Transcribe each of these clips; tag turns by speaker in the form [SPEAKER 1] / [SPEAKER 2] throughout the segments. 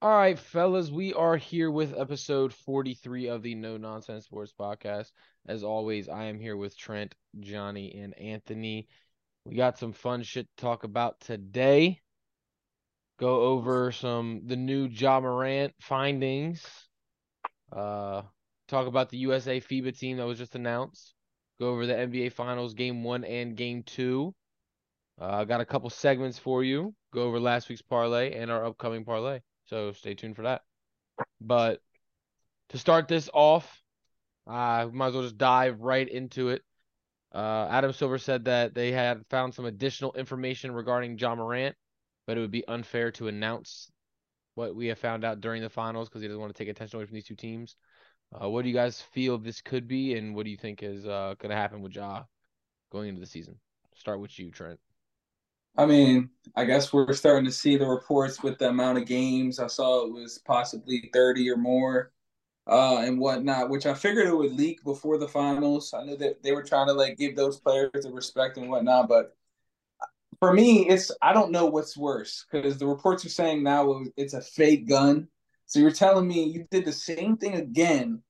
[SPEAKER 1] All right, fellas, we are here with episode 43 of the No Nonsense Sports Podcast. As always, I am here with Trent, Johnny, and Anthony. We got some fun shit to talk about today. Go over some the new Ja Morant findings. Uh talk about the USA FIBA team that was just announced. Go over the NBA Finals game 1 and game 2. Uh, I got a couple segments for you. Go over last week's parlay and our upcoming parlay. So stay tuned for that. But to start this off, I uh, might as well just dive right into it. Uh, Adam Silver said that they had found some additional information regarding John Morant, but it would be unfair to announce what we have found out during the finals because he doesn't want to take attention away from these two teams. Uh, what do you guys feel this could be, and what do you think is uh, going to happen with Ja going into the season? Start with you, Trent.
[SPEAKER 2] I mean, I guess we're starting to see the reports with the amount of games. I saw it was possibly 30 or more uh, and whatnot, which I figured it would leak before the finals. I knew that they were trying to like give those players the respect and whatnot, but for me, it's I don't know what's worse because the reports are saying now it's a fake gun. So you're telling me you did the same thing again,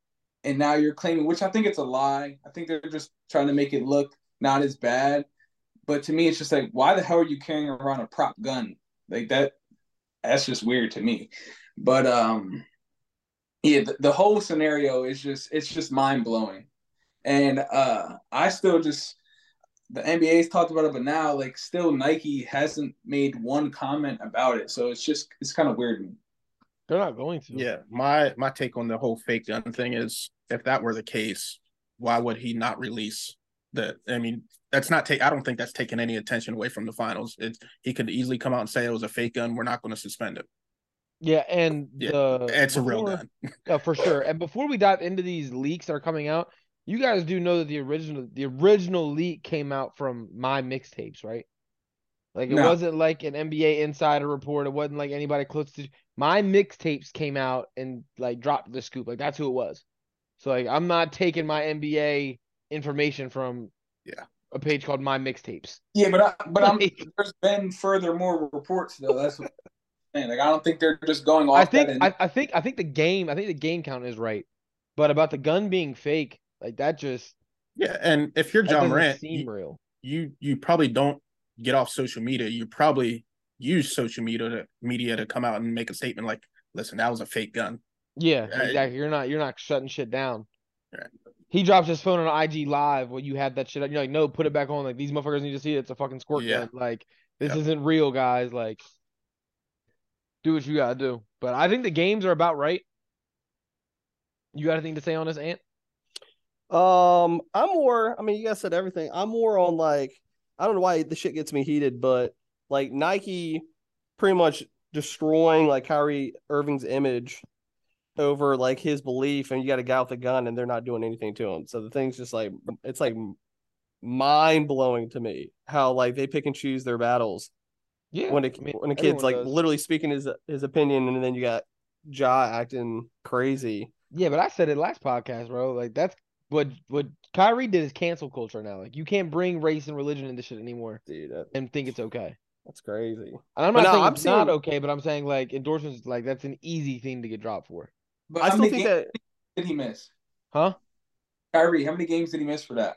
[SPEAKER 2] and now you're claiming, which I think it's a lie. I think they're just trying to make it look not as bad but to me it's just like why the hell are you carrying around a prop gun like that that's just weird to me but um yeah the, the, whole scenario is just it's just mind-blowing and uh i still just the nba's talked about it but now like still nike hasn't made one comment about it so it's just it's kind of weird
[SPEAKER 1] they're not going to
[SPEAKER 3] yeah my my take on the whole fake gun thing is if that were the case why would he not release that I mean, that's not take. I don't think that's taking any attention away from the finals. It he could easily come out and say it was a fake gun. We're not going to suspend it.
[SPEAKER 1] Yeah, and
[SPEAKER 3] yeah, the, it's before, a real gun.
[SPEAKER 1] yeah, Oh, for sure. And before we dive into these leaks that are coming out, you guys do know that the original the original leak came out from my mixtapes, right? Like it no. wasn't like an NBA insider report. It wasn't like anybody close to my mixtapes came out and like dropped the scoop. Like that's who it was. So like I'm not taking my NBA information from
[SPEAKER 3] yeah
[SPEAKER 1] a page called my mixtapes
[SPEAKER 2] yeah but I, but i'm there's been further more reports though that's what man like i don't think they're just going off
[SPEAKER 1] i think
[SPEAKER 2] and...
[SPEAKER 1] I, I, think i think the game i think the game count is right but about the gun being fake like that just
[SPEAKER 3] yeah and if you're john Morant,
[SPEAKER 1] seem real
[SPEAKER 3] you you probably don't get off social media you probably use social media to media to come out and make a statement like listen that was a fake gun
[SPEAKER 1] yeah right? exactly you're not you're not shutting shit down
[SPEAKER 3] right
[SPEAKER 1] he drops his phone on IG Live when you had that shit. You're like, no, put it back on. Like these motherfuckers need to see it. It's a fucking squirt yeah. gun. Like this yep. isn't real, guys. Like do what you gotta do. But I think the games are about right. You got anything to say on this, Ant?
[SPEAKER 4] Um, I'm more. I mean, you guys said everything. I'm more on like I don't know why the shit gets me heated, but like Nike pretty much destroying like Kyrie Irving's image over like his belief and you got a guy with a gun and they're not doing anything to him so the thing's just like it's like mind-blowing to me how like they pick and choose their battles
[SPEAKER 1] yeah
[SPEAKER 4] when a, I mean, when a kid's like does. literally speaking his his opinion and then you got jaw acting crazy
[SPEAKER 1] yeah but i said it last podcast bro like that's what what Kyrie did is cancel culture now. Like you can't bring race and religion into shit anymore,
[SPEAKER 4] dude, that,
[SPEAKER 1] and think it's okay.
[SPEAKER 4] That's crazy. And
[SPEAKER 1] I'm not no, saying I'm it's seeing... not okay, but I'm saying like endorsements, like that's an easy thing to get dropped for.
[SPEAKER 2] But I still think that did he miss?
[SPEAKER 1] Huh?
[SPEAKER 2] Kyrie, how many games did he miss for that?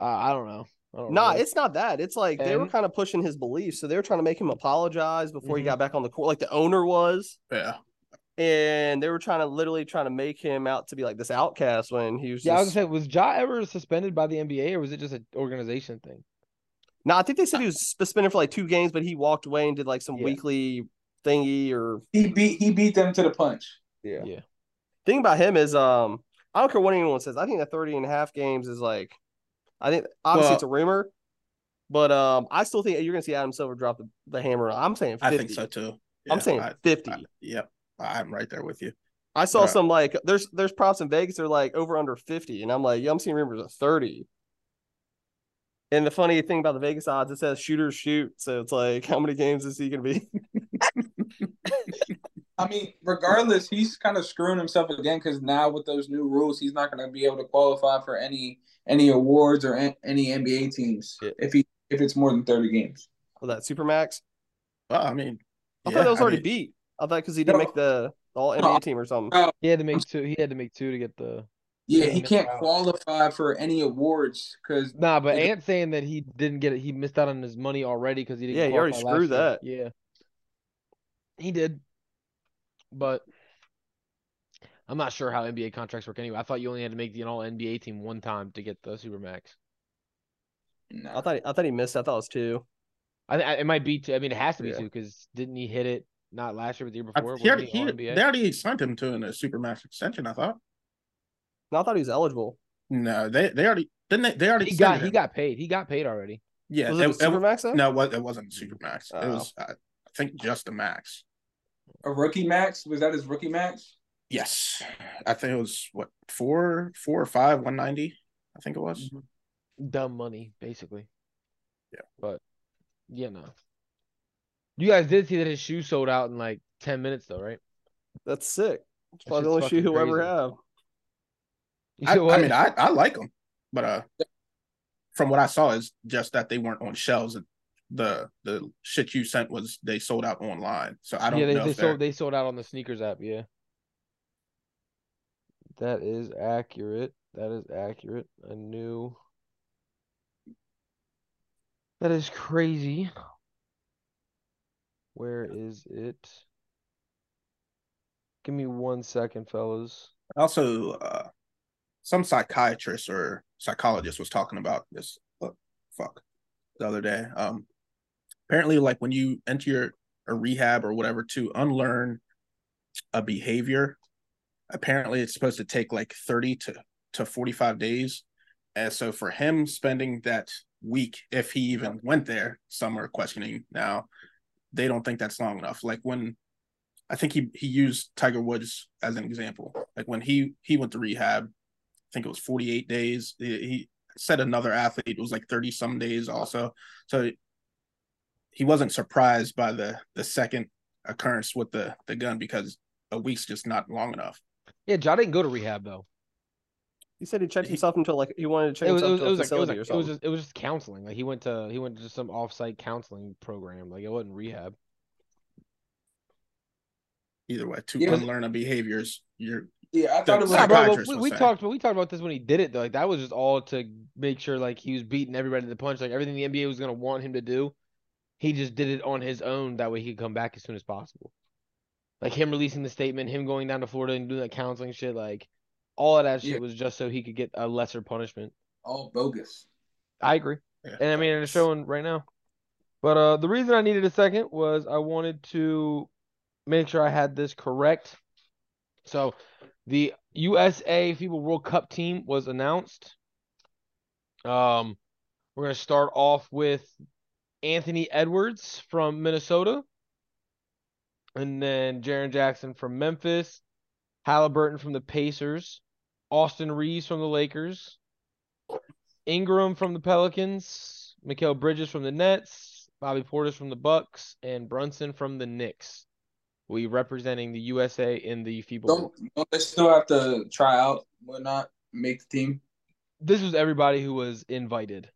[SPEAKER 1] Uh, I don't know. I don't
[SPEAKER 4] nah, know. it's not that. It's like and... they were kind of pushing his beliefs, so they were trying to make him apologize before mm-hmm. he got back on the court, like the owner was.
[SPEAKER 3] Yeah.
[SPEAKER 4] And they were trying to literally trying to make him out to be like this outcast when he was.
[SPEAKER 1] Yeah,
[SPEAKER 4] just...
[SPEAKER 1] I was gonna say, was Ja ever suspended by the NBA, or was it just an organization thing?
[SPEAKER 4] No, I think they said he was suspended for like two games, but he walked away and did like some yeah. weekly thingy or
[SPEAKER 2] he beat he beat them to the punch.
[SPEAKER 4] Yeah.
[SPEAKER 1] Yeah.
[SPEAKER 4] Thing about him is um I don't care what anyone says. I think that 30 and a half games is like I think obviously well, it's a rumor, but um I still think you're gonna see Adam Silver drop the, the hammer. I'm saying 50.
[SPEAKER 3] I think so too.
[SPEAKER 4] Yeah, I'm saying
[SPEAKER 3] I,
[SPEAKER 4] 50.
[SPEAKER 3] I, yep. I'm right there with you.
[SPEAKER 4] I saw right. some like there's there's props in Vegas, they're like over under 50, and I'm like, yeah, I'm seeing rumors of 30. And the funny thing about the Vegas odds, it says shooters shoot. So it's like, how many games is he going to
[SPEAKER 2] be? I mean, regardless, he's kind of screwing himself again because now with those new rules, he's not going to be able to qualify for any any awards or a- any NBA teams yeah. if he if it's more than thirty games.
[SPEAKER 4] Well, that supermax.
[SPEAKER 3] Well, I mean,
[SPEAKER 4] I yeah, thought that was I already mean, beat. I thought because he didn't
[SPEAKER 2] No.
[SPEAKER 4] make the All NBA team or something.
[SPEAKER 1] He had to make two. He had to make two to get the.
[SPEAKER 2] Yeah,
[SPEAKER 1] Yeah,
[SPEAKER 2] he
[SPEAKER 1] no
[SPEAKER 2] can't
[SPEAKER 1] doubt.
[SPEAKER 2] qualify for any awards because
[SPEAKER 1] Nah, but
[SPEAKER 2] Yeah.
[SPEAKER 1] Ant's saying that he didn't get it. He missed out on his money already because he didn't.
[SPEAKER 4] Yeah, he already
[SPEAKER 1] qualify last
[SPEAKER 4] screwed
[SPEAKER 1] year. Yeah, he did. But I'm not sure how NBA contracts work anyway. I thought you only had to make the All NBA team one time to get the Supermax.
[SPEAKER 4] I thought I thought he missed. I thought it was two.
[SPEAKER 1] I, I it might be two. I mean, it has to be
[SPEAKER 4] Yeah.
[SPEAKER 1] two because didn't he hit it not last year but the year
[SPEAKER 3] I-
[SPEAKER 1] before?
[SPEAKER 3] he
[SPEAKER 1] Wasn't
[SPEAKER 3] already,
[SPEAKER 1] he
[SPEAKER 3] he,
[SPEAKER 1] All-NBA?
[SPEAKER 3] they already signed him to an- a supermax extension. I thought.
[SPEAKER 4] No, I thought he was eligible.
[SPEAKER 3] No, they they already didn't they, they already
[SPEAKER 1] He got
[SPEAKER 3] extended
[SPEAKER 1] he
[SPEAKER 3] him.
[SPEAKER 1] got paid. He got paid already.
[SPEAKER 3] yeah.
[SPEAKER 4] was
[SPEAKER 3] it-
[SPEAKER 4] it,
[SPEAKER 3] it-
[SPEAKER 4] a Supermax? though?
[SPEAKER 3] no, it, was, it wasn't supermax. It
[SPEAKER 4] Oh.
[SPEAKER 3] was uh, I think just a max.
[SPEAKER 2] a rookie max was that his rookie max?
[SPEAKER 3] Yes, I think it was what four four or five one ninety. I think it
[SPEAKER 1] Mm-hmm.
[SPEAKER 3] was.
[SPEAKER 1] Dumb money, basically.
[SPEAKER 3] Yeah.
[SPEAKER 1] But yeah, no. You guys did see that his shoe sold out in like ten minutes though, right?
[SPEAKER 4] That's sick. It's
[SPEAKER 1] That
[SPEAKER 4] probably the
[SPEAKER 1] shit's
[SPEAKER 4] only shoe
[SPEAKER 1] fucking
[SPEAKER 4] he'll ever
[SPEAKER 1] crazy.
[SPEAKER 4] have.
[SPEAKER 1] You
[SPEAKER 3] I,
[SPEAKER 1] know what?
[SPEAKER 3] I mean, I, I like them, but uh, from what I saw is just that they weren't on shelves. And the the shit you sent was they sold out online. So I don't
[SPEAKER 1] yeah, they,
[SPEAKER 3] know.
[SPEAKER 1] they
[SPEAKER 3] if they're-
[SPEAKER 1] sold they sold out on the sneakers app, yeah. That is accurate. That is accurate. I knew. That is crazy. Where is it? Give me one second, fellas.
[SPEAKER 3] also uh, some psychiatrist or psychologist was talking about this uh, fuck the other day um apparently like when you enter your a rehab or whatever to unlearn a behavior apparently it's supposed to take like 30 to to 45 days and so for him spending that week if he even went there some are questioning now they don't think that's long enough like when I think he he used Tiger Woods as an example. Like when he he went to rehab, I think it was 48 days. He, he said another athlete was like 30 some days also. So he wasn't surprised by the the second occurrence with the the gun because a week's just not long enough.
[SPEAKER 1] Yeah, John didn't go to rehab though.
[SPEAKER 4] He said he checked
[SPEAKER 3] He-
[SPEAKER 4] himself until like he wanted to check
[SPEAKER 1] It was, it
[SPEAKER 4] himself
[SPEAKER 1] was, it
[SPEAKER 4] to a
[SPEAKER 1] was like it was, like,
[SPEAKER 4] facility or
[SPEAKER 1] it
[SPEAKER 4] something.
[SPEAKER 1] was just it was just counseling. Like he went to he went to some off-site counseling program. Like it wasn't rehab.
[SPEAKER 3] Either way, to
[SPEAKER 2] Yeah.
[SPEAKER 3] unlearn a behaviors, you're
[SPEAKER 2] Yeah, I thought it was.
[SPEAKER 1] Nah,
[SPEAKER 3] Sorry,
[SPEAKER 1] bro, well,
[SPEAKER 3] psychiatrist
[SPEAKER 1] we,
[SPEAKER 3] was
[SPEAKER 1] we
[SPEAKER 3] saying.
[SPEAKER 1] talked we talked about this when he did it though. Like that was just all to make sure like he was beating everybody to the punch. Like everything the NBA was gonna want him to do, he just did it on his own. That way he could come back as soon as possible. Like him releasing the statement, him going down to Florida and doing that counseling shit. Like all of that shit
[SPEAKER 2] Yeah.
[SPEAKER 1] was just so he could get a lesser punishment.
[SPEAKER 2] all bogus.
[SPEAKER 1] I agree.
[SPEAKER 3] Yeah.
[SPEAKER 1] And I mean, it's showing right now. But uh, the reason I needed a second was I wanted to make sure I had this correct. So the USA FIBA World Cup team was announced. Um, we're going to start off with Anthony Edwards from Minnesota, and then Jaron Jackson from Memphis, Halliburton from the Pacers, Austin Reeves from the Lakers, Ingram from the Pelicans, Mikael Bridges from the Nets, Bobby Portis from the Bucks, and Brunson from the Knicks. We representing the USA in the FIBA.
[SPEAKER 2] Don't
[SPEAKER 1] World-
[SPEAKER 2] don't they still have to try out and whatnot, make the team?
[SPEAKER 1] This was everybody who was invited.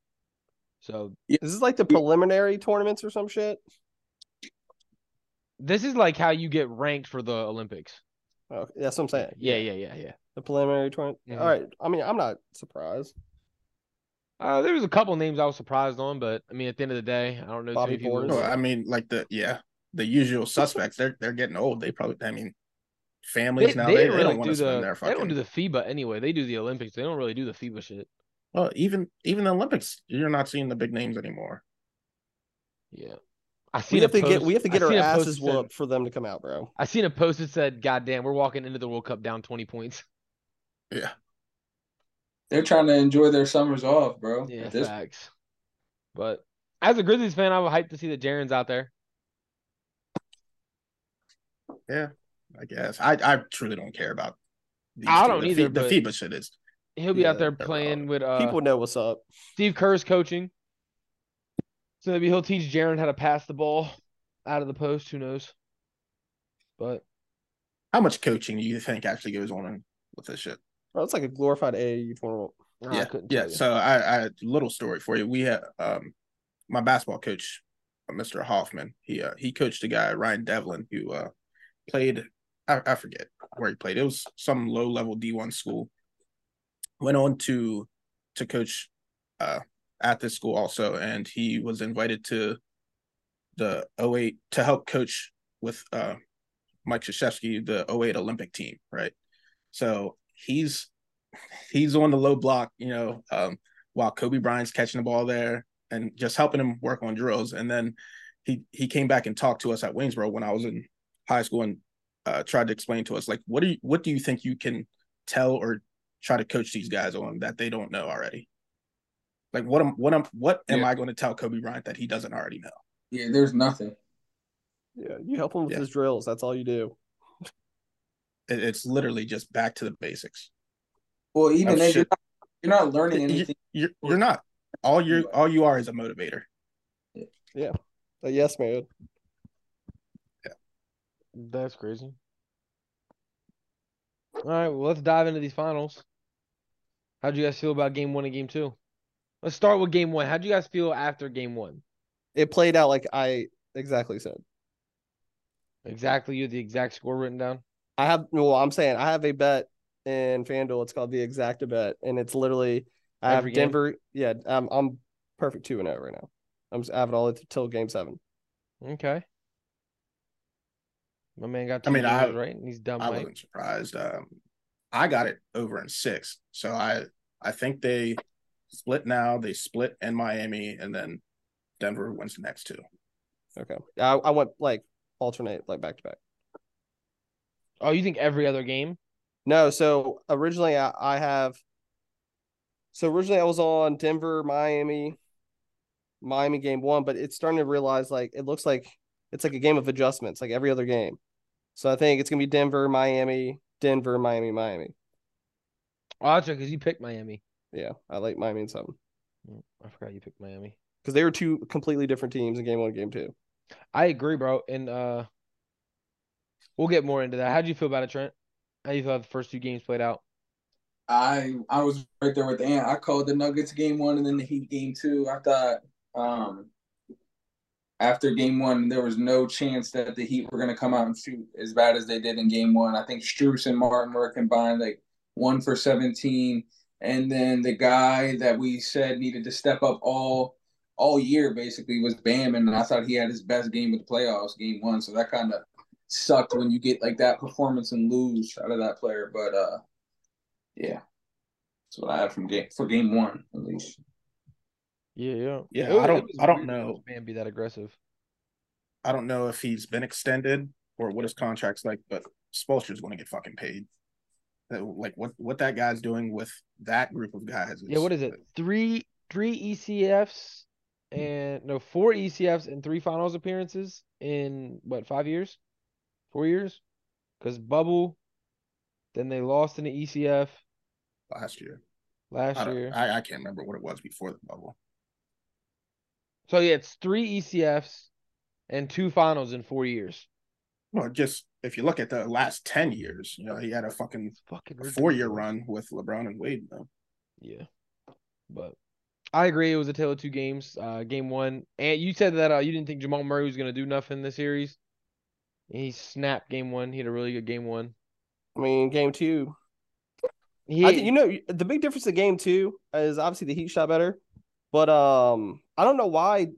[SPEAKER 1] So
[SPEAKER 4] Is this like the preliminary tournaments or some shit?
[SPEAKER 1] this is like how you get ranked for the Olympics.
[SPEAKER 4] Oh, that's what I'm saying.
[SPEAKER 1] Yeah, yeah, yeah, yeah.
[SPEAKER 4] The preliminary tournament.
[SPEAKER 1] Mhm.
[SPEAKER 4] All right. I mean, I'm not surprised.
[SPEAKER 1] Uh, there was a couple names I was surprised on, but I mean, at the end of the day, I don't know. too
[SPEAKER 4] Bobby
[SPEAKER 1] many people-
[SPEAKER 4] Portis.
[SPEAKER 3] Well, I mean, like the yeah, the usual suspects. They're they're getting old. They probably. I mean,
[SPEAKER 1] They,
[SPEAKER 3] families now.
[SPEAKER 1] they
[SPEAKER 3] They,
[SPEAKER 1] don't
[SPEAKER 3] they
[SPEAKER 1] really
[SPEAKER 3] don't want
[SPEAKER 1] do
[SPEAKER 3] to spend
[SPEAKER 1] the
[SPEAKER 3] their
[SPEAKER 1] they
[SPEAKER 3] fucking.
[SPEAKER 1] don't do the FIBA anyway. They do the Olympics. They don't really do the FIBA shit.
[SPEAKER 3] Well, even even the Olympics, you're not seeing the big names anymore.
[SPEAKER 1] Yeah, I seen
[SPEAKER 4] We
[SPEAKER 1] a
[SPEAKER 4] have to get
[SPEAKER 1] post-
[SPEAKER 4] we have to
[SPEAKER 1] I
[SPEAKER 4] get our
[SPEAKER 1] seen a post
[SPEAKER 4] asses
[SPEAKER 1] that said-
[SPEAKER 4] whooped for them to come out, bro.
[SPEAKER 1] I seen a post that said, "God damn, we're walking into the World Cup down 20 points."
[SPEAKER 3] Yeah,
[SPEAKER 2] They're trying to enjoy their summers off, bro.
[SPEAKER 1] Yeah,
[SPEAKER 2] At this-
[SPEAKER 1] facts. But as a Grizzlies fan, I'm hyped to see that Jaron's out there.
[SPEAKER 3] I guess. I I truly don't care about. These
[SPEAKER 1] I
[SPEAKER 3] two.
[SPEAKER 1] don't
[SPEAKER 3] the
[SPEAKER 1] either,
[SPEAKER 3] Fi- The
[SPEAKER 1] but-
[SPEAKER 3] FIBA shit is.
[SPEAKER 1] He'll be
[SPEAKER 3] Yeah,
[SPEAKER 1] out there
[SPEAKER 3] they're
[SPEAKER 1] playing
[SPEAKER 3] out.
[SPEAKER 1] with uh,
[SPEAKER 4] People know what's up.
[SPEAKER 1] Steve Kerr's coaching. So maybe he'll teach Jaron how to pass the ball out of the post. Who knows? But
[SPEAKER 3] How much coaching do you think actually goes on in, with this shit?
[SPEAKER 4] Bro, it's like a glorified AAU tournament.
[SPEAKER 1] nah, I
[SPEAKER 3] yeah,
[SPEAKER 1] couldn't
[SPEAKER 3] yeah.
[SPEAKER 1] tell you.
[SPEAKER 3] So I, I little story for you. We had um, my basketball coach, uh, Mr. Hoffman. He uh, he coached a guy Ryan Devlin who uh, played I, I forget where he played. It was some low level D1 school. Went on to to coach uh at this school also and he was invited to the 08 to help coach with uh Mike Krzyzewski, the 08 Olympic team, right? So he's he's on the low block, you know, um, while Kobe Bryant's catching the ball there and just helping him work on drills. And then he he came back and talked to us at Waynesboro when I was in high school and uh, tried to explain to us like what do you what do you think you can tell or try to coach these guys on that they don't know already? Like what am what am what am
[SPEAKER 2] Yeah.
[SPEAKER 3] I going to tell Kobe Bryant that he doesn't already know?
[SPEAKER 2] Yeah, there's nothing.
[SPEAKER 4] Yeah, you help him with
[SPEAKER 3] Yeah.
[SPEAKER 4] his drills. That's all you do.
[SPEAKER 3] It, it's literally just back to the basics.
[SPEAKER 2] Well, even
[SPEAKER 3] Oh,
[SPEAKER 2] they, you're,
[SPEAKER 3] shit.
[SPEAKER 2] not, you're not learning
[SPEAKER 3] You-
[SPEAKER 2] anything.
[SPEAKER 3] You're you're not all you all you are is a motivator.
[SPEAKER 4] But yes, man.
[SPEAKER 1] That's crazy. All right, well, let's dive into these finals. How'd you guys feel about game one and game two? Let's start with game one. How'd you guys feel after game one?
[SPEAKER 4] It played out like I exactly said.
[SPEAKER 1] Exactly, you had the exact score written down.
[SPEAKER 4] I have well, I'm saying I have a bet in FanDuel. It's called the exacta bet, and it's literally I
[SPEAKER 1] Every
[SPEAKER 4] have
[SPEAKER 1] game?
[SPEAKER 4] Denver. Yeah, I'm I'm perfect two and zero right now. I'm I have it all until game seven.
[SPEAKER 1] Okay. My man got two
[SPEAKER 3] I mean, I-
[SPEAKER 1] games right, and he's dumb.
[SPEAKER 3] I
[SPEAKER 1] right?
[SPEAKER 3] wasn't surprised. Um, I got it over in six, so I I think they split now. They split in Miami, and then Denver wins the next two.
[SPEAKER 4] Okay, I I went like alternate like back to back.
[SPEAKER 1] Oh, you think every other game?
[SPEAKER 4] No, so originally I, I have. So originally I was on Denver, Miami, Miami game one, but it's starting to realize like it looks like it's like a game of adjustments, like every other game. So I think it's gonna be Denver, Miami, Denver, Miami, Miami.
[SPEAKER 1] Oh, that's because you picked Miami.
[SPEAKER 4] Yeah, I like Miami and something
[SPEAKER 1] Mm, I forgot you picked Miami.
[SPEAKER 4] because they were two completely different teams in game one, game two.
[SPEAKER 1] I agree, bro. And uh, we'll get more into that. How'd you feel about it, Trent? How you thought the first two games played out?
[SPEAKER 2] I I was right there with Ant. I called the Nuggets game one and then the Heat game two. I thought um, after game one there was no chance that the Heat were going to come out and shoot as bad as they did in game one. I think Struess and Martin were combined like one for seventeen, and then the guy that we said needed to step up all all year basically was Bam, and I thought he had his best game of the playoffs, game one. So that kind of sucked when you get like that performance and lose out of that player, but uh. Yeah. That's what I had from game for game one at least.
[SPEAKER 1] Yeah, yeah,
[SPEAKER 3] Yeah,
[SPEAKER 1] It wa-
[SPEAKER 3] I
[SPEAKER 1] it
[SPEAKER 3] don't-
[SPEAKER 1] was
[SPEAKER 3] I don't
[SPEAKER 1] weird to watch
[SPEAKER 3] know.
[SPEAKER 1] Man, be that aggressive.
[SPEAKER 3] I don't know if he's been extended or what his contract's like, but Spolster's going to get fucking paid. Uh, Like what what that guy's doing with that group of guys?
[SPEAKER 1] Yeah, what is it? Three, three ECFs, and no, four ECFs and three finals appearances in what five years, four years? Because bubble, then they lost in the ECF
[SPEAKER 3] last year? I,
[SPEAKER 1] last
[SPEAKER 3] don't,
[SPEAKER 1] year.
[SPEAKER 3] I I can't remember what it was before the bubble.
[SPEAKER 1] So yeah, it's three ECFs and two finals in four years.
[SPEAKER 3] Well, just if you look at the last ten years, you know he had a fucking
[SPEAKER 1] It's fucking
[SPEAKER 3] four year
[SPEAKER 1] ridiculous.
[SPEAKER 3] run with LeBron and Wade. Though.
[SPEAKER 1] Yeah, but I agree. It was a tale of two games. Uh, game one, and you said that uh, you didn't think Jamal Murray was gonna do nothing in this series. And he snapped game one. He had a really good game one.
[SPEAKER 4] I mean, game two.
[SPEAKER 1] He,
[SPEAKER 4] I think you know the big difference in game two is obviously the Heat shot better, but um, I don't know why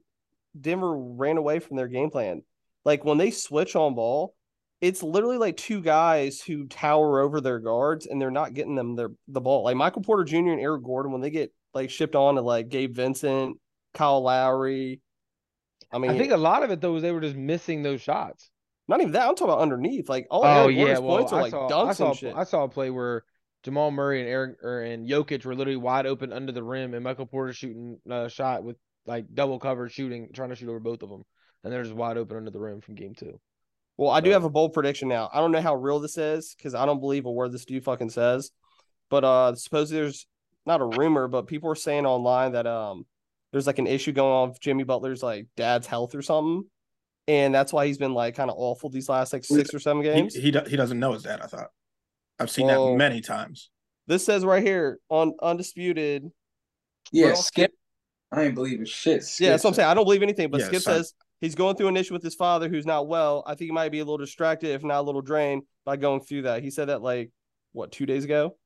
[SPEAKER 4] Denver ran away from their game plan. Like when they switch on ball, it's literally like two guys who tower over their guards and they're not getting them their the ball. Like Michael Porter Jr. and Eric Gordon when they get like shipped on to like Gabe Vincent, Kyle Lowry. I mean,
[SPEAKER 1] I think a lot of it though was they were just missing those shots.
[SPEAKER 4] not even that. I'm talking about underneath. Like all
[SPEAKER 1] oh
[SPEAKER 4] Eric
[SPEAKER 1] yeah,
[SPEAKER 4] Gordon's
[SPEAKER 1] well,
[SPEAKER 4] points are
[SPEAKER 1] I
[SPEAKER 4] like
[SPEAKER 1] saw,
[SPEAKER 4] dunks
[SPEAKER 1] I saw,
[SPEAKER 4] and shit.
[SPEAKER 1] I saw a play where Jamal Murray and Aaron or and Jokic were literally wide open under the rim, and Michael Porter shooting a shot with like double cover shooting, trying to shoot over both of them, and they're just wide open under the rim from game two.
[SPEAKER 4] Well, I do
[SPEAKER 1] So-
[SPEAKER 4] have a bold prediction now. I don't know how real this is because I don't believe a word this dude fucking says. But uh supposedly there's not a rumor, but people are saying online that um there's like an issue going on with Jimmy Butler's like dad's health or something. And that's why he's been like kind of awful these last like six or seven
[SPEAKER 3] He,
[SPEAKER 4] games.
[SPEAKER 3] he do- he doesn't know his dad. I thought I've seen
[SPEAKER 4] Well-
[SPEAKER 3] that many times.
[SPEAKER 4] This says right here on undisputed.
[SPEAKER 2] Yeah,
[SPEAKER 4] Well-
[SPEAKER 2] Skip. I ain't believing shit. Skip
[SPEAKER 4] Yeah, that's what I'm saying. I don't believe anything, but
[SPEAKER 3] Yeah,
[SPEAKER 4] Skip
[SPEAKER 3] son.
[SPEAKER 4] says he's going through an issue with his father who's not well. I think he might be a little distracted, if not a little drained, by going through that. He said that like what two days ago,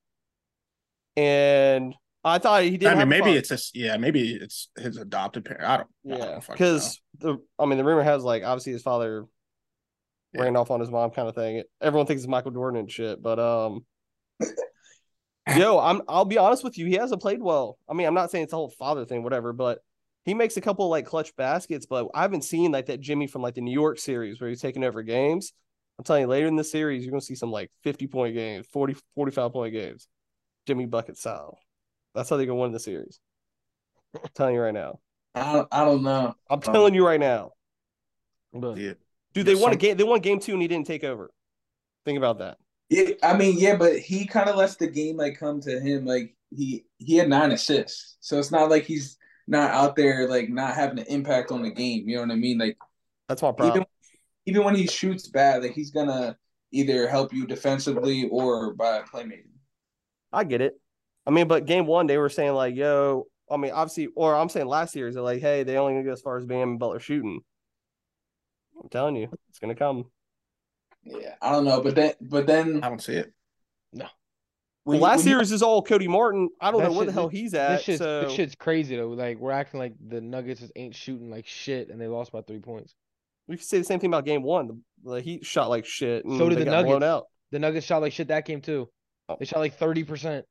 [SPEAKER 4] and I thought he did.
[SPEAKER 3] I mean,
[SPEAKER 4] have a
[SPEAKER 3] maybe
[SPEAKER 4] father.
[SPEAKER 3] it's just yeah, maybe it's his adopted parent. I don't. I don't
[SPEAKER 4] yeah,
[SPEAKER 3] fucking know.
[SPEAKER 4] because the I mean the rumor has like obviously his father
[SPEAKER 3] Yeah.
[SPEAKER 4] ran off on his mom kind of thing. Everyone thinks it's Michael Jordan and shit, but um, yo, I'm I'll be honest with you, he hasn't played well. I mean, I'm not saying it's a whole father thing, whatever, but he makes a couple like clutch baskets, but I haven't seen like that Jimmy from like the New York series where he's taking over games. I'm telling you, later in the series, you're gonna see some like 50 point games, 40, 45 point games, Jimmy bucket style. That's how they can win the series. I'm telling you right now.
[SPEAKER 2] I don't, I don't know.
[SPEAKER 4] I'm
[SPEAKER 2] Oh.
[SPEAKER 4] telling you right now.
[SPEAKER 1] But
[SPEAKER 3] Yeah.
[SPEAKER 4] Dude, they
[SPEAKER 3] Yeah,
[SPEAKER 4] won a
[SPEAKER 3] some-
[SPEAKER 4] game. They won game two, and he didn't take over. Think about that.
[SPEAKER 2] Yeah, I mean, yeah, but he kind of lets the game like come to him. Like he he had nine assists, so it's not like he's not out there like not having an impact on the game. You know what I mean? Like
[SPEAKER 4] That's my
[SPEAKER 2] even
[SPEAKER 4] problem.
[SPEAKER 2] even when he shoots bad, like he's gonna either help you defensively or by playmaking.
[SPEAKER 4] I get it. I mean, but game one, they were saying like, "Yo," I mean, obviously, or I'm saying last year's they're like, "Hey, they only gonna go as far as Bam and Butler shooting." I'm telling you, it's gonna come.
[SPEAKER 2] Yeah, I don't know, but then but then
[SPEAKER 3] I don't see it.
[SPEAKER 2] when you-
[SPEAKER 4] last
[SPEAKER 2] when you-
[SPEAKER 4] year's is all Cody Martin. I don't
[SPEAKER 1] That
[SPEAKER 4] know where the
[SPEAKER 1] shit-
[SPEAKER 4] hell he's
[SPEAKER 1] this
[SPEAKER 4] at.
[SPEAKER 1] shit's,
[SPEAKER 4] So
[SPEAKER 1] this shit's crazy though. Like we're acting like the Nuggets just ain't shooting like shit, and they lost by three points.
[SPEAKER 4] we could say the same thing about game one. The, the Heat shot like shit. And
[SPEAKER 1] So did
[SPEAKER 4] they
[SPEAKER 1] the
[SPEAKER 4] got blown
[SPEAKER 1] Nuggets.
[SPEAKER 4] out.
[SPEAKER 1] The Nuggets shot like shit that game too.
[SPEAKER 4] Oh.
[SPEAKER 1] They shot like thirty percent,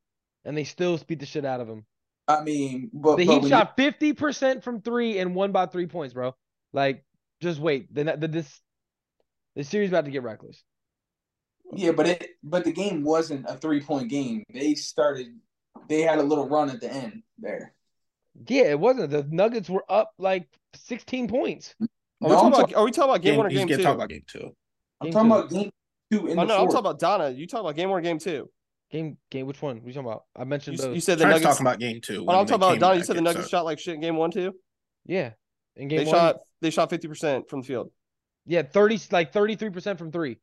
[SPEAKER 1] and they still beat the shit out of them.
[SPEAKER 2] I mean, but,
[SPEAKER 1] The
[SPEAKER 2] but
[SPEAKER 1] Heat
[SPEAKER 2] when
[SPEAKER 1] shot fifty percent from three and won by three points, bro. Like, just wait. The, the this the series about to get reckless.
[SPEAKER 2] you- yeah, but it but the game wasn't a three point game. They started, they had a little run at the end there.
[SPEAKER 1] Yeah, it wasn't. The Nuggets were up like sixteen points.
[SPEAKER 4] Are,
[SPEAKER 2] No,
[SPEAKER 4] we
[SPEAKER 2] I'm,
[SPEAKER 4] talking
[SPEAKER 2] talk-
[SPEAKER 4] about, are we talking about game, one or
[SPEAKER 3] he's
[SPEAKER 4] game
[SPEAKER 3] get-
[SPEAKER 4] two?
[SPEAKER 3] talking about game two.
[SPEAKER 2] I'm
[SPEAKER 1] Game
[SPEAKER 2] talking
[SPEAKER 1] two.
[SPEAKER 2] about game two in
[SPEAKER 4] oh
[SPEAKER 2] the
[SPEAKER 4] no, I'm
[SPEAKER 2] fourth.
[SPEAKER 4] talking about Donna. You talking about game one or game two?
[SPEAKER 1] Game game. Which one? What you talking about? I
[SPEAKER 4] You,
[SPEAKER 1] mentioned
[SPEAKER 4] s-
[SPEAKER 1] those.
[SPEAKER 4] you said the
[SPEAKER 3] Trent's
[SPEAKER 4] Nuggets.
[SPEAKER 3] talking about game two.
[SPEAKER 4] Oh,
[SPEAKER 3] when
[SPEAKER 4] I'm
[SPEAKER 3] they
[SPEAKER 4] talking about
[SPEAKER 3] came
[SPEAKER 4] Donna. You
[SPEAKER 3] back
[SPEAKER 4] said the
[SPEAKER 3] in,
[SPEAKER 4] Nuggets
[SPEAKER 3] so-
[SPEAKER 4] shot like shit in game one too.
[SPEAKER 1] yeah. In game
[SPEAKER 4] They
[SPEAKER 1] one,
[SPEAKER 4] shot they shot fifty percent from the field.
[SPEAKER 1] yeah, thirty like thirty three percent from three.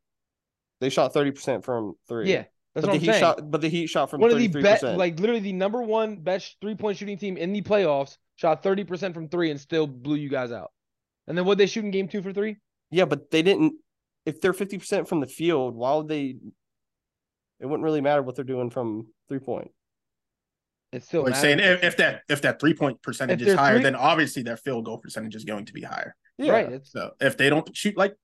[SPEAKER 4] They shot thirty percent from three.
[SPEAKER 1] Yeah, that's
[SPEAKER 4] but
[SPEAKER 1] what
[SPEAKER 4] the
[SPEAKER 1] I'm
[SPEAKER 4] Heat
[SPEAKER 1] saying.
[SPEAKER 4] shot, but the Heat shot from
[SPEAKER 1] one of the
[SPEAKER 4] thirty three
[SPEAKER 1] best,
[SPEAKER 4] percent.
[SPEAKER 1] like literally the number one best three point shooting team in the playoffs, shot thirty percent from three and still blew you guys out. And then what they shoot in game two for three?
[SPEAKER 4] yeah, but they didn't. If they're fifty percent from the field, why would they? It wouldn't really matter what they're doing from three point.
[SPEAKER 1] It's still
[SPEAKER 3] Like
[SPEAKER 1] matters.
[SPEAKER 3] saying if, if that if that three point percentage
[SPEAKER 1] If
[SPEAKER 3] is
[SPEAKER 1] they're
[SPEAKER 3] higher,
[SPEAKER 1] three-
[SPEAKER 3] then obviously their field goal percentage is going to be higher.
[SPEAKER 4] Yeah,
[SPEAKER 1] right. It's,
[SPEAKER 3] So if they don't shoot like
[SPEAKER 1] if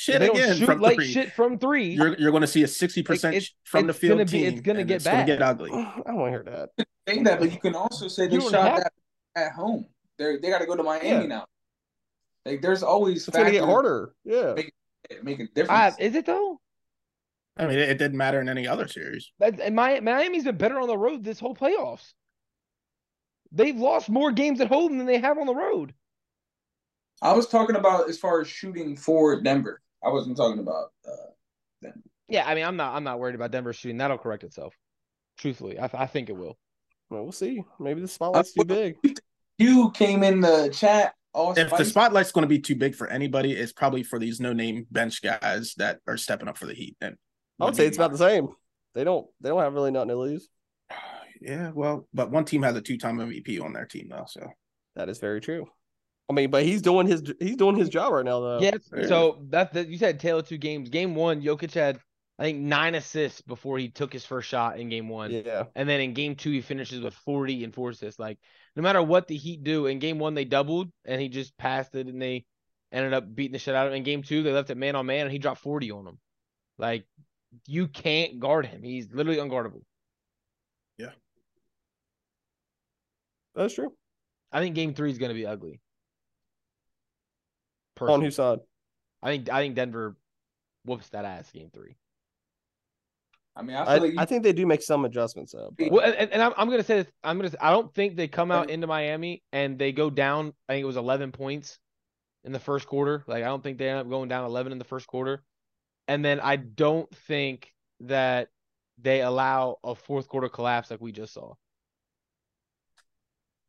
[SPEAKER 3] shit
[SPEAKER 1] they
[SPEAKER 3] again
[SPEAKER 1] don't shoot
[SPEAKER 3] from
[SPEAKER 1] like
[SPEAKER 3] three,
[SPEAKER 1] shit from three.
[SPEAKER 3] you're you're going to see a sixty percent
[SPEAKER 1] It's-
[SPEAKER 3] from the
[SPEAKER 1] it's gonna
[SPEAKER 3] field
[SPEAKER 1] be- it's
[SPEAKER 3] team,
[SPEAKER 1] gonna
[SPEAKER 3] and
[SPEAKER 1] get
[SPEAKER 3] it's gonna
[SPEAKER 1] back.
[SPEAKER 3] get ugly.
[SPEAKER 4] I don't want to hear that.
[SPEAKER 2] saying that, but you can also say they
[SPEAKER 1] You don't
[SPEAKER 2] shot
[SPEAKER 1] have-
[SPEAKER 2] that at home. They they got to go to Miami
[SPEAKER 4] Yeah.
[SPEAKER 2] now. Like there's always
[SPEAKER 4] It's gonna get
[SPEAKER 2] factors
[SPEAKER 4] harder. Yeah,
[SPEAKER 2] Big- that make a
[SPEAKER 1] I,
[SPEAKER 2] difference.
[SPEAKER 1] is it though?
[SPEAKER 3] I mean, it, it didn't matter in any other series.
[SPEAKER 1] That- And Mi- Miami's been better on the road this whole playoffs. They've lost more games at home than they have on the road.
[SPEAKER 2] I was talking about as far as shooting for Denver. I wasn't talking about. Uh,
[SPEAKER 1] Yeah, I mean, I'm not, I'm not worried about Denver shooting. That'll correct itself. Truthfully, I, I think it will.
[SPEAKER 4] well, we'll see. Maybe the spotlight's too big.
[SPEAKER 2] you came in the chat. All
[SPEAKER 3] If the
[SPEAKER 2] spicy.
[SPEAKER 3] spotlight's going to be too big for anybody, it's probably for these no name bench guys that are stepping up for the Heat. And
[SPEAKER 4] I would say it's about the same. They don't. They don't have really nothing to lose.
[SPEAKER 3] yeah, well, but one team has a two time MVP on their team though, so
[SPEAKER 4] That is very true. I mean, but he's doing his he's doing his job right now though.
[SPEAKER 1] Yes.
[SPEAKER 3] Yeah.
[SPEAKER 1] So that, that you said tail of two games. Game one, Jokic had I think nine assists before he took his first shot in game one,
[SPEAKER 4] Yeah.
[SPEAKER 1] and then in game two he finishes with forty and four assists. Like no matter what the Heat do in game one, they doubled and he just passed it, and they ended up beating the shit out of him. In game two, they left it man on man, and he dropped forty on him. Like you can't guard him. He's literally unguardable.
[SPEAKER 4] That's true.
[SPEAKER 1] I think game three is going to be ugly.
[SPEAKER 4] On
[SPEAKER 1] Personally.
[SPEAKER 4] whose side?
[SPEAKER 1] I think I think Denver whoops that ass game three.
[SPEAKER 2] I mean, I feel
[SPEAKER 4] I,
[SPEAKER 2] like you,
[SPEAKER 4] I think they do make some adjustments though. but-
[SPEAKER 1] Well, and- and, and I'm, I'm gonna say this. I'm gonna. Say, I don't think they come out
[SPEAKER 2] And-
[SPEAKER 1] into Miami and they go down. I think it was 11 points in the first quarter. Like I don't think they end up going down 11 in the first quarter. And then I don't think that they allow a fourth quarter collapse like we just saw.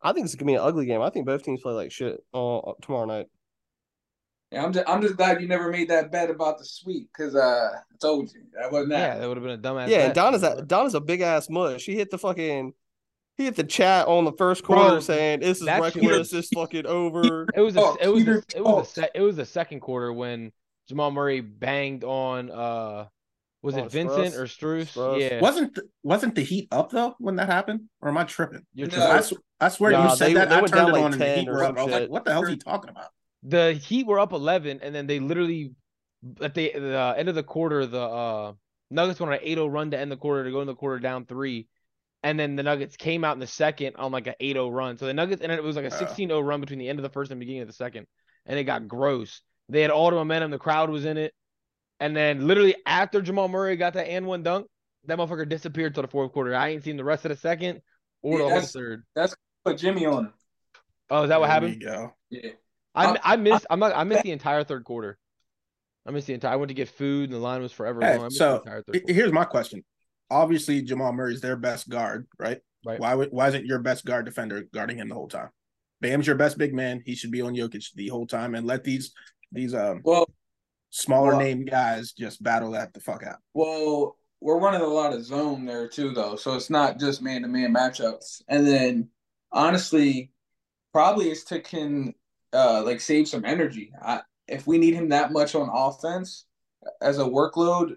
[SPEAKER 4] I think it's gonna be an ugly game. I think both teams play like shit uh, tomorrow night.
[SPEAKER 2] yeah, I'm just I'm just glad you never made that bet about the sweep because uh, I told you I wasn't
[SPEAKER 1] Yeah,
[SPEAKER 2] that.
[SPEAKER 1] that would have been a dumbass.
[SPEAKER 4] yeah,
[SPEAKER 1] bet.
[SPEAKER 4] and Donna's a Donna's a big ass mush. She hit the fucking He hit the chat on the first quarter
[SPEAKER 1] Bro,
[SPEAKER 4] saying this is
[SPEAKER 1] that's
[SPEAKER 2] huge.
[SPEAKER 4] reckless, this fucking over.
[SPEAKER 1] It was a,
[SPEAKER 2] Oh,
[SPEAKER 1] it was a,
[SPEAKER 2] Peter
[SPEAKER 1] it was a
[SPEAKER 2] Schultz.
[SPEAKER 1] se- it was the second quarter when Jamal Murray banged on uh was
[SPEAKER 4] Oh,
[SPEAKER 1] it Vincent
[SPEAKER 4] Strus.
[SPEAKER 1] or Struce?
[SPEAKER 4] Strus.
[SPEAKER 1] Yeah.
[SPEAKER 3] Wasn't th- wasn't the Heat up though when that happened? Or am I tripping?
[SPEAKER 1] You're
[SPEAKER 2] No.
[SPEAKER 1] tripping.
[SPEAKER 3] I, sw- I swear
[SPEAKER 4] Uh, Nah,
[SPEAKER 3] you said
[SPEAKER 4] they-
[SPEAKER 3] that.
[SPEAKER 4] they
[SPEAKER 3] I
[SPEAKER 4] went
[SPEAKER 3] turned
[SPEAKER 4] down
[SPEAKER 3] it
[SPEAKER 4] like
[SPEAKER 3] on and the
[SPEAKER 4] 10
[SPEAKER 3] Heat
[SPEAKER 4] or
[SPEAKER 3] were up.
[SPEAKER 4] some
[SPEAKER 3] I was like,
[SPEAKER 4] shit.
[SPEAKER 3] what the hell is he talking about?
[SPEAKER 1] the Heat were up 11 and then they literally at the, the end of the quarter the uh Nuggets went on an 8-0 run to end the quarter to go in the quarter down 3 and then the Nuggets came out in the second on like an 8-0 run. So the Nuggets ended it was like a
[SPEAKER 3] Wow.
[SPEAKER 1] 16-0 run between the end of the first and beginning of the second and it got gross. They had all the momentum, the crowd was in it. And then literally after Jamal Murray got that and one dunk, that motherfucker disappeared till the fourth quarter. I ain't seen the rest of the second or
[SPEAKER 2] Yeah,
[SPEAKER 1] the whole
[SPEAKER 2] that's-
[SPEAKER 1] third.
[SPEAKER 2] Put Jimmy on him.
[SPEAKER 1] Oh, is that what
[SPEAKER 3] There
[SPEAKER 1] happened?
[SPEAKER 3] we go.
[SPEAKER 2] Yeah.
[SPEAKER 1] I I missed I'm not I missed the entire third quarter. I missed the entire. I went to get food and the line was forever
[SPEAKER 3] Hey,
[SPEAKER 1] long. I missed the
[SPEAKER 3] so,
[SPEAKER 1] entire third
[SPEAKER 3] H-
[SPEAKER 1] quarter.
[SPEAKER 3] Here's my question. Obviously, Jamal Murray's their best guard, right?
[SPEAKER 1] Right.
[SPEAKER 3] Why would why isn't your best guard defender guarding him the whole time? Bam's your best big man. He should be on Jokic the whole time and let these these um
[SPEAKER 2] Well,
[SPEAKER 3] smaller
[SPEAKER 2] Well-
[SPEAKER 3] name guys just battle that the fuck out.
[SPEAKER 2] Well, we're running a lot of zone there too, though. So it's not just man to man matchups. And then honestly, probably is to can uh like save some energy. I, if we need him that much on offense as a workload,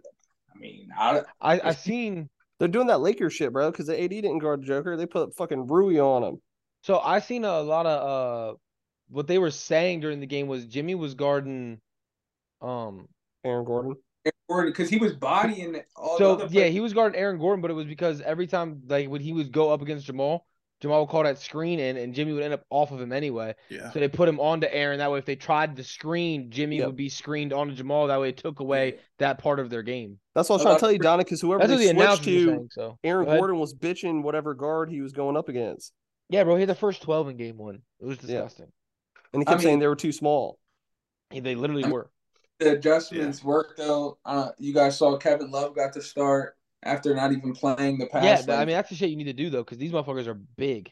[SPEAKER 2] I mean, I,
[SPEAKER 1] I I seen
[SPEAKER 4] They're doing that Lakers shit, bro, because the AD didn't guard the Joker. They put fucking Rui on him.
[SPEAKER 1] so I seen a lot of uh what they were saying during the game was Jimmy was guarding um
[SPEAKER 4] Aaron Gordon.
[SPEAKER 2] because he was bodying all the
[SPEAKER 1] so
[SPEAKER 2] other
[SPEAKER 1] yeah
[SPEAKER 2] players.
[SPEAKER 1] he was guarding Aaron Gordon but it was because every time like when he would go up against Jamal Jamal would call that screen in and Jimmy would end up off of him anyway
[SPEAKER 3] Yeah.
[SPEAKER 1] so they put him onto Aaron that way if they tried the screen Jimmy
[SPEAKER 4] Yep.
[SPEAKER 1] would be screened onto Jamal that way it took away that part of their game
[SPEAKER 4] That's what I was
[SPEAKER 2] Oh,
[SPEAKER 4] trying to
[SPEAKER 2] that's
[SPEAKER 4] tell you, Donna, because whoever
[SPEAKER 1] that's what
[SPEAKER 4] they
[SPEAKER 1] the
[SPEAKER 4] switched
[SPEAKER 1] announcers were
[SPEAKER 4] to,
[SPEAKER 1] saying so
[SPEAKER 4] Aaron
[SPEAKER 1] Go ahead.
[SPEAKER 4] Gordon was bitching whatever guard he was going up against.
[SPEAKER 1] Yeah, bro, he had the first 12 in game one. It was
[SPEAKER 4] Yeah.
[SPEAKER 1] disgusting.
[SPEAKER 4] And he
[SPEAKER 2] I
[SPEAKER 4] kept saying
[SPEAKER 2] mean-
[SPEAKER 4] they were too small.
[SPEAKER 1] He- They literally
[SPEAKER 2] I'm-
[SPEAKER 1] were.
[SPEAKER 2] The adjustments worked though. Uh, you guys saw Kevin Love got the start after not even playing the pass.
[SPEAKER 1] Yeah, but, I
[SPEAKER 2] like-
[SPEAKER 1] mean, that's the shit you need to do, though, because these motherfuckers are big.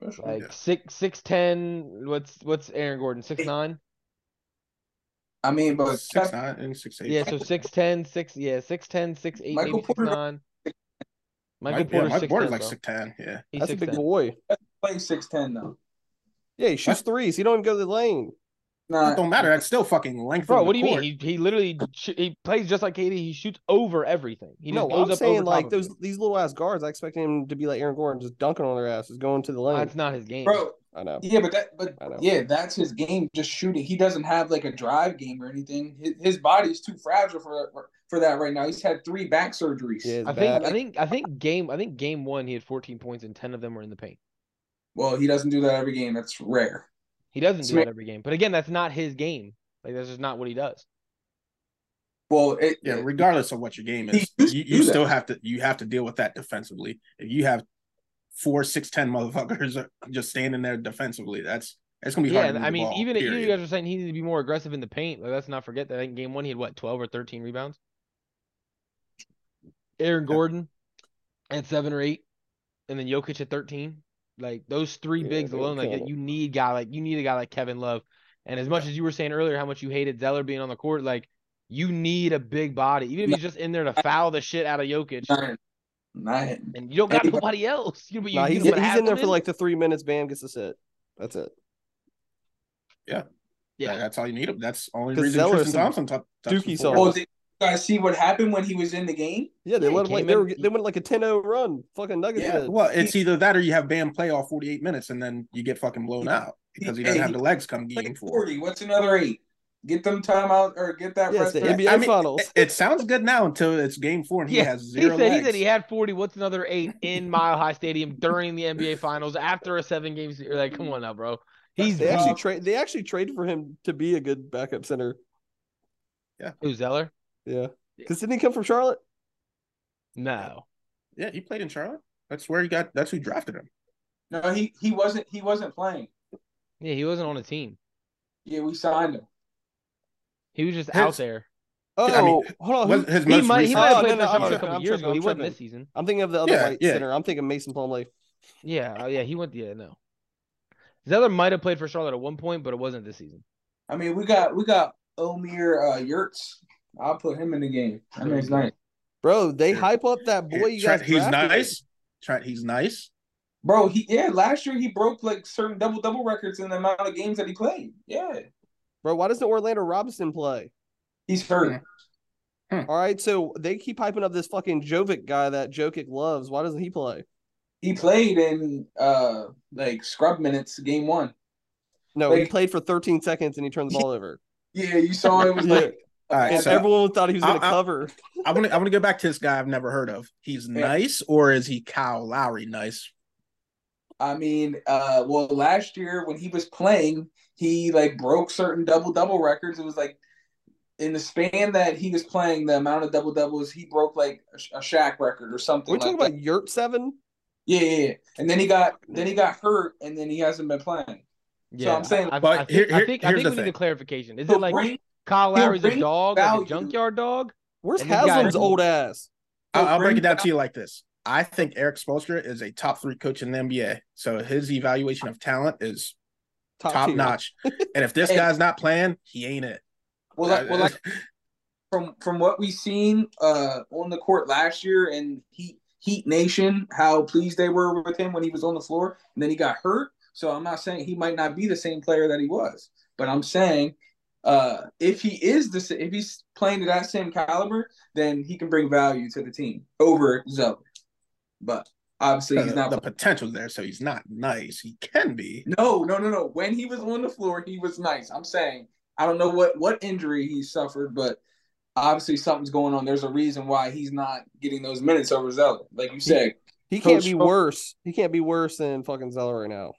[SPEAKER 1] Like,
[SPEAKER 3] Yeah.
[SPEAKER 1] six, six, ten. What's what's Aaron Gordon? Six, nine?
[SPEAKER 2] I mean, but
[SPEAKER 3] Six
[SPEAKER 2] Kev-
[SPEAKER 3] nine and six eight.
[SPEAKER 1] Yeah, so six, ten, six. Yeah, six, ten, six, eight,
[SPEAKER 2] Michael
[SPEAKER 1] maybe six,
[SPEAKER 2] Porter-
[SPEAKER 1] nine. Michael
[SPEAKER 3] Mike, yeah,
[SPEAKER 1] Porter's
[SPEAKER 3] Mike
[SPEAKER 1] six,
[SPEAKER 3] Porter's
[SPEAKER 1] ten,
[SPEAKER 3] like
[SPEAKER 1] bro.
[SPEAKER 3] six ten. Yeah.
[SPEAKER 1] He's
[SPEAKER 4] That's a
[SPEAKER 1] six,
[SPEAKER 4] big
[SPEAKER 1] ten.
[SPEAKER 4] boy.
[SPEAKER 2] playing six ten though.
[SPEAKER 4] Yeah, he shoots threes. He don't even go to the lane.
[SPEAKER 2] Not
[SPEAKER 3] It don't matter. That's still fucking length.
[SPEAKER 1] Bro,
[SPEAKER 3] of the
[SPEAKER 1] what do you
[SPEAKER 3] court.
[SPEAKER 1] mean? He, he literally sh- he plays just like KD. He shoots over everything. He just
[SPEAKER 4] no,
[SPEAKER 1] goes
[SPEAKER 4] I'm
[SPEAKER 1] up over
[SPEAKER 4] saying
[SPEAKER 1] top
[SPEAKER 4] like
[SPEAKER 1] of
[SPEAKER 4] those
[SPEAKER 1] you.
[SPEAKER 4] these little ass guards. I expected him to be like Aaron Gordon, just dunking on their asses, going to the lane.
[SPEAKER 1] That's not his game.
[SPEAKER 2] bro.
[SPEAKER 4] I know.
[SPEAKER 2] Yeah, but that, but
[SPEAKER 4] I know.
[SPEAKER 2] yeah, that's his game. Just shooting. He doesn't have like a drive game or anything. His, his body's too fragile for for that right now. He's had three back surgeries.
[SPEAKER 4] Yeah, it's
[SPEAKER 1] I
[SPEAKER 4] bad.
[SPEAKER 1] think I think I think game I think game one he had 14 points and 10 of them were in the paint.
[SPEAKER 2] Well, he doesn't do that every game. That's rare.
[SPEAKER 1] He doesn't do
[SPEAKER 2] Sma-
[SPEAKER 1] that every game. But again, that's not his game. Like that's just not what he does.
[SPEAKER 2] Well, it,
[SPEAKER 3] Yeah,
[SPEAKER 2] it-
[SPEAKER 3] regardless of what your game
[SPEAKER 2] He
[SPEAKER 3] is,
[SPEAKER 2] used
[SPEAKER 3] you,
[SPEAKER 2] to
[SPEAKER 3] you
[SPEAKER 2] do
[SPEAKER 3] still have to you have to deal with that defensively. If you have four, six, ten motherfuckers just standing there defensively, that's that's gonna be
[SPEAKER 1] Yeah, and
[SPEAKER 3] hard. to move
[SPEAKER 1] I
[SPEAKER 3] the
[SPEAKER 1] mean,
[SPEAKER 3] ball,
[SPEAKER 1] even if you
[SPEAKER 3] period.
[SPEAKER 1] guys are saying he needed to be more aggressive in the paint, like, let's not forget that in game one he had what twelve or thirteen rebounds. Aaron
[SPEAKER 3] Yeah.
[SPEAKER 1] Gordon at seven or eight, and then Jokic at thirteen. Like those three
[SPEAKER 4] Yeah,
[SPEAKER 1] bigs
[SPEAKER 4] they were
[SPEAKER 1] alone, like
[SPEAKER 4] killing
[SPEAKER 1] you need guy like you need a guy like Kevin Love. And as much as you were saying earlier, how much you hated Zeller being on the court, like you need a big body, even if
[SPEAKER 2] No.
[SPEAKER 1] he's just in there to foul the shit out of Jokic,
[SPEAKER 2] nine, nine.
[SPEAKER 1] and you don't got
[SPEAKER 2] Anybody-
[SPEAKER 1] nobody else. You know, but you,
[SPEAKER 4] Nah,
[SPEAKER 1] you
[SPEAKER 4] he's,
[SPEAKER 1] put
[SPEAKER 4] he's in there for
[SPEAKER 1] Haslem
[SPEAKER 4] like the three minutes. Bam gets a sit. That's it.
[SPEAKER 1] yeah.
[SPEAKER 3] That- that's all you need. him. That's the only
[SPEAKER 4] 'Cause
[SPEAKER 3] reason
[SPEAKER 4] Zeller
[SPEAKER 3] Tristan
[SPEAKER 4] is some
[SPEAKER 3] Thompson top,
[SPEAKER 4] dookie
[SPEAKER 3] Dookie's
[SPEAKER 4] sauce.
[SPEAKER 2] Well, did you guys see what happened when he was in the game?
[SPEAKER 4] Yeah, they
[SPEAKER 1] Yeah, he
[SPEAKER 4] let him, like
[SPEAKER 1] came
[SPEAKER 4] they
[SPEAKER 1] in-
[SPEAKER 4] were they went like a 10-0 run. Fucking Nuggets
[SPEAKER 3] Yeah,
[SPEAKER 4] did.
[SPEAKER 3] well, it's either that or you have Bam play all 48 minutes and then you get fucking blown out because he doesn't
[SPEAKER 2] Hey,
[SPEAKER 3] have the legs come game
[SPEAKER 2] Like
[SPEAKER 3] four.
[SPEAKER 2] forty. What's another eight? Get them timeout or get that
[SPEAKER 4] Yeah,
[SPEAKER 2] rest.
[SPEAKER 4] it's the
[SPEAKER 2] back.
[SPEAKER 4] NBA
[SPEAKER 3] I mean,
[SPEAKER 4] finals.
[SPEAKER 3] It, it sounds good now until it's game four and he
[SPEAKER 1] Yeah,
[SPEAKER 3] has
[SPEAKER 1] He
[SPEAKER 3] zero
[SPEAKER 1] said
[SPEAKER 3] legs.
[SPEAKER 1] he said he had 40. What's another eight in Mile High Stadium during the NBA Finals after a seven game series? Like, come on now, bro. He's
[SPEAKER 4] they actually
[SPEAKER 1] actually
[SPEAKER 4] trade they actually traded for him to be a good backup center.
[SPEAKER 1] who Zeller?
[SPEAKER 4] Yeah. Because didn't he come from Charlotte?
[SPEAKER 1] No,
[SPEAKER 3] yeah, he played in Charlotte. That's where he got. That's who drafted him.
[SPEAKER 2] No, he he wasn't he wasn't playing.
[SPEAKER 1] yeah, he wasn't on a team.
[SPEAKER 2] Yeah, we signed him.
[SPEAKER 1] He was just
[SPEAKER 3] His-
[SPEAKER 1] out there.
[SPEAKER 4] Oh,
[SPEAKER 3] I mean,
[SPEAKER 4] hold on.
[SPEAKER 3] Was
[SPEAKER 4] who-
[SPEAKER 3] his
[SPEAKER 1] He
[SPEAKER 3] most
[SPEAKER 1] might he
[SPEAKER 3] recent-
[SPEAKER 1] might have
[SPEAKER 4] Oh,
[SPEAKER 1] played
[SPEAKER 4] no, no,
[SPEAKER 1] for
[SPEAKER 4] I'm
[SPEAKER 1] Charlotte a
[SPEAKER 4] tripping,
[SPEAKER 1] couple
[SPEAKER 4] I'm
[SPEAKER 1] years ago. He
[SPEAKER 4] tripping, I'm
[SPEAKER 1] wasn't this
[SPEAKER 4] tripping.
[SPEAKER 1] season.
[SPEAKER 4] I'm thinking of the other
[SPEAKER 3] Yeah,
[SPEAKER 4] white
[SPEAKER 3] yeah.
[SPEAKER 4] center. I'm thinking Mason Plumlee.
[SPEAKER 1] Yeah, oh, yeah, he went. Yeah, no. Zeller might have played for Charlotte at one point, but it wasn't this season.
[SPEAKER 2] I mean, we got we got Omir uh, Yurts. I'll put him in the game. I mean, it's nice.
[SPEAKER 4] Bro, they
[SPEAKER 3] Dude.
[SPEAKER 4] hype up that boy you
[SPEAKER 3] Tra-
[SPEAKER 4] guys
[SPEAKER 3] he's
[SPEAKER 4] drafted.
[SPEAKER 3] nice. Trent, he's nice.
[SPEAKER 2] Bro, he yeah, last year he broke like certain double double records in the amount of games that he played. Yeah.
[SPEAKER 4] Bro, why doesn't Orlando Robinson play?
[SPEAKER 2] He's hurt.
[SPEAKER 4] All right, so they keep hyping up this fucking Jovic guy that Jokic loves. Why doesn't he play?
[SPEAKER 2] He played in uh like scrub minutes game one.
[SPEAKER 4] No, he
[SPEAKER 2] Like-
[SPEAKER 4] played for 13 seconds and he turned the ball over.
[SPEAKER 2] Yeah, you saw it was
[SPEAKER 4] Yeah.
[SPEAKER 2] like
[SPEAKER 3] All right,
[SPEAKER 4] And
[SPEAKER 3] so
[SPEAKER 4] everyone thought he was going to
[SPEAKER 3] I- I-
[SPEAKER 4] cover.
[SPEAKER 3] I want to I want to go back to this guy I've never heard of. He's
[SPEAKER 2] Yeah.
[SPEAKER 3] nice, or is he Kyle Lowry nice?
[SPEAKER 2] I mean, uh, well, last year when he was playing, he like broke certain double double records. It was like in the span that he was playing, the amount of double doubles he broke like a, Sh- a Shaq record or something.
[SPEAKER 4] We're talking
[SPEAKER 2] like that.
[SPEAKER 4] about Yurt 7?
[SPEAKER 2] yeah, yeah, yeah. And then he got then he got hurt, and then he hasn't been playing.
[SPEAKER 1] Yeah,
[SPEAKER 2] I'm saying-
[SPEAKER 1] I, I,
[SPEAKER 3] But
[SPEAKER 1] I think,
[SPEAKER 3] here-
[SPEAKER 1] I
[SPEAKER 3] here-
[SPEAKER 1] think, I
[SPEAKER 3] here's
[SPEAKER 1] think
[SPEAKER 3] the
[SPEAKER 1] we need
[SPEAKER 3] thing.
[SPEAKER 1] a clarification. Is
[SPEAKER 2] He'll
[SPEAKER 1] it like
[SPEAKER 2] bring-
[SPEAKER 1] Kyle
[SPEAKER 2] he'll
[SPEAKER 1] Lowry's a
[SPEAKER 2] bring
[SPEAKER 1] dog, like a
[SPEAKER 2] value.
[SPEAKER 1] junkyard dog?
[SPEAKER 4] Where's
[SPEAKER 1] And this guy-
[SPEAKER 4] Haslam's old ass?
[SPEAKER 3] I'll,
[SPEAKER 2] he'll
[SPEAKER 3] I'll break
[SPEAKER 2] bring
[SPEAKER 3] it down
[SPEAKER 2] back-
[SPEAKER 3] to you like this. I think Eric Spoelstra is a top three coach in the NBA. So his evaluation of talent is
[SPEAKER 4] Top,
[SPEAKER 3] top
[SPEAKER 4] tier.
[SPEAKER 3] notch. And if this
[SPEAKER 2] Hey.
[SPEAKER 3] guy's not playing, he ain't it.
[SPEAKER 2] Well, like, well, like from from what we seen uh, on the court last year and Heat Heat Nation, how pleased they were with him when he was on the floor, and then he got hurt. So I'm not saying he might not be the same player that he was, but I'm saying uh, if he is the sa- if he's playing to that same caliber, then he can bring value to the team over Zoe. But obviously he's not.
[SPEAKER 3] Uh, the potential's there, so he's not nice. He can be.
[SPEAKER 2] No, no, no, no. When he was on the floor, he was nice. I'm saying I don't know what what injury he suffered, but obviously something's going on. There's a reason why he's not getting those minutes over Zeller, like you said.
[SPEAKER 4] He can't
[SPEAKER 2] Coach
[SPEAKER 4] be
[SPEAKER 2] Spoel-
[SPEAKER 4] worse. He can't be worse than fucking Zeller right now.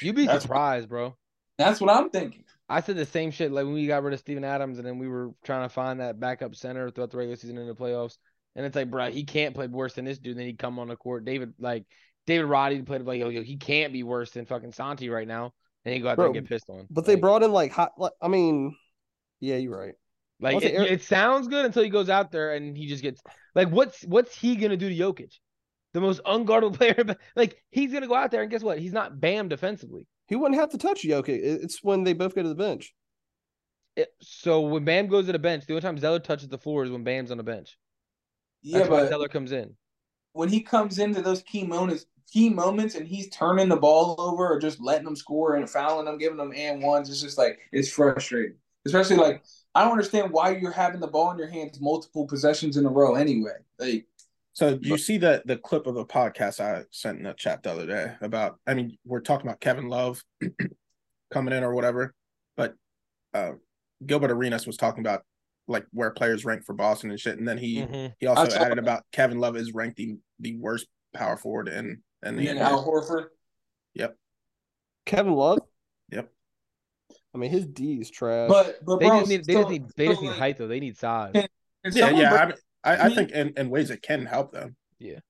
[SPEAKER 1] You'd be
[SPEAKER 2] That's-
[SPEAKER 1] surprised, bro.
[SPEAKER 2] That's what I'm thinking.
[SPEAKER 1] I said the same shit like when we got rid of Steven Adams and then we were trying to find that backup center throughout the regular season and the playoffs. And it's like, bro, he can't play worse than this dude. And then he'd come on the court. David, like, David Roddy played like, yo, yo, he can't be worse than fucking Santi right now. And he'd go out there and
[SPEAKER 4] Bro,
[SPEAKER 1] get pissed on.
[SPEAKER 4] But they
[SPEAKER 1] Like-
[SPEAKER 4] brought in like hot. Like, I mean, yeah, you're right.
[SPEAKER 1] Like
[SPEAKER 4] Also,
[SPEAKER 1] it,
[SPEAKER 4] Eric-
[SPEAKER 1] it sounds good until he goes out there and he just gets like what's what's he gonna do to Jokic, the most unguardable player? but, Like he's gonna go out there and guess what? He's not bam defensively.
[SPEAKER 4] He wouldn't have to touch Jokic. It- It's when they both go to the bench.
[SPEAKER 1] It- so when Bam goes to the bench, the only time Zeller touches the floor is when Bam's on the bench.
[SPEAKER 2] Yeah,
[SPEAKER 1] That's why
[SPEAKER 2] but
[SPEAKER 1] Zeller comes in.
[SPEAKER 2] when he comes into those key moments, key moments, and he's turning the ball over or just letting them score and fouling them, giving them and ones, it's just like it's frustrating. Especially like I don't understand why you're having the ball in your hands multiple possessions in a row anyway. Like
[SPEAKER 3] So you see the the clip of the podcast I sent in the chat the other day about I mean we're talking about Kevin Love coming in or whatever, but uh, Gilbert Arenas was talking about like where players rank for Boston and shit, and then he
[SPEAKER 1] Mhm.
[SPEAKER 3] he also
[SPEAKER 2] saw
[SPEAKER 3] added
[SPEAKER 2] that.
[SPEAKER 3] about Kevin Love is ranked the the worst power forward in in the
[SPEAKER 2] you know,
[SPEAKER 3] NBA.
[SPEAKER 2] Al Horford.
[SPEAKER 4] Kevin Love.
[SPEAKER 3] Yep.
[SPEAKER 4] I mean, his D is trash.
[SPEAKER 2] But but
[SPEAKER 1] They
[SPEAKER 2] bro,
[SPEAKER 1] just need they
[SPEAKER 2] so-
[SPEAKER 1] just need they
[SPEAKER 2] so,
[SPEAKER 1] just need
[SPEAKER 2] like,
[SPEAKER 1] height though. They need size.
[SPEAKER 2] Can- can
[SPEAKER 3] Yeah,
[SPEAKER 2] someone
[SPEAKER 3] yeah.
[SPEAKER 2] break-
[SPEAKER 3] I, mean, I, I
[SPEAKER 2] me-
[SPEAKER 3] think in, in ways it can help them.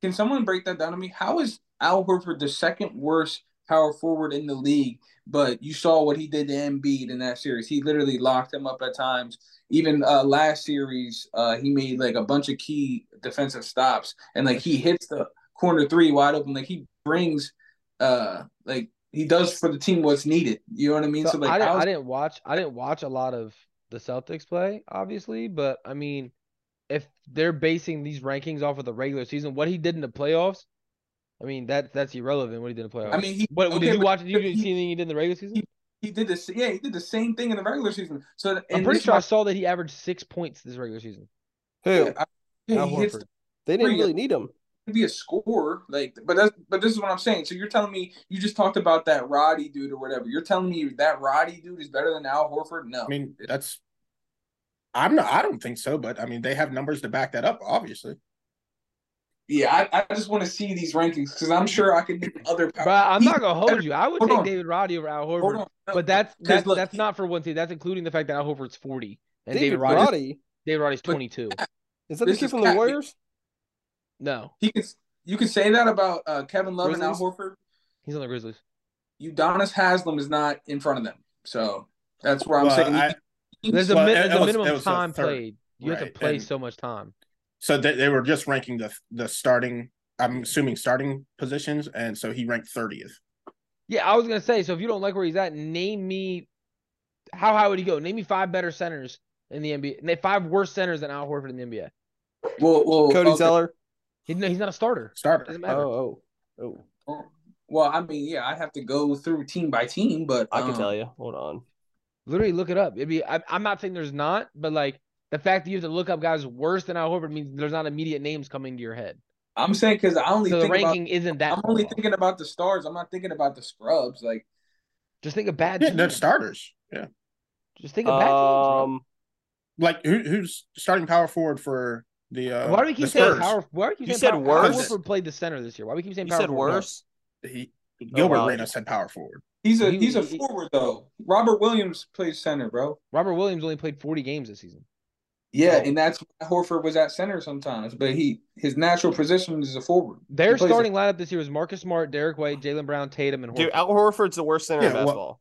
[SPEAKER 2] Can someone break that down to me? How is Al Horford the second worst power forward in the league? But you saw what he did to Embiid in that series. He literally locked him up at times. Even uh, last series, uh, he made like a bunch of key defensive stops, and like he hits the corner three wide open. Like he brings, uh, like he does for the team what's needed. You know what I mean?
[SPEAKER 1] So
[SPEAKER 2] So, like,
[SPEAKER 1] I, didn't,
[SPEAKER 2] how's-
[SPEAKER 1] I didn't watch I didn't watch a lot of the Celtics play, obviously, but I mean, if they're basing these rankings off of the regular season, what he did in the playoffs, I mean that that's irrelevant. What he did in the playoffs.
[SPEAKER 2] I mean, he
[SPEAKER 1] what
[SPEAKER 2] okay,
[SPEAKER 1] did you
[SPEAKER 2] but
[SPEAKER 1] watch? Did you
[SPEAKER 2] he-
[SPEAKER 1] see anything he did in the regular season?
[SPEAKER 2] he did this. Yeah, he did the same thing in the regular season. So
[SPEAKER 1] I'm
[SPEAKER 2] and
[SPEAKER 1] pretty
[SPEAKER 2] this-
[SPEAKER 1] sure I saw that he averaged six points this regular season.
[SPEAKER 4] who?
[SPEAKER 2] Yeah, I- yeah,
[SPEAKER 1] Al
[SPEAKER 2] he hits
[SPEAKER 1] Horford.
[SPEAKER 4] they didn't
[SPEAKER 2] Korea.
[SPEAKER 4] really need him.
[SPEAKER 2] to be a scorer, like, but that's but this is what I'm saying. So you're telling me you just talked about that Roddy dude or whatever. You're telling me that Roddy dude is better than Al Horford? No,
[SPEAKER 3] I mean, that's I'm not I don't think so, but I mean they have numbers to back that up, obviously.
[SPEAKER 2] yeah, I, I just want to see these rankings because I'm sure I could name other.
[SPEAKER 1] But I'm not gonna hold
[SPEAKER 2] better-
[SPEAKER 1] you. I would
[SPEAKER 2] Uh, hold
[SPEAKER 1] take
[SPEAKER 2] on.
[SPEAKER 1] David Roddy over Al
[SPEAKER 2] Hold
[SPEAKER 1] Horford,
[SPEAKER 2] on, no,
[SPEAKER 1] but that's
[SPEAKER 2] 'cause
[SPEAKER 1] that's
[SPEAKER 2] look,
[SPEAKER 1] that's
[SPEAKER 2] he-
[SPEAKER 1] not for one thing. That's including the fact that Al Horford's 40 and
[SPEAKER 4] David,
[SPEAKER 1] David,
[SPEAKER 4] Roddy,
[SPEAKER 1] Roddy David Roddy's
[SPEAKER 2] But-
[SPEAKER 1] 22.
[SPEAKER 4] is that the
[SPEAKER 2] This
[SPEAKER 4] kid
[SPEAKER 2] is
[SPEAKER 4] from the
[SPEAKER 2] Cat-
[SPEAKER 4] Warriors?
[SPEAKER 1] No,
[SPEAKER 2] he can you can say that about uh, Kevin Love and Al
[SPEAKER 1] Grizzlies?
[SPEAKER 2] Horford.
[SPEAKER 1] he's on the Grizzlies.
[SPEAKER 2] Udonis Haslam is not in front of them, so that's where I'm
[SPEAKER 3] Well,
[SPEAKER 2] saying.
[SPEAKER 3] I-
[SPEAKER 1] There's a,
[SPEAKER 3] Well,
[SPEAKER 1] min-
[SPEAKER 3] it-
[SPEAKER 1] there's
[SPEAKER 3] it
[SPEAKER 1] a
[SPEAKER 3] was-
[SPEAKER 1] minimum
[SPEAKER 3] it was a
[SPEAKER 1] time
[SPEAKER 3] third,
[SPEAKER 1] played. You have
[SPEAKER 3] right,
[SPEAKER 1] to play
[SPEAKER 3] and-
[SPEAKER 1] so much time.
[SPEAKER 3] so they, they were just ranking the the starting I'm assuming starting positions, and so he ranked 30th.
[SPEAKER 1] Yeah, I was gonna say. So if you don't like where he's at, name me. How high would he go? Name me five better centers in the NBA. Name five worse centers than Al Horford in the NBA.
[SPEAKER 2] well, well,
[SPEAKER 4] Cody
[SPEAKER 2] okay.
[SPEAKER 4] Zeller.
[SPEAKER 1] He, no, he's not a starter.
[SPEAKER 3] starter.
[SPEAKER 1] Doesn't matter.
[SPEAKER 4] Oh, oh, oh.
[SPEAKER 2] Well, I mean, yeah, I'd have to go through team by team, but
[SPEAKER 4] I can
[SPEAKER 2] um,
[SPEAKER 4] tell you. Hold on.
[SPEAKER 1] Literally look it up. It'd be I, I'm not saying there's not, but like the fact that you have to look up guys worse than Al Horford means there's not immediate names coming to your head.
[SPEAKER 2] I'm saying because I only
[SPEAKER 1] So the
[SPEAKER 2] think about,
[SPEAKER 1] ranking isn't that.
[SPEAKER 2] I'm only
[SPEAKER 1] far off.
[SPEAKER 2] thinking about the stars. I'm not thinking about the scrubs. Like
[SPEAKER 1] Just think of bad.
[SPEAKER 3] Yeah, they're
[SPEAKER 1] teams.
[SPEAKER 3] starters. Yeah.
[SPEAKER 1] Just think of bad. teams,
[SPEAKER 4] Um,
[SPEAKER 3] Like who, who's starting power forward for the uh
[SPEAKER 1] bro. Why do we
[SPEAKER 3] the
[SPEAKER 1] keep saying
[SPEAKER 3] Spurs?
[SPEAKER 1] power? Why do we keep
[SPEAKER 4] You
[SPEAKER 1] saying
[SPEAKER 4] said
[SPEAKER 1] power,
[SPEAKER 4] worse?
[SPEAKER 1] Al Horford played the center this year. Why do we keep saying
[SPEAKER 4] you
[SPEAKER 1] power
[SPEAKER 4] said
[SPEAKER 1] forward? No.
[SPEAKER 4] worse.
[SPEAKER 3] He, Gilbert
[SPEAKER 4] Oh, wow.
[SPEAKER 3] Reyna said power forward.
[SPEAKER 2] he's a
[SPEAKER 1] He-
[SPEAKER 2] he's a
[SPEAKER 1] he-
[SPEAKER 2] forward though. Robert Williams plays center, bro.
[SPEAKER 1] Robert Williams only played 40 games this season.
[SPEAKER 2] Yeah,
[SPEAKER 1] Oh.
[SPEAKER 2] and that's why Horford was at center sometimes, but he his natural position is a forward.
[SPEAKER 1] Their
[SPEAKER 2] He plays a-
[SPEAKER 1] starting lineup this year was Marcus Smart, Derek White, Jalen Brown, Tatum, and Horford.
[SPEAKER 4] Dude, Al Horford's the worst center in
[SPEAKER 3] Yeah, well-
[SPEAKER 4] basketball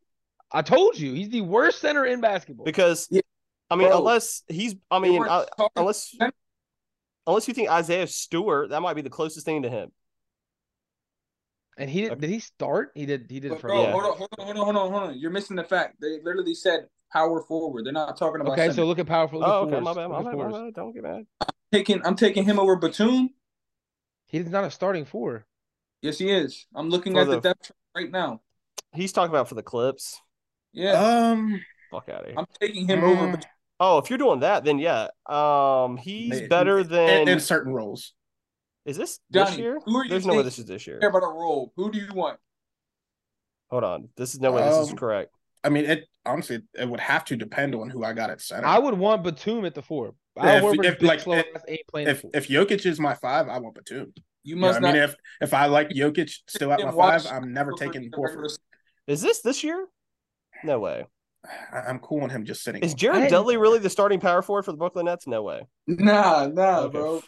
[SPEAKER 1] I told you he's the worst center in basketball.
[SPEAKER 4] because
[SPEAKER 2] Yeah,
[SPEAKER 4] I mean,
[SPEAKER 2] bro.
[SPEAKER 4] unless he's, I
[SPEAKER 2] They
[SPEAKER 4] mean,
[SPEAKER 2] weren't
[SPEAKER 4] I,
[SPEAKER 2] starting-
[SPEAKER 4] unless
[SPEAKER 2] center.
[SPEAKER 4] unless you think Isaiah Stewart, that might be the closest thing to him.
[SPEAKER 1] and he did,
[SPEAKER 4] Okay.
[SPEAKER 1] did he start? He did. He did.
[SPEAKER 2] But
[SPEAKER 1] for-
[SPEAKER 2] bro,
[SPEAKER 4] Yeah.
[SPEAKER 2] hold on, hold on, hold on, hold on, hold on. You're missing the fact. They literally said power forward. They're not talking about.
[SPEAKER 1] Okay, so
[SPEAKER 2] center.
[SPEAKER 1] look at powerful. Look
[SPEAKER 4] Oh,
[SPEAKER 1] at
[SPEAKER 4] okay, my
[SPEAKER 1] fours,
[SPEAKER 4] bad,
[SPEAKER 1] look
[SPEAKER 4] my
[SPEAKER 1] at
[SPEAKER 4] bad, my
[SPEAKER 1] fours.
[SPEAKER 4] bad. Don't get mad.
[SPEAKER 2] taking I'm taking him over Batum.
[SPEAKER 1] He's not a starting four.
[SPEAKER 2] Yes, he is. I'm looking
[SPEAKER 4] For
[SPEAKER 2] at the
[SPEAKER 4] the-
[SPEAKER 2] depth chart right now.
[SPEAKER 4] He's talking about for the clips.
[SPEAKER 2] Yeah,
[SPEAKER 3] Um,
[SPEAKER 4] Fuck out of here.
[SPEAKER 2] I'm taking him over.
[SPEAKER 3] mm,
[SPEAKER 2] Batum.
[SPEAKER 4] Oh, if you're doing that, then yeah, um, he's
[SPEAKER 3] They-
[SPEAKER 4] better
[SPEAKER 3] in,
[SPEAKER 4] than.
[SPEAKER 3] in certain roles.
[SPEAKER 4] is this this
[SPEAKER 2] Johnny,
[SPEAKER 4] year?
[SPEAKER 2] who are you
[SPEAKER 4] There's no way
[SPEAKER 2] taking?
[SPEAKER 4] this is this year.
[SPEAKER 2] care about a role. Who do you want?
[SPEAKER 4] Hold on, this is no way this is
[SPEAKER 3] Um,
[SPEAKER 4] correct.
[SPEAKER 3] I mean, it honestly it would have to depend on who I got at center.
[SPEAKER 1] I would want Batum at the four.
[SPEAKER 3] Yeah, if-
[SPEAKER 1] Al Horford's
[SPEAKER 3] if,
[SPEAKER 1] big,
[SPEAKER 3] like,
[SPEAKER 1] slow
[SPEAKER 3] if-
[SPEAKER 1] ass ain't playing.
[SPEAKER 3] if
[SPEAKER 1] the four.
[SPEAKER 3] if Jokic is my five, I want Batum.
[SPEAKER 2] You
[SPEAKER 3] You know what
[SPEAKER 2] must
[SPEAKER 3] I mean,
[SPEAKER 2] not.
[SPEAKER 3] if if I like Jokic still at my
[SPEAKER 2] Then watch
[SPEAKER 3] five, I'm never
[SPEAKER 2] Horford
[SPEAKER 3] taking
[SPEAKER 2] the regular
[SPEAKER 3] Horford.
[SPEAKER 2] season.
[SPEAKER 4] Is this this year? No way.
[SPEAKER 3] I, I'm cool on him just sitting.
[SPEAKER 4] Is
[SPEAKER 3] on-
[SPEAKER 1] I
[SPEAKER 4] Jared
[SPEAKER 1] didn't-
[SPEAKER 4] Dudley really the starting power forward for the Brooklyn Nets? No way.
[SPEAKER 2] Nah, nah,
[SPEAKER 4] Okay.
[SPEAKER 2] bro.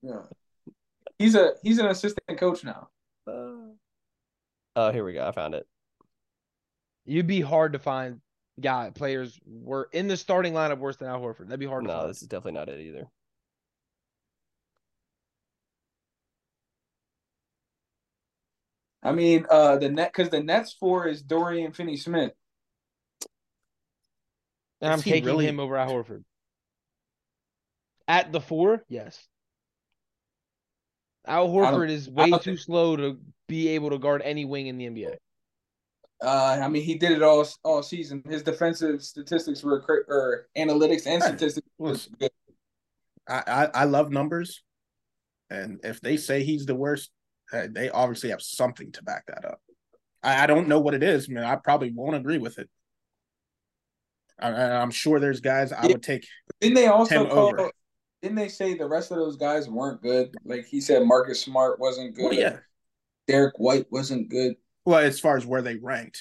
[SPEAKER 2] Yeah. He's a he's an assistant coach now.
[SPEAKER 4] Uh, oh, here we go. I found it.
[SPEAKER 1] You'd be hard to find guy players were in the starting lineup worse than Al Horford. That'd be hard to
[SPEAKER 4] No,
[SPEAKER 1] find.
[SPEAKER 4] this is definitely not it either.
[SPEAKER 2] I mean, uh, the net because the Nets four is Dorian Finney-Smith.
[SPEAKER 1] and I'm
[SPEAKER 3] Is he
[SPEAKER 1] taking
[SPEAKER 3] really-
[SPEAKER 1] him over Al Horford. At the four, yes. Al Horford is way
[SPEAKER 2] don't
[SPEAKER 1] too slow to be able to guard any wing in the NBA.
[SPEAKER 2] Uh, I mean, he did it all all season. His defensive statistics were cra- or analytics and
[SPEAKER 3] Right.
[SPEAKER 2] statistics. were
[SPEAKER 3] Listen,
[SPEAKER 2] good.
[SPEAKER 3] I, I I love numbers, and if they say he's the worst, uh, they obviously have something to back that up. I, I don't know what it is, man. I probably won't agree with it. I, I- I'm sure there's guys I would take.
[SPEAKER 2] Didn't they also
[SPEAKER 3] Tim
[SPEAKER 2] call?
[SPEAKER 3] over.
[SPEAKER 2] Didn't they say the rest of those guys weren't good? Like he said, Marcus Smart wasn't good.
[SPEAKER 3] Well, Oh, yeah.
[SPEAKER 2] Derek White wasn't good.
[SPEAKER 3] Well, as far as where they ranked,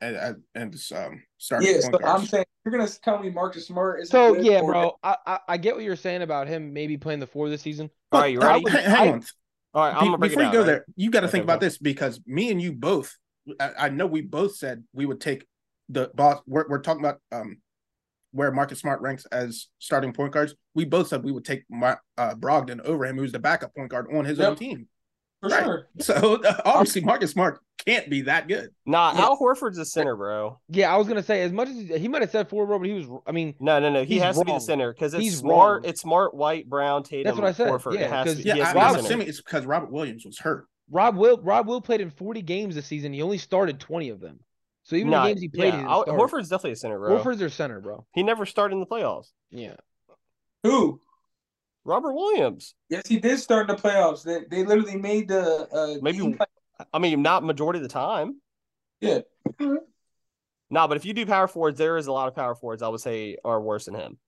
[SPEAKER 3] and and- and um, starting
[SPEAKER 2] Yeah,
[SPEAKER 3] point
[SPEAKER 2] so
[SPEAKER 3] guards.
[SPEAKER 2] I'm saying you're gonna tell me Marcus Smart is
[SPEAKER 1] So yeah, bro, I, I I get what you're saying about him maybe playing the four this season.
[SPEAKER 4] All right, you
[SPEAKER 3] But
[SPEAKER 4] ready?
[SPEAKER 3] I- hang
[SPEAKER 1] I-
[SPEAKER 3] on.
[SPEAKER 4] All right, I'm
[SPEAKER 3] Be-
[SPEAKER 4] gonna break
[SPEAKER 3] before
[SPEAKER 4] it
[SPEAKER 3] you
[SPEAKER 4] down,
[SPEAKER 3] go
[SPEAKER 4] right?
[SPEAKER 3] there, you got to
[SPEAKER 4] Okay,
[SPEAKER 3] think about
[SPEAKER 4] go.
[SPEAKER 3] this because me and you both, I, I know we both said we would take the boss. We're, we're talking about um where Marcus Smart ranks as starting point guards. We both said we would take my, uh, Brogdon over him, who's the backup point guard on his
[SPEAKER 2] Yep.
[SPEAKER 3] own team.
[SPEAKER 2] for
[SPEAKER 3] right.
[SPEAKER 2] sure.
[SPEAKER 3] So obviously, Marcus Smart can't be that good.
[SPEAKER 4] Nah,
[SPEAKER 2] Yeah.
[SPEAKER 4] Al Horford's a center, bro.
[SPEAKER 1] Yeah, I was gonna say as much as he might have said four, bro, but he was. I mean,
[SPEAKER 4] No, no, no. He
[SPEAKER 1] He's
[SPEAKER 4] has to be the
[SPEAKER 1] wrong.
[SPEAKER 4] center because it's
[SPEAKER 1] He's
[SPEAKER 4] smart.
[SPEAKER 1] wrong.
[SPEAKER 4] It's smart. White, Brown, Tatum.
[SPEAKER 1] what I said.
[SPEAKER 4] Horford.
[SPEAKER 1] Yeah,
[SPEAKER 4] it has to.
[SPEAKER 1] 'cause-
[SPEAKER 4] Be,
[SPEAKER 3] Yeah,
[SPEAKER 4] he has to
[SPEAKER 3] I,
[SPEAKER 4] be
[SPEAKER 3] I'm
[SPEAKER 4] the center.
[SPEAKER 3] assuming it's because Robert Williams was hurt.
[SPEAKER 1] Rob Will Rob Will played in 40 games this season. He only started 20 of them. So even
[SPEAKER 4] Nah,
[SPEAKER 1] the games he played,
[SPEAKER 4] yeah,
[SPEAKER 1] he
[SPEAKER 4] Al-
[SPEAKER 1] didn't start.
[SPEAKER 4] Horford's definitely a center, bro.
[SPEAKER 1] Horford's their center, bro.
[SPEAKER 4] He never started in the playoffs.
[SPEAKER 1] Yeah.
[SPEAKER 2] Who?
[SPEAKER 4] Robert Williams.
[SPEAKER 2] Yes, he did start in the playoffs. They they literally made the uh,
[SPEAKER 4] Maybe-
[SPEAKER 2] team play-
[SPEAKER 4] I mean, not majority of the time. Mm-hmm.
[SPEAKER 2] Yeah.
[SPEAKER 4] Nah, but if you do power forwards, there is a lot of power forwards I would say are worse than him.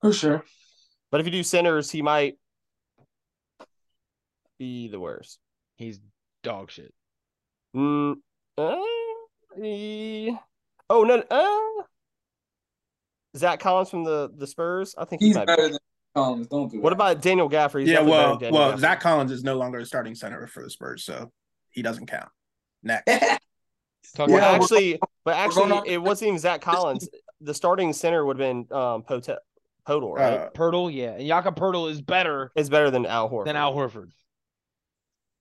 [SPEAKER 2] for sure.
[SPEAKER 4] But if you do centers, he might be the worst.
[SPEAKER 1] He's dog shit.
[SPEAKER 4] Mm, uh, eh. oh no! Uh, Zach Collins from the the Spurs. I think he
[SPEAKER 2] He's
[SPEAKER 4] might.
[SPEAKER 2] better
[SPEAKER 4] Be.
[SPEAKER 2] than Collins. Don't do
[SPEAKER 4] What
[SPEAKER 2] that.
[SPEAKER 4] about Daniel Gafford? He's
[SPEAKER 3] yeah,
[SPEAKER 4] definitely better
[SPEAKER 3] well,
[SPEAKER 4] than Daniel
[SPEAKER 3] well,
[SPEAKER 4] Gafford.
[SPEAKER 3] Zach Collins is no longer a starting center for the Spurs, so he doesn't count. Next,
[SPEAKER 1] Talking
[SPEAKER 4] Well,
[SPEAKER 2] Yeah,
[SPEAKER 1] about
[SPEAKER 2] we're-
[SPEAKER 4] actually, but
[SPEAKER 2] going
[SPEAKER 4] actually,
[SPEAKER 2] off-
[SPEAKER 4] it wasn't even Zach Collins. The starting center would have been um Pote- Podor, right?
[SPEAKER 3] uh,
[SPEAKER 1] Pirtle, yeah. And Jakob Pirtle is better
[SPEAKER 4] it's better than Al Horford.
[SPEAKER 1] than Al Horford.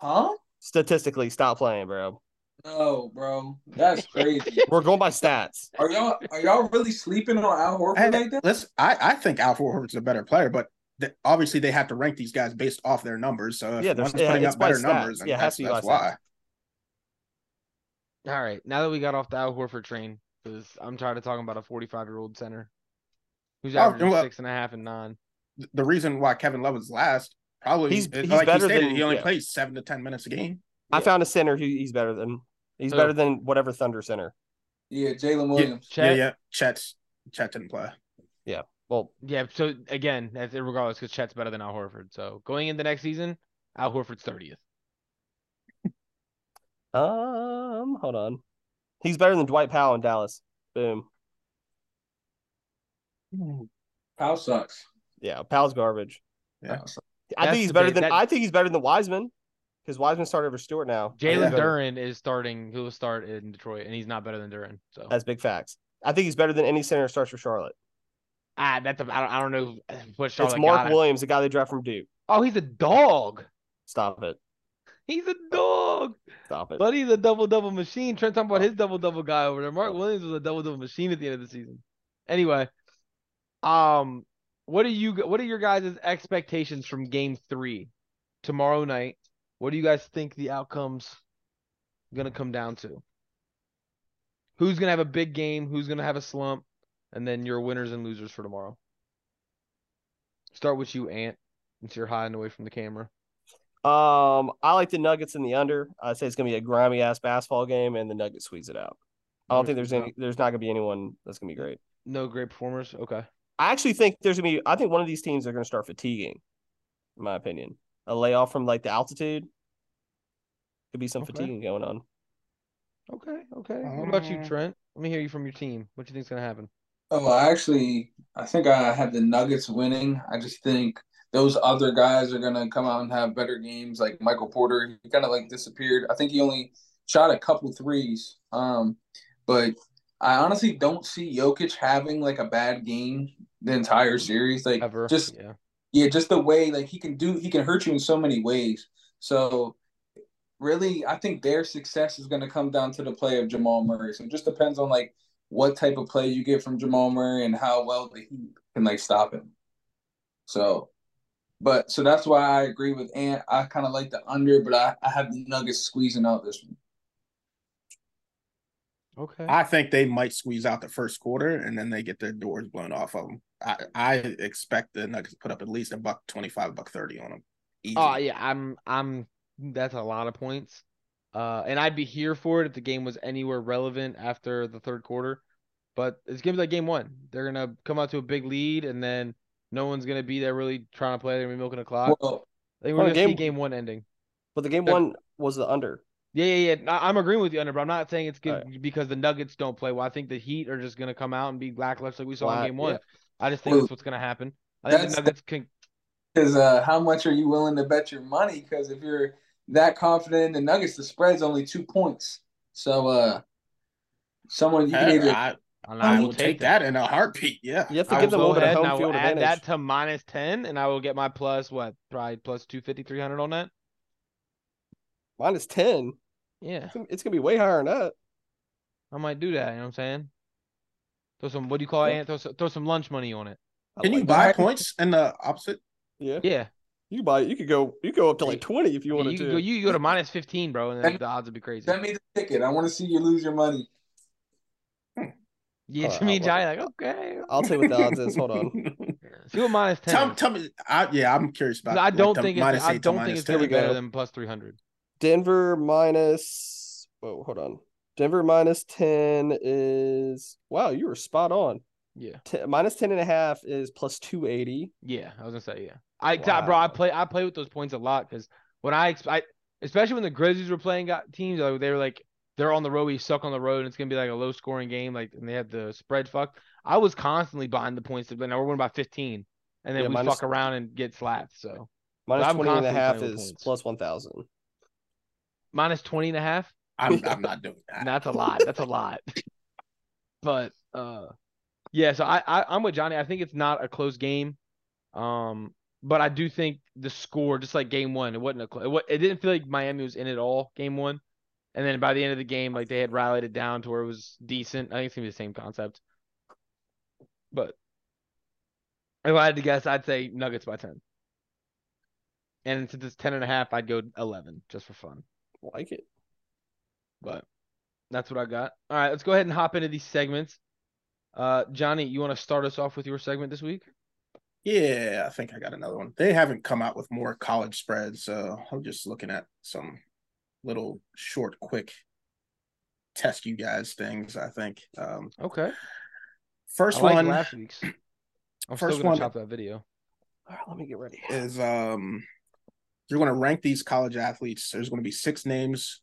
[SPEAKER 2] Huh?
[SPEAKER 4] Statistically, stop playing, bro.
[SPEAKER 2] No, bro. That's crazy.
[SPEAKER 4] We're going by stats.
[SPEAKER 2] are y'all are y'all really sleeping on Al Horford
[SPEAKER 3] And
[SPEAKER 2] like that?
[SPEAKER 3] let's. I, I think Al Horford's a better player, but that obviously they have to rank these guys based off their numbers. So if
[SPEAKER 4] Yeah,
[SPEAKER 3] yeah,
[SPEAKER 4] there's-
[SPEAKER 3] one's
[SPEAKER 4] yeah,
[SPEAKER 3] putting
[SPEAKER 4] it's
[SPEAKER 3] up
[SPEAKER 4] by
[SPEAKER 3] better
[SPEAKER 4] stats.
[SPEAKER 3] numbers, and
[SPEAKER 4] Yeah, it has
[SPEAKER 3] that's,
[SPEAKER 4] to be
[SPEAKER 3] that's
[SPEAKER 4] by
[SPEAKER 3] why.
[SPEAKER 1] All right, now that we got off the Al Horford train, because I'm tired of talking about a 45 year old center who's
[SPEAKER 3] Oh,
[SPEAKER 1] averaging
[SPEAKER 3] well-
[SPEAKER 1] six and a half and nine.
[SPEAKER 3] Th- The reason why Kevin Love is last probably
[SPEAKER 4] He's-
[SPEAKER 3] it-
[SPEAKER 4] he's
[SPEAKER 3] like
[SPEAKER 4] better
[SPEAKER 3] he stated,
[SPEAKER 4] than-
[SPEAKER 3] he only
[SPEAKER 4] yeah.
[SPEAKER 3] plays seven to ten minutes a game.
[SPEAKER 4] I found a center who he's better than. He's
[SPEAKER 1] Who?
[SPEAKER 4] better than whatever Thunder center.
[SPEAKER 2] Yeah, Jalen Williams.
[SPEAKER 1] Chet,
[SPEAKER 3] Yeah,
[SPEAKER 1] yeah,
[SPEAKER 3] yeah. Chet's Chet didn't play.
[SPEAKER 4] Well,
[SPEAKER 1] So again, that's regardless, because Chet's better than Al Horford. So going into next season, Al Horford's 30th.
[SPEAKER 4] Oh, um, hold on. He's better than Dwight Powell in Dallas. Boom.
[SPEAKER 2] Powell sucks.
[SPEAKER 4] Yeah, Powell's garbage. Oh,
[SPEAKER 3] Yeah.
[SPEAKER 4] I
[SPEAKER 1] That's
[SPEAKER 4] think he's
[SPEAKER 1] the
[SPEAKER 4] better
[SPEAKER 1] big-
[SPEAKER 4] than
[SPEAKER 1] that-
[SPEAKER 4] I think he's better than Wiseman because Wiseman started over Stewart now. I think he's
[SPEAKER 1] Jalen
[SPEAKER 4] better-
[SPEAKER 1] Duran is starting. He'll start in Detroit, and he's not better than Duran. So
[SPEAKER 4] That's big facts. I think he's better than any center who starts for Charlotte.
[SPEAKER 1] ah, that's a, I, don't, I don't know what Charlotte
[SPEAKER 4] it's Mark
[SPEAKER 1] got.
[SPEAKER 4] Williams, the guy they draft from Duke.
[SPEAKER 1] Oh, he's a dog.
[SPEAKER 4] Stop it.
[SPEAKER 1] He's a dog.
[SPEAKER 4] Stop it.
[SPEAKER 1] Buddy's a double double machine. Trent talking about his double double guy over there. Mark Williams was a double double machine at the end of the season. Anyway, um, what are you? What are your guys' expectations from Game Three tomorrow night? What do you guys think the outcomes gonna come down to? Who's gonna have a big game? Who's gonna have a slump? And then your winners and losers for tomorrow. Start with you, Ant. Since you're hiding away from the camera.
[SPEAKER 4] Um, I like the Nuggets in the under. I say it's gonna be a grimy ass basketball game, and the Nuggets squeeze it out. I don't think there's any. There's not gonna be anyone that's gonna be great.
[SPEAKER 1] No great performers. Okay.
[SPEAKER 4] I actually think there's gonna be. I think one of these teams are gonna start fatiguing. In my opinion, a layoff from like the altitude could be some
[SPEAKER 1] Okay.
[SPEAKER 4] fatiguing going on.
[SPEAKER 1] Okay, okay. What about you,
[SPEAKER 3] Um,
[SPEAKER 1] Trent? Let me hear you from your team. What do you think's gonna happen?
[SPEAKER 2] Oh, I actually, I think I have the Nuggets winning. I just think those other guys are gonna come out and have better games. Like Michael Porter, he kind of like disappeared. I think he only shot a couple threes. Um, but I honestly don't see Jokic having like a bad game the entire series. Like
[SPEAKER 1] Ever?
[SPEAKER 2] just
[SPEAKER 1] yeah.
[SPEAKER 2] yeah, just the way like he can do, he can hurt you in so many ways. So really, I think their success is going to come down to the play of Jamal Murray. So it just depends on like what type of play you get from Jamal Murray and how well the Heat can like stop him. So, but so that's why I agree with Ant. I kind of like the under, but I, I have the Nuggets squeezing out this one.
[SPEAKER 1] Okay.
[SPEAKER 3] I think they might squeeze out the first quarter and then they get their doors blown off of them. I, I expect the Nuggets to put up at least a buck twenty five, buck thirty on them. Easy.
[SPEAKER 4] Ah,
[SPEAKER 1] oh yeah, I'm I'm that's a lot of points. Uh and I'd be here for it if the game was anywhere relevant after the third quarter. But it's gonna be like game one. They're gonna come out to a big lead and then no one's gonna be there really trying to play. They're gonna be milking the clock.
[SPEAKER 2] Well,
[SPEAKER 1] I think
[SPEAKER 4] Well,
[SPEAKER 1] we're gonna see
[SPEAKER 4] game-
[SPEAKER 1] game one ending.
[SPEAKER 4] But the game
[SPEAKER 1] They're-
[SPEAKER 4] one was the under.
[SPEAKER 1] Yeah, yeah, yeah. I- I'm agreeing with you, under, but I'm not saying it's good because the Nuggets don't play well. I think the Heat are just going to come out and be lackluster like we saw
[SPEAKER 4] Lack-
[SPEAKER 1] in Game One.
[SPEAKER 4] yeah.
[SPEAKER 1] I just think
[SPEAKER 2] Well,
[SPEAKER 1] that's what's going to happen. I think the
[SPEAKER 2] that's-
[SPEAKER 1] Nuggets can.
[SPEAKER 2] because uh, how much are you willing to bet your money? Because if you're that confident in the Nuggets, the spread's only two points. So, uh, someone you can
[SPEAKER 3] Hey,
[SPEAKER 2] either
[SPEAKER 3] I,
[SPEAKER 1] And
[SPEAKER 3] I will take that in a heartbeat. Yeah.
[SPEAKER 4] You have to
[SPEAKER 1] I
[SPEAKER 4] give
[SPEAKER 1] will go
[SPEAKER 4] them a little bit of
[SPEAKER 1] ahead and I will
[SPEAKER 4] home field
[SPEAKER 1] add
[SPEAKER 4] advantage.
[SPEAKER 1] that to minus ten, and I will get my plus what probably plus two fifty three hundred on that.
[SPEAKER 4] Minus ten.
[SPEAKER 1] Yeah,
[SPEAKER 4] It's gonna, it's gonna be way higher than that.
[SPEAKER 1] I might do that. You know what I'm saying? Throw some what do you call it? Ant? Throw some, throw some lunch money on it.
[SPEAKER 4] I
[SPEAKER 3] Can you
[SPEAKER 4] like
[SPEAKER 3] buy
[SPEAKER 4] that.
[SPEAKER 3] points in the opposite?
[SPEAKER 4] Yeah.
[SPEAKER 1] Yeah,
[SPEAKER 4] You could buy. You could go. You could go up to like
[SPEAKER 1] Yeah,
[SPEAKER 4] twenty if you
[SPEAKER 1] yeah,
[SPEAKER 4] wanted
[SPEAKER 1] you
[SPEAKER 4] to.
[SPEAKER 1] could go you could go to minus fifteen, bro, and then
[SPEAKER 2] Send-
[SPEAKER 1] the odds would be crazy.
[SPEAKER 2] send me the ticket. I want to see you lose your money.
[SPEAKER 1] Yeah,
[SPEAKER 4] Alright,
[SPEAKER 1] to me,
[SPEAKER 4] I'll-
[SPEAKER 1] Johnny, like okay.
[SPEAKER 4] I'll tell you what the odds is. Hold on.
[SPEAKER 1] See what minus ten.
[SPEAKER 3] tell,
[SPEAKER 1] is.
[SPEAKER 3] tell me. I, yeah, I'm curious about.
[SPEAKER 1] No, I
[SPEAKER 3] like,
[SPEAKER 1] don't
[SPEAKER 3] the
[SPEAKER 1] think it's,
[SPEAKER 3] minus
[SPEAKER 1] I
[SPEAKER 3] eight to
[SPEAKER 1] don't think
[SPEAKER 3] minus
[SPEAKER 1] it's gonna be
[SPEAKER 3] 10.
[SPEAKER 4] Here we
[SPEAKER 1] better
[SPEAKER 4] go.
[SPEAKER 1] than plus three hundred.
[SPEAKER 4] Denver minus. Whoa, hold on. Denver minus 10 is. Wow, you were spot on.
[SPEAKER 1] Yeah,
[SPEAKER 4] 10, minus 10 and a half is plus 280.
[SPEAKER 1] yeah. I was gonna say yeah. I I- bro,
[SPEAKER 4] Wow.
[SPEAKER 1] I play I play with those points a lot because when I, ex- I especially when the Grizzlies were playing got teams, like, they were like they're on the road, we suck on the road, and it's gonna be like a low scoring game, like and they had the spread fucked. I was constantly behind the points, but now we're winning by fifteen, and then
[SPEAKER 4] Yeah,
[SPEAKER 1] we
[SPEAKER 4] minus-
[SPEAKER 1] fuck around and get slapped. So
[SPEAKER 4] Minus
[SPEAKER 1] I'm
[SPEAKER 4] 20 and a
[SPEAKER 1] constantly
[SPEAKER 4] half
[SPEAKER 1] playing with
[SPEAKER 4] is
[SPEAKER 1] points.
[SPEAKER 4] plus 1,000.
[SPEAKER 1] minus 20 and a half.
[SPEAKER 3] I'm, I'm not doing that.
[SPEAKER 1] That's a lot. That's a lot. but uh yeah, so I, I I'm with Johnny. I think it's not a close game. Um but I do think the score just like game 1, it wasn't a close. It, wa- it didn't feel like Miami was in it all game 1. And then by the end of the game like they had rallied it down to where it was decent. I think it's going to be the same concept. But If I had to guess, I'd say Nuggets by ten. And since it's ten and a half, I'd go eleven just for fun.
[SPEAKER 4] Like it.
[SPEAKER 1] But that's what I got. All right, let's go ahead and hop into these segments. Uh, Johnny, you want to start us off with your segment this week?
[SPEAKER 3] Yeah, I think I got another one. They haven't come out with more college spreads, so I'm just looking at some little short, quick test you guys things. I think um,
[SPEAKER 1] Okay.
[SPEAKER 3] first
[SPEAKER 1] I like
[SPEAKER 3] one
[SPEAKER 1] last week's. I'm
[SPEAKER 3] first
[SPEAKER 1] still gonna
[SPEAKER 3] one-
[SPEAKER 1] chop that video.
[SPEAKER 4] All right, let me get ready.
[SPEAKER 3] is um you're going to rank these college athletes. There's going to be six names,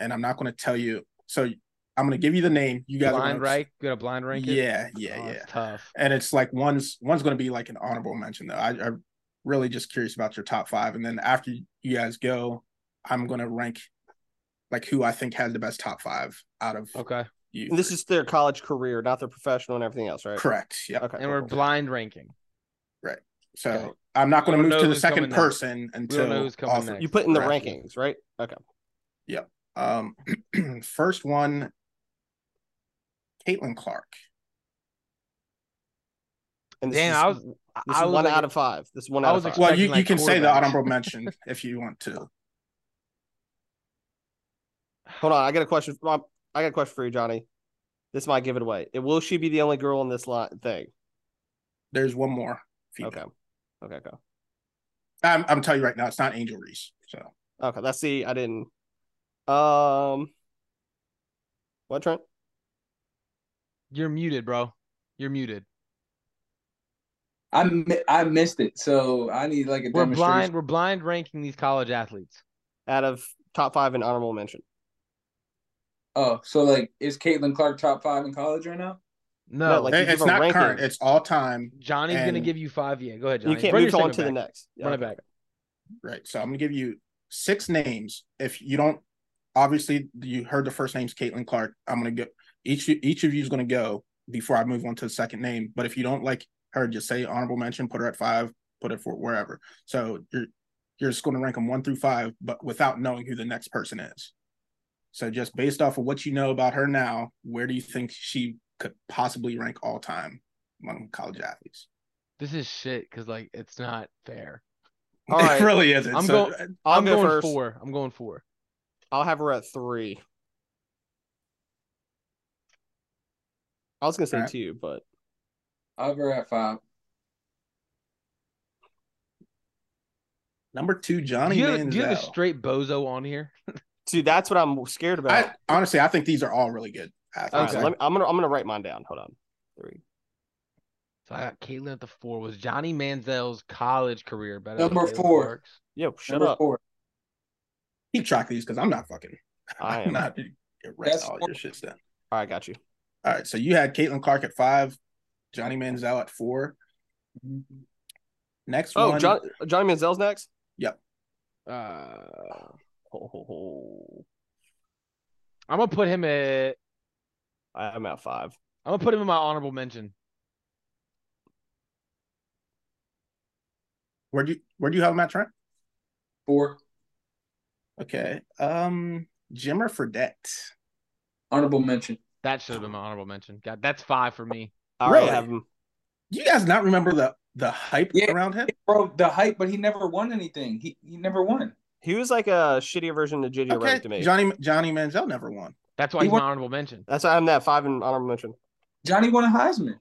[SPEAKER 3] and I'm not going to tell you. So I'm going to give you the name. You guys are
[SPEAKER 1] blind
[SPEAKER 3] gonna-
[SPEAKER 1] rank? You got a blind rank? it?
[SPEAKER 3] Yeah, yeah,
[SPEAKER 1] Oh,
[SPEAKER 3] yeah.
[SPEAKER 1] that's tough.
[SPEAKER 3] and it's like one's one's going to be like an honorable mention though. I, I'm really just curious about your top five, and then after you guys go, I'm going to rank like who I think has the best top five out of
[SPEAKER 1] Okay.
[SPEAKER 3] you.
[SPEAKER 4] And this is their college career, not their professional and everything else, right?
[SPEAKER 3] correct. Yeah.
[SPEAKER 4] Okay.
[SPEAKER 1] And we're blind ranking.
[SPEAKER 3] So
[SPEAKER 1] Okay.
[SPEAKER 3] I'm not
[SPEAKER 1] We don't
[SPEAKER 3] going to move
[SPEAKER 1] know
[SPEAKER 3] to the
[SPEAKER 1] who's
[SPEAKER 3] second
[SPEAKER 1] coming next.
[SPEAKER 3] person until
[SPEAKER 1] know who's coming
[SPEAKER 3] all three-
[SPEAKER 1] next.
[SPEAKER 4] You put in the
[SPEAKER 3] Correct.
[SPEAKER 4] rankings, right? Okay.
[SPEAKER 3] Um, first one, Caitlin Clark.
[SPEAKER 4] And this
[SPEAKER 1] Dan,
[SPEAKER 4] is,
[SPEAKER 1] I was I-
[SPEAKER 4] this
[SPEAKER 1] I
[SPEAKER 4] is
[SPEAKER 1] was
[SPEAKER 4] one
[SPEAKER 1] like-
[SPEAKER 4] out of five. This is one
[SPEAKER 1] I
[SPEAKER 4] out
[SPEAKER 1] was
[SPEAKER 4] of five.
[SPEAKER 1] expect-
[SPEAKER 3] Well, you,
[SPEAKER 1] like
[SPEAKER 3] you can say the
[SPEAKER 1] quarterbacks.
[SPEAKER 3] honorable mention if you want to.
[SPEAKER 4] Hold on, I got a question. Rob, I got a question for you, Johnny. This might give it away. It, will she be the only girl in this line thing?
[SPEAKER 3] There's one more. female.
[SPEAKER 4] Okay. Okay. Go.
[SPEAKER 3] I'm I'm telling you right now, it's not Angel Reese. So
[SPEAKER 4] Okay. Let's see. I didn't. Um. What Trent?
[SPEAKER 1] You're muted, bro. You're muted.
[SPEAKER 2] I mi- I missed it, so I need like a
[SPEAKER 1] We're
[SPEAKER 2] demonstration.
[SPEAKER 1] blind. We're blind ranking these college athletes.
[SPEAKER 4] Out of top five and honorable mention.
[SPEAKER 2] Oh, so like is Caitlin Clark top five in college right now?
[SPEAKER 1] No,
[SPEAKER 4] like- you
[SPEAKER 3] It-
[SPEAKER 4] give
[SPEAKER 3] it's
[SPEAKER 4] a
[SPEAKER 3] not
[SPEAKER 4] ranking.
[SPEAKER 3] current. It's all time.
[SPEAKER 1] Johnny's gonna
[SPEAKER 3] and-
[SPEAKER 1] give you five. Yeah, go ahead, Johnny.
[SPEAKER 4] you can't
[SPEAKER 1] Bring
[SPEAKER 4] move
[SPEAKER 1] your
[SPEAKER 4] on to the
[SPEAKER 1] segment back.
[SPEAKER 4] next. Yeah,
[SPEAKER 1] Run it
[SPEAKER 4] okay.
[SPEAKER 1] back.
[SPEAKER 3] Right. So I'm gonna give you six names. If you don't, obviously you heard the first name's Caitlin Clark. I'm gonna go. Each each of you is gonna go before I move on to the second name. But if you don't like her, just say honorable mention. Put her at five. Put it for wherever. So you're you're just gonna rank them one through five, but without knowing who the next person is. So just based off of what you know about her now, where do you think she could possibly rank all time among college athletes?
[SPEAKER 1] This is shit because like it's not fair.
[SPEAKER 4] All right.
[SPEAKER 3] It really isn't.
[SPEAKER 1] I'm
[SPEAKER 3] so, uh,
[SPEAKER 1] going-
[SPEAKER 4] I'll
[SPEAKER 1] am
[SPEAKER 4] go
[SPEAKER 1] going
[SPEAKER 4] first.
[SPEAKER 1] four. I'm going four.
[SPEAKER 4] I'll have her at three. I was gonna say
[SPEAKER 3] Alright.
[SPEAKER 4] two, but
[SPEAKER 2] I've her at five.
[SPEAKER 3] Number two,
[SPEAKER 1] Do
[SPEAKER 3] Johnny
[SPEAKER 1] you, have, do you have a
[SPEAKER 3] Manziel.
[SPEAKER 1] straight bozo on here?
[SPEAKER 4] see, that's what I'm scared about.
[SPEAKER 3] I, honestly, I think these are all really good. athletes.
[SPEAKER 4] All right,
[SPEAKER 1] okay.
[SPEAKER 4] let me, I'm gonna I'm gonna write mine down. Hold on. Three.
[SPEAKER 1] So I got Caitlin at the four. Was Johnny Manziel's college career better? than
[SPEAKER 2] Number
[SPEAKER 1] Caitlin
[SPEAKER 2] four.
[SPEAKER 1] Clark's?
[SPEAKER 4] Yo, shut
[SPEAKER 2] Number
[SPEAKER 4] up.
[SPEAKER 2] four.
[SPEAKER 3] Keep track of these because I'm not fucking.
[SPEAKER 4] I
[SPEAKER 3] I'm
[SPEAKER 4] am.
[SPEAKER 3] not writing
[SPEAKER 2] That's
[SPEAKER 3] all your
[SPEAKER 2] four.
[SPEAKER 3] shits down.
[SPEAKER 4] All right, got you.
[SPEAKER 3] All right, so you had Caitlin Clark at five, Johnny Manziel at four.
[SPEAKER 2] Mm-hmm.
[SPEAKER 3] Next one,
[SPEAKER 4] Oh, John, Johnny Manziel's next.
[SPEAKER 1] Uh,
[SPEAKER 4] Ho, ho, ho.
[SPEAKER 1] I'm gonna put him at.
[SPEAKER 4] I- I'm at five.
[SPEAKER 1] I'm gonna put him in my honorable mention.
[SPEAKER 3] Where do you where do you have him at, Trent?
[SPEAKER 2] Four.
[SPEAKER 3] Okay, um, Jimmer Fredette.
[SPEAKER 2] Honorable mention.
[SPEAKER 1] That should have been my honorable mention. God, that's five for me.
[SPEAKER 4] I already
[SPEAKER 3] Really?
[SPEAKER 4] have him.
[SPEAKER 3] Do you guys not remember the the hype
[SPEAKER 2] Yeah.
[SPEAKER 3] around him?
[SPEAKER 2] Bro, the hype, but he never won anything. He he never won.
[SPEAKER 4] He was like a shittier version of JJ Redick to
[SPEAKER 3] Okay,
[SPEAKER 4] me.
[SPEAKER 3] Johnny Johnny Manziel never won.
[SPEAKER 1] That's why
[SPEAKER 2] He
[SPEAKER 1] he's
[SPEAKER 2] won-
[SPEAKER 1] my honorable mention.
[SPEAKER 4] That's why I'm that five in honorable mention.
[SPEAKER 2] Johnny won a Heisman.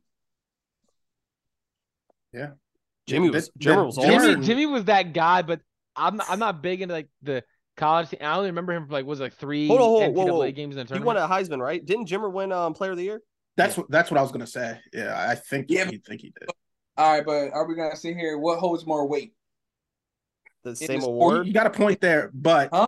[SPEAKER 4] Jimmy
[SPEAKER 3] The-
[SPEAKER 4] was
[SPEAKER 3] the-
[SPEAKER 4] Jimmer was
[SPEAKER 3] Jimmer-
[SPEAKER 4] awesome.
[SPEAKER 1] Jimmy
[SPEAKER 3] Jordan.
[SPEAKER 1] Jimmy was that guy, but I'm not, I'm not big into like the college. Team. I only remember him for like what was it, like three
[SPEAKER 4] Hold on, hold on,
[SPEAKER 1] NCAA
[SPEAKER 4] whoa, whoa.
[SPEAKER 1] games in the
[SPEAKER 4] He
[SPEAKER 1] tournament.
[SPEAKER 4] won a Heisman, right? Didn't Jimmer win um, Player of the Year?
[SPEAKER 3] That's what that's what I was gonna say. Yeah, I think
[SPEAKER 2] Yeah,
[SPEAKER 3] he think he did.
[SPEAKER 2] All right, but are we gonna sit here? What holds more weight?
[SPEAKER 4] The
[SPEAKER 2] It
[SPEAKER 4] same
[SPEAKER 2] is-
[SPEAKER 3] Well,
[SPEAKER 4] award.
[SPEAKER 3] you got a point there, but
[SPEAKER 2] Uh,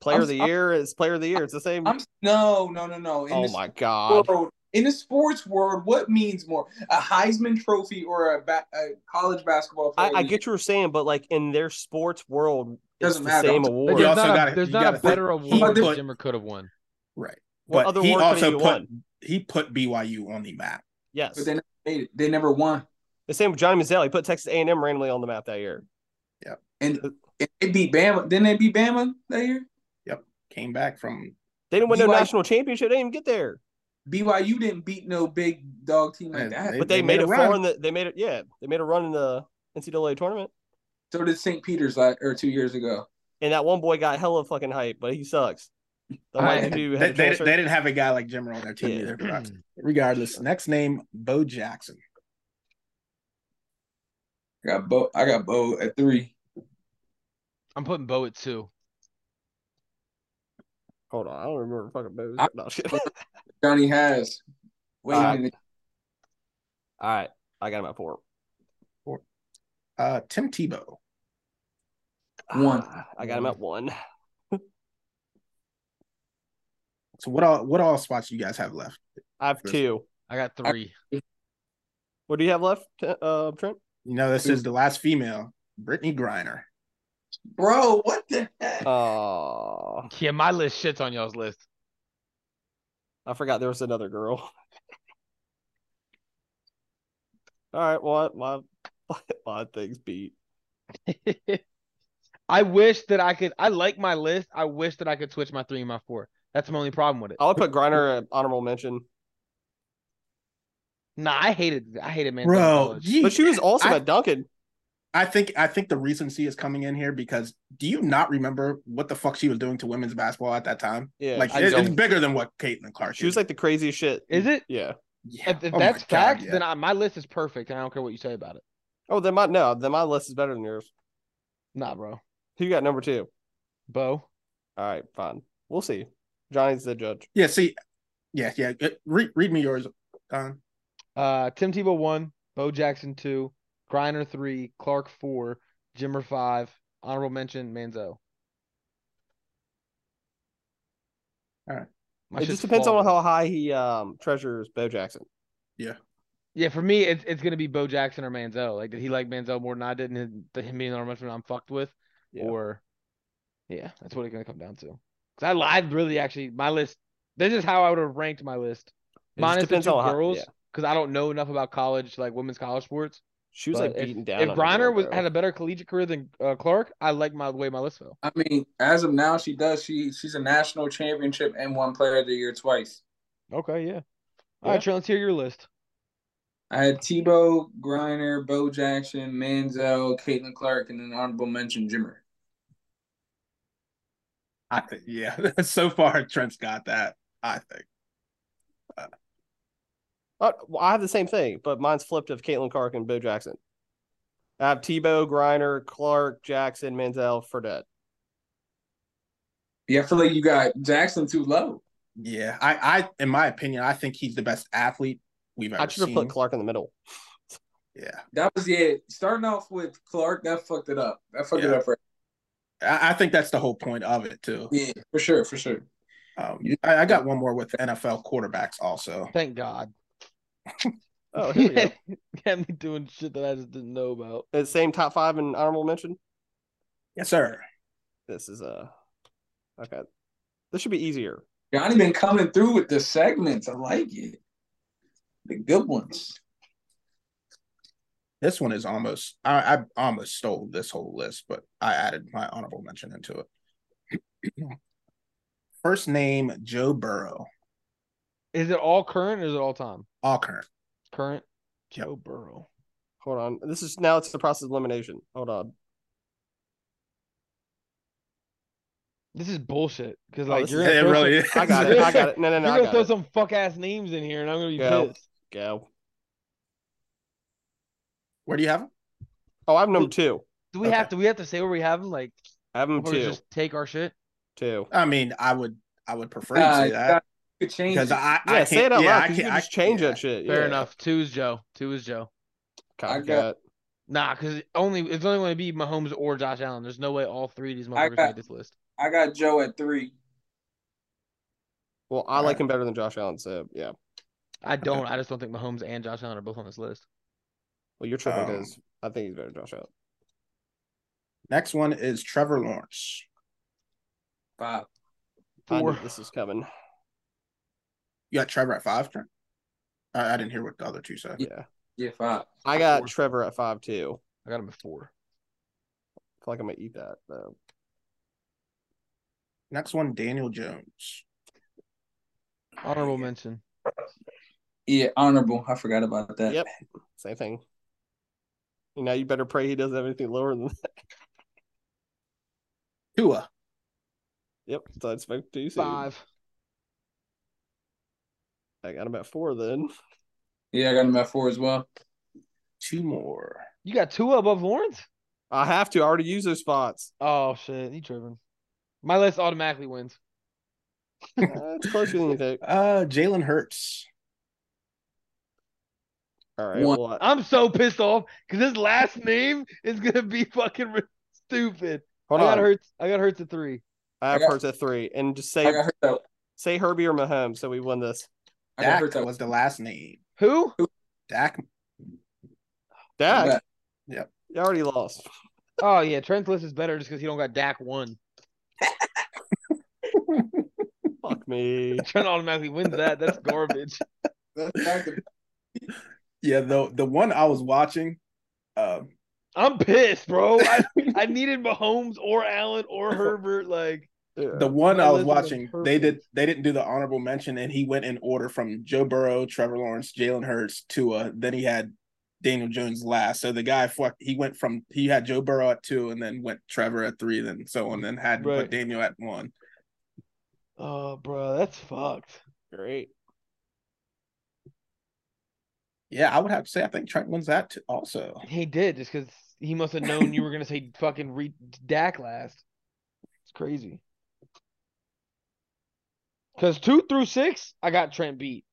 [SPEAKER 4] Player of
[SPEAKER 2] I'm-
[SPEAKER 4] the
[SPEAKER 2] I'm-
[SPEAKER 4] Year is Player of the Year. It's the same.
[SPEAKER 2] I'm no, no, no, no. In
[SPEAKER 4] oh
[SPEAKER 2] the
[SPEAKER 4] my god!
[SPEAKER 2] world, in the sports world, what means more, a Heisman trophy or a, ba- a college basketball?
[SPEAKER 4] I,
[SPEAKER 2] player
[SPEAKER 4] I
[SPEAKER 2] of the year?
[SPEAKER 4] get you were saying, but like in their sports world, it's
[SPEAKER 2] Doesn't
[SPEAKER 4] the
[SPEAKER 2] matter.
[SPEAKER 4] same
[SPEAKER 2] I'm-
[SPEAKER 1] There's
[SPEAKER 4] award.
[SPEAKER 3] You
[SPEAKER 1] not,
[SPEAKER 3] also
[SPEAKER 1] a,
[SPEAKER 3] gotta-
[SPEAKER 1] there's
[SPEAKER 3] you
[SPEAKER 1] not
[SPEAKER 3] gotta
[SPEAKER 1] a better
[SPEAKER 3] think-
[SPEAKER 2] he
[SPEAKER 1] award
[SPEAKER 3] put-
[SPEAKER 1] that Jimmer could have won.
[SPEAKER 3] right.
[SPEAKER 4] What
[SPEAKER 3] but
[SPEAKER 4] other
[SPEAKER 3] he
[SPEAKER 4] award could
[SPEAKER 3] also
[SPEAKER 4] have you
[SPEAKER 3] put
[SPEAKER 4] won?
[SPEAKER 3] he put BYU on the map.
[SPEAKER 4] Yes,
[SPEAKER 2] But they never made it. They never won,
[SPEAKER 4] the same with Johnny Manziel. He put Texas A&M randomly on the map that year.
[SPEAKER 2] and,
[SPEAKER 4] Uh,
[SPEAKER 2] and they beat Bama. Didn't they beat Bama that year?
[SPEAKER 3] Came back from
[SPEAKER 4] They didn't win no
[SPEAKER 2] BYU
[SPEAKER 4] national championship. They didn't even get there.
[SPEAKER 2] BYU didn't beat no big dog team like
[SPEAKER 3] Yeah,
[SPEAKER 2] that.
[SPEAKER 3] they-
[SPEAKER 4] but they, made,
[SPEAKER 3] made
[SPEAKER 4] it
[SPEAKER 3] a
[SPEAKER 4] far
[SPEAKER 3] run.
[SPEAKER 4] in the. They made it. Yeah, they made a run in the NCAA tournament,
[SPEAKER 2] so did St. Peter's la or two years ago.
[SPEAKER 4] and that one boy got hella fucking hype, but he sucks. The
[SPEAKER 1] I-
[SPEAKER 4] white dude
[SPEAKER 3] They,
[SPEAKER 4] had a
[SPEAKER 3] they,
[SPEAKER 4] transfer-
[SPEAKER 3] they didn't have a guy like Jimmer on their team
[SPEAKER 4] Yeah.
[SPEAKER 3] either. but Regardless, next name Bo Jackson.
[SPEAKER 2] I got Bo. I got Bo at three.
[SPEAKER 1] I'm putting Bo at two.
[SPEAKER 4] Hold on, I don't remember fucking Bo's.
[SPEAKER 2] I-
[SPEAKER 4] no, shit.
[SPEAKER 2] Johnny has. Wait
[SPEAKER 4] Uh,
[SPEAKER 2] a minute.
[SPEAKER 4] All right, I got him at four.
[SPEAKER 3] Uh, Tim Tebow.
[SPEAKER 2] One.
[SPEAKER 4] Ah, I got him at one.
[SPEAKER 3] So what all what all spots you guys have left?
[SPEAKER 4] I have
[SPEAKER 3] Chris.
[SPEAKER 4] two.
[SPEAKER 1] I got three.
[SPEAKER 4] What do you have left, T- uh, Trent?
[SPEAKER 3] You know, this is the last female, Brittany Griner.
[SPEAKER 2] Bro, what the
[SPEAKER 4] Uh,
[SPEAKER 2] heck?
[SPEAKER 4] Oh,
[SPEAKER 1] Yeah, my list shits on y'all's list.
[SPEAKER 4] I forgot there was another girl. All right, well, my my things beat.
[SPEAKER 1] I wish that I could. I like my list. I wish that I could switch my three and my four. That's my only problem with it.
[SPEAKER 4] I would put Griner an honorable mention,
[SPEAKER 1] Nah, I hated. I hated man.
[SPEAKER 3] Bro, gee,
[SPEAKER 4] but she was awesome
[SPEAKER 3] I-
[SPEAKER 4] at Duncan.
[SPEAKER 3] I think I think the recency is coming in here because do you not remember what the fuck she was doing to women's basketball at that time?
[SPEAKER 4] Yeah,
[SPEAKER 3] like
[SPEAKER 4] I
[SPEAKER 3] it- it's
[SPEAKER 4] don't.
[SPEAKER 3] bigger than what Caitlin Clark.
[SPEAKER 4] she was
[SPEAKER 3] did.
[SPEAKER 4] like the craziest shit.
[SPEAKER 1] Is it?
[SPEAKER 4] Yeah.
[SPEAKER 3] Yeah.
[SPEAKER 1] If, if
[SPEAKER 3] Oh my
[SPEAKER 1] that's
[SPEAKER 3] God,
[SPEAKER 1] facts,
[SPEAKER 3] yeah.
[SPEAKER 1] then I, my list is perfect. And I don't care what you say about it.
[SPEAKER 4] Oh, then my no, then my list is better than yours.
[SPEAKER 1] Nah, bro.
[SPEAKER 4] Who you got number two?
[SPEAKER 1] Bo.
[SPEAKER 4] All right, fine. We'll see. Johnny's the judge.
[SPEAKER 3] yeah, see, yeah, yeah. good. Read, read me yours, Don.
[SPEAKER 1] Uh, Tim Tebow one. Bo Jackson two. Griner three. Clark four. Jimmer five. Honorable mention Manzo.
[SPEAKER 3] Alright.
[SPEAKER 1] My
[SPEAKER 4] it
[SPEAKER 1] shit's
[SPEAKER 4] just depends on
[SPEAKER 1] flawless.
[SPEAKER 4] how high he um treasures Bo Jackson.
[SPEAKER 1] Yeah, for me, it's it's gonna be Bo Jackson or Manziel. Like, did he like Manziel more than I did, and him- the- him being the number one I'm fucked with,
[SPEAKER 4] Yeah.
[SPEAKER 1] or yeah, that's what it's gonna come down to. Cause I lied, really. Actually, my list. This is how I would have ranked my list,
[SPEAKER 4] It just
[SPEAKER 1] minus the
[SPEAKER 4] depends
[SPEAKER 1] two
[SPEAKER 4] on how-
[SPEAKER 1] girls,
[SPEAKER 4] yeah.
[SPEAKER 1] because I don't know enough about college, like women's college sports.
[SPEAKER 4] She was
[SPEAKER 1] But
[SPEAKER 4] like beaten
[SPEAKER 1] if,
[SPEAKER 4] down.
[SPEAKER 1] If
[SPEAKER 4] on
[SPEAKER 1] Griner
[SPEAKER 4] everyone,
[SPEAKER 1] was
[SPEAKER 4] bro.
[SPEAKER 1] had a better collegiate career than uh, Clark, I like my the way my list fell.
[SPEAKER 2] I mean, as of now, she does. She she's a national championship and one player of the year twice.
[SPEAKER 1] Okay, yeah. All
[SPEAKER 4] Yeah.
[SPEAKER 1] right, Trent, let's hear your list.
[SPEAKER 2] I had Tebow, Griner, Bo Jackson, Manziel, Caitlin Clark, and an honorable mention Jimmer.
[SPEAKER 3] I think yeah. so far, Trent's got that. I think.
[SPEAKER 4] Uh, well, I have the same thing, but mine's flipped of Caitlin Clark and Bo Jackson. I have Tebow, Griner, Clark, Jackson, Manziel, Fredette.
[SPEAKER 2] Yeah, I feel like you got Jackson too low.
[SPEAKER 3] Yeah, I, I, in my opinion, I think he's the best athlete we've ever
[SPEAKER 4] I should have
[SPEAKER 3] seen.
[SPEAKER 4] put Clark in the middle.
[SPEAKER 3] yeah,
[SPEAKER 2] That was yeah. Starting off with Clark, that fucked it up. That fucked it
[SPEAKER 3] Yeah.
[SPEAKER 2] up for
[SPEAKER 3] I, I think that's the whole point of it too.
[SPEAKER 2] yeah, for sure, for sure.
[SPEAKER 3] Um, I, I got one more with NFL quarterbacks also.
[SPEAKER 1] Thank God.
[SPEAKER 4] Oh, here we go.
[SPEAKER 1] Got me doing shit that I just didn't know about.
[SPEAKER 4] Uh, Same top five and honorable mention.
[SPEAKER 3] Yes, sir.
[SPEAKER 4] This is uh okay. This should be easier.
[SPEAKER 2] Johnny been coming through with the segments. I like it. The good ones.
[SPEAKER 3] This one is almost I, I almost stole this whole list, but I added my honorable mention into it. First name Joe Burrow,
[SPEAKER 1] Is it all current or is it all time?
[SPEAKER 3] all current.
[SPEAKER 1] Current.
[SPEAKER 3] Yep.
[SPEAKER 1] Joe Burrow.
[SPEAKER 4] Hold on. This is now it's the process of elimination. Hold on.
[SPEAKER 1] This is bullshit. Because
[SPEAKER 4] Oh,
[SPEAKER 1] like
[SPEAKER 4] this
[SPEAKER 1] you're
[SPEAKER 4] is-
[SPEAKER 1] gonna
[SPEAKER 3] It
[SPEAKER 1] throw
[SPEAKER 3] really
[SPEAKER 1] some-
[SPEAKER 3] is.
[SPEAKER 4] I got it. I got it. No, no, no.
[SPEAKER 1] you're
[SPEAKER 4] I
[SPEAKER 1] gonna
[SPEAKER 4] got
[SPEAKER 1] throw
[SPEAKER 4] it.
[SPEAKER 1] some fuck ass names in here, and I'm gonna be
[SPEAKER 4] Go.
[SPEAKER 1] pissed.
[SPEAKER 4] Go.
[SPEAKER 3] Where do you have him?
[SPEAKER 4] Oh, I'm number two.
[SPEAKER 1] Do we
[SPEAKER 3] Okay.
[SPEAKER 1] have to? We have to say where we have them. Like,
[SPEAKER 4] I have him
[SPEAKER 1] or
[SPEAKER 4] two.
[SPEAKER 1] just take our shit.
[SPEAKER 4] Two.
[SPEAKER 3] I mean, I would I would prefer
[SPEAKER 2] Nah,
[SPEAKER 3] you say
[SPEAKER 2] you
[SPEAKER 3] that
[SPEAKER 2] got- Uh, you could change
[SPEAKER 3] because
[SPEAKER 2] it.
[SPEAKER 3] I, I
[SPEAKER 4] Yeah, say it out
[SPEAKER 3] can't- yeah,
[SPEAKER 4] loud.
[SPEAKER 3] I
[SPEAKER 4] 'cause you
[SPEAKER 3] can't-
[SPEAKER 4] can
[SPEAKER 3] I-
[SPEAKER 4] just change
[SPEAKER 3] yeah.
[SPEAKER 4] that shit.
[SPEAKER 1] Fair
[SPEAKER 4] yeah.
[SPEAKER 1] enough. Two is Joe. Two is Joe.
[SPEAKER 2] I
[SPEAKER 4] Copycat.
[SPEAKER 2] got-
[SPEAKER 1] Nah, because only it's only going to be Mahomes or Josh Allen. There's no way all three of these
[SPEAKER 2] I
[SPEAKER 1] motherfuckers
[SPEAKER 2] got-
[SPEAKER 1] made this list.
[SPEAKER 2] I got Joe at three.
[SPEAKER 4] Well, I
[SPEAKER 3] All
[SPEAKER 4] like
[SPEAKER 3] right.
[SPEAKER 4] him better than Josh Allen. So yeah.
[SPEAKER 1] I don't. I just don't think Mahomes and Josh Allen are both on this list.
[SPEAKER 4] Well, you're tripping
[SPEAKER 3] Um,
[SPEAKER 4] because I think he's better than Josh Allen.
[SPEAKER 3] Next one is Trevor Lawrence.
[SPEAKER 2] Five.
[SPEAKER 4] I knew
[SPEAKER 1] Four.
[SPEAKER 4] this is coming.
[SPEAKER 3] You got Trevor at five. Trent? I, I didn't hear what the other two said.
[SPEAKER 4] Yeah.
[SPEAKER 2] Yeah, five.
[SPEAKER 4] I got Trevor at five too.
[SPEAKER 1] I got him at four.
[SPEAKER 4] I feel like I'm gonna eat that though.
[SPEAKER 3] Next one, Daniel Jones.
[SPEAKER 1] Honorable mention.
[SPEAKER 2] Yeah, honorable. I forgot about that.
[SPEAKER 4] Yep. Same thing. Now you better pray he doesn't have anything lower than that.
[SPEAKER 3] Tua.
[SPEAKER 4] Yep. So I'd expect too soon.
[SPEAKER 1] Five.
[SPEAKER 4] I got him at four then.
[SPEAKER 2] Yeah, I got him at four as well.
[SPEAKER 3] Two more.
[SPEAKER 1] You got Tua above Lawrence?
[SPEAKER 4] I have to. I already use those spots.
[SPEAKER 1] Oh shit, he driven. My list automatically wins.
[SPEAKER 4] Uh, it's closer than you think.
[SPEAKER 3] Uh Jalen Hurts.
[SPEAKER 4] All right.
[SPEAKER 2] One.
[SPEAKER 4] Well, I-
[SPEAKER 1] I'm so pissed off because his last name is gonna be fucking re- stupid.
[SPEAKER 4] hold
[SPEAKER 1] I got
[SPEAKER 4] on.
[SPEAKER 1] Hurts. I got Hurts at three.
[SPEAKER 4] I
[SPEAKER 2] I
[SPEAKER 4] have
[SPEAKER 2] got-
[SPEAKER 4] Hurts at three, and just
[SPEAKER 2] I
[SPEAKER 4] say
[SPEAKER 2] got hurt that.
[SPEAKER 4] say Herbie or Mahomes, so we win this.
[SPEAKER 2] I got
[SPEAKER 3] Dak
[SPEAKER 2] hurt that.
[SPEAKER 3] was the last name.
[SPEAKER 1] Who?
[SPEAKER 3] Dak.
[SPEAKER 2] I
[SPEAKER 4] Dak,
[SPEAKER 2] got-
[SPEAKER 4] you already lost.
[SPEAKER 1] Oh yeah, Trent's list is better just because he don't got Dak one.
[SPEAKER 4] Fuck me.
[SPEAKER 1] Trent automatically wins that. That's garbage.
[SPEAKER 2] that's Dak the-
[SPEAKER 3] Yeah, the the one I was watching, um,
[SPEAKER 1] I'm pissed, bro. I, I needed Mahomes or Allen or Herbert. Like
[SPEAKER 3] the one I
[SPEAKER 1] That list was
[SPEAKER 3] was watching, they did
[SPEAKER 1] perfect.
[SPEAKER 3] they didn't do the honorable mention, and he went in order from Joe Burrow, Trevor Lawrence, Jalen Hurts, Tua. Then he had Daniel Jones last. So the guy fuck, he went from he had Joe Burrow at two, and then went Trevor at three, then so on, then had to
[SPEAKER 1] Right.
[SPEAKER 3] put Daniel at one.
[SPEAKER 1] oh bro, that's fucked.
[SPEAKER 4] Great.
[SPEAKER 3] Yeah, I would have to say I think Trent wins that too, also.
[SPEAKER 1] He did just because he must have known you were gonna say fucking re- Dak last. It's crazy. Because two through six, I got Trent beat.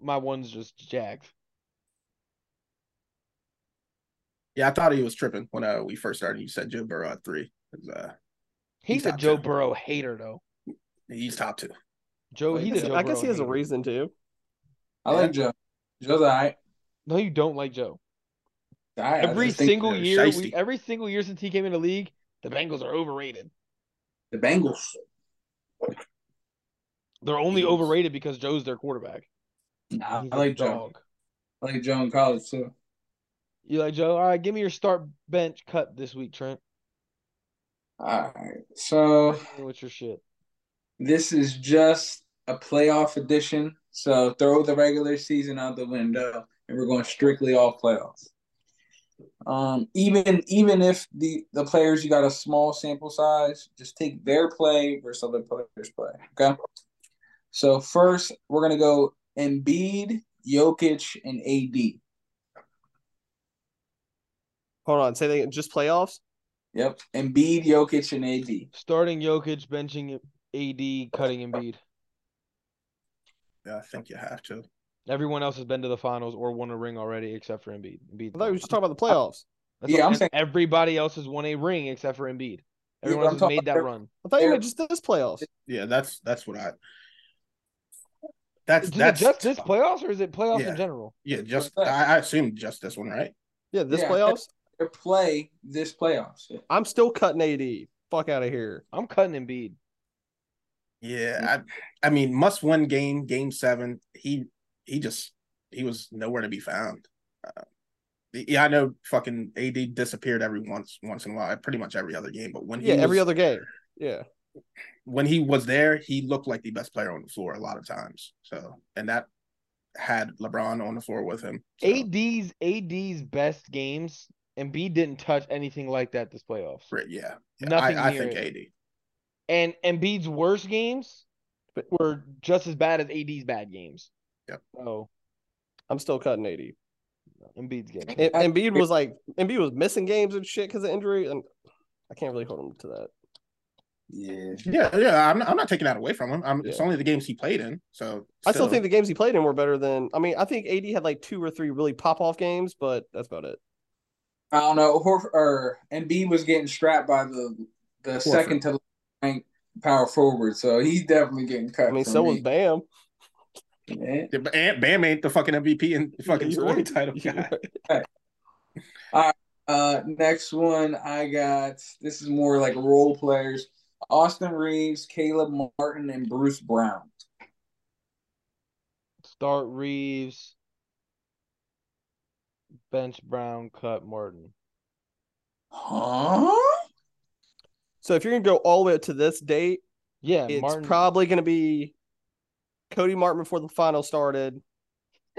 [SPEAKER 1] My one's just jacked.
[SPEAKER 3] Yeah, I thought he was tripping when uh, we first started. You said Joe Burrow at three. 'cause, Uh,
[SPEAKER 1] He's,
[SPEAKER 3] He's
[SPEAKER 1] a
[SPEAKER 3] top
[SPEAKER 1] Joe
[SPEAKER 3] ten.
[SPEAKER 1] Burrow hater though.
[SPEAKER 3] he's top two.
[SPEAKER 1] Joe,
[SPEAKER 3] Well,
[SPEAKER 1] he's
[SPEAKER 3] did
[SPEAKER 1] a
[SPEAKER 4] I
[SPEAKER 1] Joe
[SPEAKER 4] guess- I guess
[SPEAKER 1] Burrow
[SPEAKER 4] he has a
[SPEAKER 1] hater.
[SPEAKER 4] reason to.
[SPEAKER 2] I like Joe. Joe's all right.
[SPEAKER 1] No, you don't like Joe.
[SPEAKER 2] All right, I
[SPEAKER 1] every
[SPEAKER 2] just think
[SPEAKER 1] single
[SPEAKER 3] they're
[SPEAKER 1] year, we,
[SPEAKER 3] shiesty.
[SPEAKER 1] every single year since he came in the league, the Bengals are overrated.
[SPEAKER 2] the Bengals.
[SPEAKER 1] They're only
[SPEAKER 3] Yes.
[SPEAKER 1] overrated because Joe's their quarterback.
[SPEAKER 2] Nah,
[SPEAKER 1] He's
[SPEAKER 2] I
[SPEAKER 1] a
[SPEAKER 2] like Joe.
[SPEAKER 1] dog.
[SPEAKER 2] I like Joe in college too.
[SPEAKER 1] You like Joe? All right, give me your start bench cut this week, Trent.
[SPEAKER 2] All right. So
[SPEAKER 1] What's your shit?
[SPEAKER 2] this is just a playoff edition. So throw the regular season out the window, and we're going strictly off playoffs. Um, even even if the the players you got a small sample size, just take their play versus other players' play. Okay. So first, we're gonna go Embiid, Jokic, and AD.
[SPEAKER 4] Hold on. Say they just playoffs.
[SPEAKER 2] Yep, Embiid, Jokic, and AD.
[SPEAKER 1] Starting Jokic, benching AD, cutting Embiid.
[SPEAKER 3] Yeah, I think you have to.
[SPEAKER 1] Everyone else has been to the finals or won a ring already except for Embiid. Embiid.
[SPEAKER 4] I thought we were just talking about the playoffs.
[SPEAKER 1] That's
[SPEAKER 2] Yeah,
[SPEAKER 1] what-
[SPEAKER 2] I'm saying-
[SPEAKER 1] everybody else has won a ring except for Embiid. Everyone
[SPEAKER 2] but
[SPEAKER 1] else
[SPEAKER 2] I'm
[SPEAKER 1] has
[SPEAKER 2] talking
[SPEAKER 1] made that
[SPEAKER 2] about-
[SPEAKER 1] run.
[SPEAKER 4] I thought you
[SPEAKER 2] Yeah.
[SPEAKER 4] meant just this playoffs.
[SPEAKER 3] Yeah, that's that's what I. That's
[SPEAKER 1] Is it
[SPEAKER 3] that's
[SPEAKER 1] just this playoffs or is it playoffs
[SPEAKER 3] Yeah.
[SPEAKER 1] in general?
[SPEAKER 3] Yeah, just
[SPEAKER 2] that?
[SPEAKER 3] I, I assume just this one, right?
[SPEAKER 4] Yeah, this
[SPEAKER 2] Yeah.
[SPEAKER 4] playoffs.
[SPEAKER 2] Their play this playoffs.
[SPEAKER 4] I'm still cutting AD. Fuck out of here.
[SPEAKER 1] I'm cutting Embiid.
[SPEAKER 3] Yeah, I, I mean, must win game, game seven. He he just he was nowhere to be found. Uh, yeah, I know fucking AD disappeared every once once in a while, pretty much every other game. But when he
[SPEAKER 4] Yeah, every
[SPEAKER 3] was-
[SPEAKER 4] other game. Yeah.
[SPEAKER 3] when he was there, he looked like the best player on the floor a lot of times. So and that had LeBron on the floor with him. So,
[SPEAKER 1] AD's AD's best games, Embiid didn't touch anything like that this playoffs.
[SPEAKER 3] right, yeah, yeah
[SPEAKER 1] Nothing
[SPEAKER 3] I, I
[SPEAKER 1] near
[SPEAKER 3] think
[SPEAKER 1] it.
[SPEAKER 3] AD.
[SPEAKER 1] And Embiid's worst games were just as bad as AD's bad games.
[SPEAKER 3] Yep.
[SPEAKER 1] So
[SPEAKER 4] I'm still cutting AD.
[SPEAKER 1] Embiid's getting.
[SPEAKER 4] And, Embiid was like Embiid was missing games and shit because of injury, and I can't really hold him to that.
[SPEAKER 2] Yeah.
[SPEAKER 3] Yeah, yeah, I'm not, I'm not taking that away from him. I'm, It's
[SPEAKER 4] Yeah.
[SPEAKER 3] only the games he played in. So
[SPEAKER 4] I still think the games he played in were better than. I mean, I think AD had like two or three really pop off games, but that's about it.
[SPEAKER 2] I don't know. Horf- or Embiid was getting strapped by the the second to rank power forward, so he's definitely getting cut.
[SPEAKER 4] I mean,
[SPEAKER 2] for
[SPEAKER 4] so was
[SPEAKER 2] me.
[SPEAKER 4] Bam.
[SPEAKER 2] Yeah.
[SPEAKER 3] Yeah, but Ant- Bam ain't the fucking MVP and fucking
[SPEAKER 4] You're
[SPEAKER 3] scoring
[SPEAKER 4] right.
[SPEAKER 3] title
[SPEAKER 4] You're
[SPEAKER 3] guy.
[SPEAKER 4] right.
[SPEAKER 2] Uh, next one I got. This is more like role players: Austin Reeves, Caleb Martin, and Bruce Brown.
[SPEAKER 1] Start Reeves, bench Brown, cut Martin.
[SPEAKER 2] Huh?
[SPEAKER 4] So if you're gonna go all the way up to this date,
[SPEAKER 1] Yeah,
[SPEAKER 4] it's
[SPEAKER 1] Martin.
[SPEAKER 4] probably gonna be Cody Martin before the final started.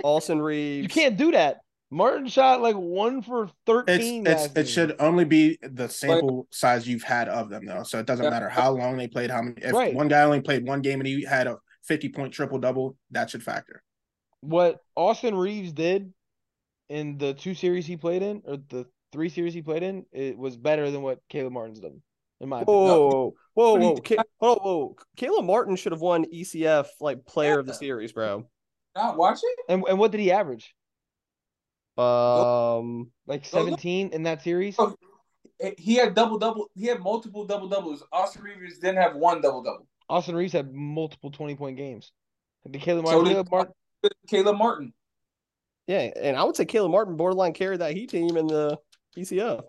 [SPEAKER 4] Austin Reeves.
[SPEAKER 1] You can't do that. Martin shot like one for thirteen.
[SPEAKER 3] It's,
[SPEAKER 1] last
[SPEAKER 3] it's it
[SPEAKER 1] game.
[SPEAKER 3] should uh, only be the sample size you've had of them though, so it doesn't matter how long they played. How many? If
[SPEAKER 1] Right.
[SPEAKER 3] one guy only played one game and he had a fifty point triple double, that should factor.
[SPEAKER 1] what Austin Reeves did in the two series he played in, or the three series he played in, it was better than what Caleb Martin's done. In my opinion.
[SPEAKER 4] Whoa, whoa,
[SPEAKER 2] What are you
[SPEAKER 4] whoa, Ca- whoa, whoa! Caleb Martin should have won ECF like Player of the
[SPEAKER 2] Yeah.
[SPEAKER 4] Series, bro.
[SPEAKER 2] Not watching?
[SPEAKER 1] And and what did he average?
[SPEAKER 4] Um,
[SPEAKER 1] Like
[SPEAKER 2] Oh, look.
[SPEAKER 1] seventeen in that series?
[SPEAKER 2] Oh. He had double double. He had multiple double doubles. Austin Reeves didn't have one double double.
[SPEAKER 1] Austin Reeves had multiple twenty point games. Did Caleb
[SPEAKER 2] So
[SPEAKER 1] Martin,
[SPEAKER 2] did-
[SPEAKER 1] Caleb Martin
[SPEAKER 2] Caleb Martin.
[SPEAKER 4] yeah, and I would say Caleb Martin borderline carried that Heat team in the E ECF.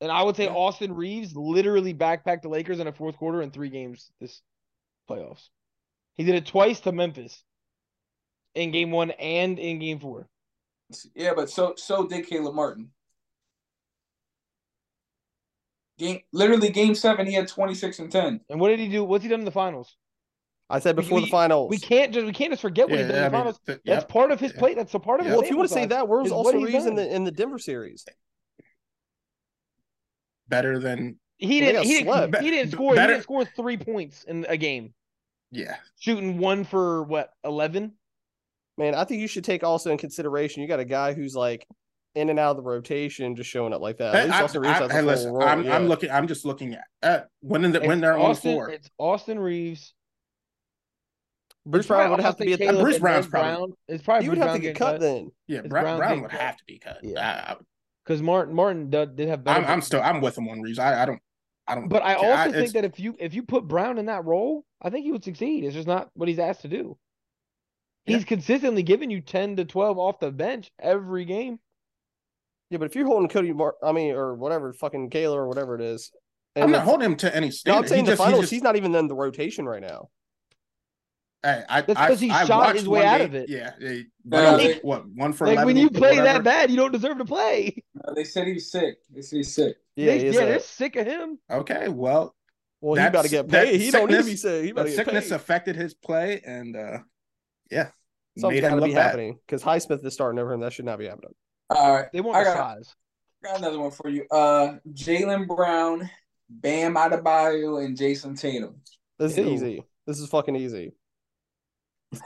[SPEAKER 1] and I would say
[SPEAKER 3] Yeah.
[SPEAKER 1] Austin Reeves literally backpacked the Lakers in a fourth quarter in three games this playoffs. He did it twice to Memphis in game one and in game four.
[SPEAKER 2] Yeah, but so so did Caleb Martin. Game literally game seven, he had twenty six and ten.
[SPEAKER 1] And what did he do? What's he done in the finals?
[SPEAKER 4] I said
[SPEAKER 1] We-
[SPEAKER 4] before the finals.
[SPEAKER 1] We can't just we can't just forget what he did in the
[SPEAKER 3] I mean,
[SPEAKER 1] finals.
[SPEAKER 3] th-
[SPEAKER 1] That's
[SPEAKER 3] yep.
[SPEAKER 1] part of his
[SPEAKER 3] Yeah.
[SPEAKER 1] play. That's a part of his.
[SPEAKER 4] well, if you want to
[SPEAKER 1] sample
[SPEAKER 4] say
[SPEAKER 1] size.
[SPEAKER 4] that, where was
[SPEAKER 1] is what
[SPEAKER 4] Austin
[SPEAKER 1] he's
[SPEAKER 4] Reeves in
[SPEAKER 1] done.
[SPEAKER 4] the in the Denver series?
[SPEAKER 3] better than
[SPEAKER 1] he
[SPEAKER 4] Well, they
[SPEAKER 1] didn't.
[SPEAKER 4] got
[SPEAKER 1] He didn't,
[SPEAKER 4] swept.
[SPEAKER 1] he didn't
[SPEAKER 3] Be-
[SPEAKER 1] score.
[SPEAKER 3] better-
[SPEAKER 1] He didn't score three points in a game,
[SPEAKER 3] yeah.
[SPEAKER 1] shooting one for what eleven.
[SPEAKER 4] Man, I think you should take also in consideration you got a guy who's like in and out of the rotation, just showing up like that. At
[SPEAKER 3] Hey,
[SPEAKER 4] least
[SPEAKER 3] I,
[SPEAKER 4] Austin
[SPEAKER 3] I-
[SPEAKER 4] Reeves has a
[SPEAKER 3] hey,
[SPEAKER 4] full
[SPEAKER 3] listen,
[SPEAKER 4] role,
[SPEAKER 3] I'm, I'm
[SPEAKER 4] yeah.
[SPEAKER 3] looking. I'm just looking at uh, when in the, when
[SPEAKER 1] It's
[SPEAKER 3] they're on the
[SPEAKER 1] Austin,
[SPEAKER 3] floor.
[SPEAKER 1] It's Austin Reeves.
[SPEAKER 4] Bruce
[SPEAKER 1] It's
[SPEAKER 4] Brown
[SPEAKER 1] probably-
[SPEAKER 4] would
[SPEAKER 1] I'll
[SPEAKER 4] have to
[SPEAKER 1] say
[SPEAKER 4] be at the.
[SPEAKER 1] Caleb
[SPEAKER 3] Bruce
[SPEAKER 1] and
[SPEAKER 3] Brown's
[SPEAKER 1] Des
[SPEAKER 3] probably-
[SPEAKER 1] Brown. It's probably
[SPEAKER 4] you
[SPEAKER 1] Bruce
[SPEAKER 4] would have
[SPEAKER 1] Brown
[SPEAKER 4] to get
[SPEAKER 1] getting
[SPEAKER 4] cut then.
[SPEAKER 3] Yeah,
[SPEAKER 1] It's
[SPEAKER 3] Brown,
[SPEAKER 1] Brown
[SPEAKER 3] Brown,
[SPEAKER 1] getting
[SPEAKER 3] would
[SPEAKER 1] cut.
[SPEAKER 3] have to be cut.
[SPEAKER 1] Yeah.
[SPEAKER 3] I- I-
[SPEAKER 1] because Martin Martin did, did have better.
[SPEAKER 3] I'm, I'm still I'm with him on Reeves. I, I don't I don't.
[SPEAKER 1] But I
[SPEAKER 3] care.
[SPEAKER 1] also
[SPEAKER 3] it's-
[SPEAKER 1] think that if you if you put Brown in that role, I think he would succeed. It's just not what he's asked to do. He's consistently giving you ten to twelve off the bench every game.
[SPEAKER 4] Yeah, but if you're holding Cody, Mar- I mean, or whatever, fucking Gaylor or whatever it is.
[SPEAKER 3] I'm
[SPEAKER 4] and
[SPEAKER 3] not
[SPEAKER 4] the-
[SPEAKER 3] holding him to any
[SPEAKER 4] No,
[SPEAKER 3] standard.
[SPEAKER 4] I'm saying
[SPEAKER 3] he
[SPEAKER 4] the
[SPEAKER 3] just, he
[SPEAKER 4] finals.
[SPEAKER 3] just-
[SPEAKER 4] he's not even in the rotation right now.
[SPEAKER 3] hey, I,
[SPEAKER 1] That's
[SPEAKER 3] I-
[SPEAKER 1] 'cause he
[SPEAKER 3] I
[SPEAKER 1] shot
[SPEAKER 3] watched
[SPEAKER 1] his way
[SPEAKER 3] one
[SPEAKER 1] out
[SPEAKER 3] game-
[SPEAKER 1] of it.
[SPEAKER 3] Yeah, yeah,
[SPEAKER 2] Yeah,
[SPEAKER 3] one-
[SPEAKER 1] they-
[SPEAKER 3] what one for
[SPEAKER 1] like
[SPEAKER 3] 11,
[SPEAKER 1] when you play
[SPEAKER 3] whatever.
[SPEAKER 1] that bad, you don't deserve to play.
[SPEAKER 2] Uh, They said he was sick. They said he's sick.
[SPEAKER 4] Yeah,
[SPEAKER 1] they,
[SPEAKER 4] he is
[SPEAKER 1] yeah,
[SPEAKER 4] a-
[SPEAKER 1] they're sick of him.
[SPEAKER 3] Okay, well,
[SPEAKER 4] well, he about to
[SPEAKER 3] that's-
[SPEAKER 4] get
[SPEAKER 3] that
[SPEAKER 4] paid. He don't need to be
[SPEAKER 3] sickness-
[SPEAKER 4] saying he about
[SPEAKER 3] the
[SPEAKER 4] to get
[SPEAKER 3] sickness
[SPEAKER 4] paid.
[SPEAKER 3] affected his play, and uh yeah,
[SPEAKER 4] Something's
[SPEAKER 3] made him
[SPEAKER 4] got to
[SPEAKER 3] look
[SPEAKER 4] be
[SPEAKER 3] bad.
[SPEAKER 4] happening because Highsmith is starting over him. That should not be happening.
[SPEAKER 2] All right.
[SPEAKER 1] They want
[SPEAKER 2] I
[SPEAKER 1] the
[SPEAKER 2] got-
[SPEAKER 1] size.
[SPEAKER 2] Got another one for you. Uh Jalen Brown, Bam Adebayo, and Jason Tatum.
[SPEAKER 4] This is
[SPEAKER 1] Ew.
[SPEAKER 4] easy. This is fucking easy.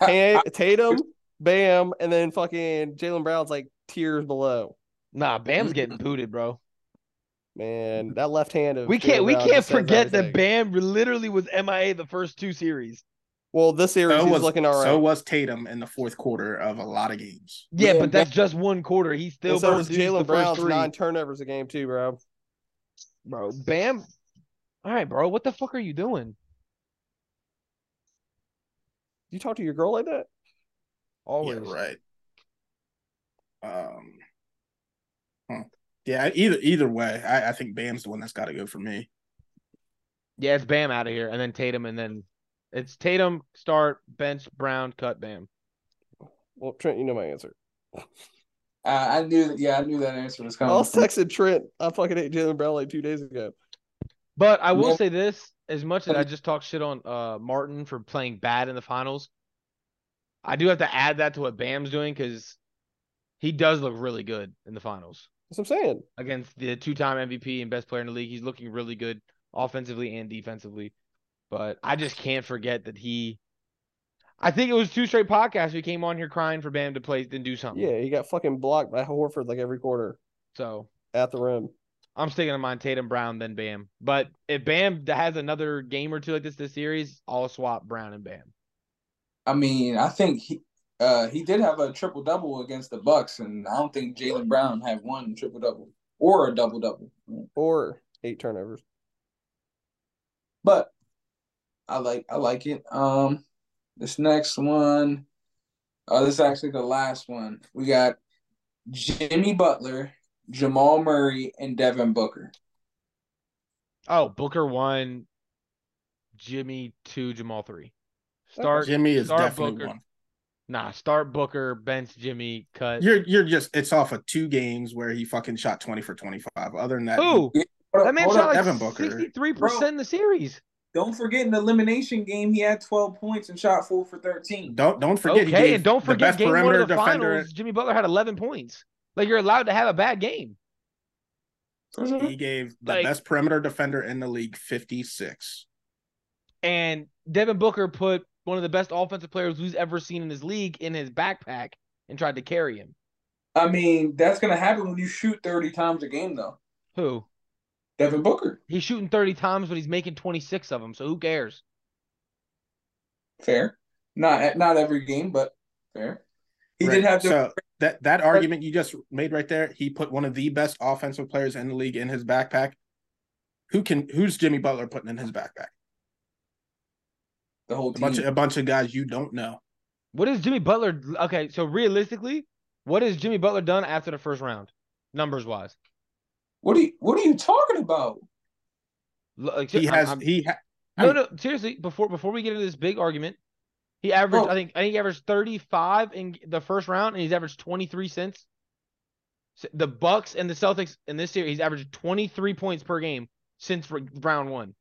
[SPEAKER 4] Ta- Tatum, Bam, and then fucking Jalen Brown's like tiers below.
[SPEAKER 1] Nah, Bam's getting booted, bro.
[SPEAKER 4] Man, that left hand of
[SPEAKER 1] We can't
[SPEAKER 4] Jaylen
[SPEAKER 1] we
[SPEAKER 4] Brown
[SPEAKER 1] can't
[SPEAKER 4] just says
[SPEAKER 1] forget that
[SPEAKER 4] everything.
[SPEAKER 1] Bam literally was MIA the first two series.
[SPEAKER 4] Well, this series
[SPEAKER 3] So
[SPEAKER 4] he's
[SPEAKER 3] was
[SPEAKER 4] looking all right.
[SPEAKER 3] so was Tatum in the fourth quarter of a lot of games.
[SPEAKER 1] Yeah,
[SPEAKER 2] Yeah,
[SPEAKER 1] but that's just one quarter. He still
[SPEAKER 4] and so was
[SPEAKER 1] produced the
[SPEAKER 4] Jalen
[SPEAKER 1] first
[SPEAKER 4] Brown's
[SPEAKER 1] three.
[SPEAKER 4] nine turnovers a game too, bro.
[SPEAKER 1] bro. Bam. All right, bro. What the fuck are you doing?
[SPEAKER 4] You talk to your girl like that?
[SPEAKER 1] Always.
[SPEAKER 3] Yeah, right. Um. huh. Yeah, either either way, I, I think Bam's the one that's got to go for me.
[SPEAKER 1] Yeah, it's Bam out of here, and then Tatum, and then it's Tatum start bench Brown cut Bam.
[SPEAKER 4] Well, Trent, you know my answer.
[SPEAKER 2] Uh, I knew that yeah, I knew that answer was
[SPEAKER 4] I
[SPEAKER 2] coming.
[SPEAKER 4] was texting Trent. I fucking ate Jalen Brown like two days ago.
[SPEAKER 1] But I will
[SPEAKER 2] Yeah.
[SPEAKER 1] say this: as much as I just talked shit on uh Martin for playing bad in the finals, I do have to add that to what Bam's doing because he does look really good in the finals
[SPEAKER 4] That's what I'm saying.
[SPEAKER 1] against the two-time MVP and best player in the league. He's looking really good offensively and defensively. But I just can't forget that he. I think it was two straight podcasts we came on here crying for Bam to play and do something.
[SPEAKER 4] Yeah, he got fucking blocked by Horford like every quarter
[SPEAKER 1] So
[SPEAKER 4] at the rim.
[SPEAKER 1] I'm sticking to mine Tatum Brown then Bam. But if Bam has another game or two like this this series, I'll swap Brown and Bam.
[SPEAKER 2] I mean, I think he uh he did have a triple double against the Bucks, and I don't think Jalen Brown had one triple double or a double double.
[SPEAKER 4] Or eight turnovers.
[SPEAKER 2] But I like I like it. Um this next one uh this is actually the last one. We got Jimmy Butler, Jamal Murray, and Devin Booker.
[SPEAKER 1] Oh, Booker one, Jimmy two, Jamal three.
[SPEAKER 4] Okay.
[SPEAKER 1] Start
[SPEAKER 3] Jimmy is
[SPEAKER 1] start
[SPEAKER 3] definitely
[SPEAKER 1] Booker.
[SPEAKER 3] one.
[SPEAKER 1] Nah, start Booker, bench Jimmy, cut.
[SPEAKER 3] You're you're just it's off of two games where he fucking shot twenty for twenty five. Other than that,
[SPEAKER 1] Who?
[SPEAKER 2] Hold up,
[SPEAKER 1] That man
[SPEAKER 2] hold
[SPEAKER 1] shot
[SPEAKER 2] up.
[SPEAKER 1] like
[SPEAKER 3] Devin Booker.
[SPEAKER 1] sixty three percent in the series.
[SPEAKER 2] Don't forget in the elimination game, he had 12 points and shot four for 13.
[SPEAKER 3] Don't don't forget. he
[SPEAKER 1] okay,
[SPEAKER 3] gave
[SPEAKER 1] and don't
[SPEAKER 3] the
[SPEAKER 1] forget
[SPEAKER 3] best
[SPEAKER 1] game one
[SPEAKER 3] perimeter
[SPEAKER 1] of the
[SPEAKER 3] defender.
[SPEAKER 1] finals. Jimmy Butler had 11 points. Like you're allowed to have a bad game.
[SPEAKER 3] He gave the
[SPEAKER 1] Like-
[SPEAKER 3] best perimeter defender in the league 56.
[SPEAKER 1] And Devin Booker put one of the best offensive players we've ever seen in his league in his backpack and tried to carry him.
[SPEAKER 2] I mean, that's going to happen when you shoot 30 times a game, though.
[SPEAKER 1] Who?
[SPEAKER 2] Devin Booker.
[SPEAKER 1] He's shooting 30 times, but he's making 26 of them. So who cares?
[SPEAKER 2] Fair. Not not every game, but fair. He
[SPEAKER 3] Right.
[SPEAKER 2] did have the
[SPEAKER 3] so that that argument you just made right there. He put one of the best offensive players in the league in his backpack. Who can? Who's Jimmy Butler putting in his backpack?
[SPEAKER 2] the whole
[SPEAKER 3] A
[SPEAKER 2] team.
[SPEAKER 3] bunch of a bunch of guys you don't know.
[SPEAKER 1] What is Jimmy Butler? Okay, so realistically, what has Jimmy Butler done after the first round, numbers wise?
[SPEAKER 2] what are you What are you talking about?
[SPEAKER 1] Like,
[SPEAKER 3] He
[SPEAKER 1] I'm-
[SPEAKER 3] has
[SPEAKER 1] I'm-
[SPEAKER 3] he ha-
[SPEAKER 1] No, no, seriously. Before before we get into this big argument, he averaged.
[SPEAKER 2] Oh.
[SPEAKER 1] I think I think he averaged thirty five in the first round, and he's averaged twenty three cents. The Bucks and the Celtics in this series, he's averaged twenty three points per game since r- round one.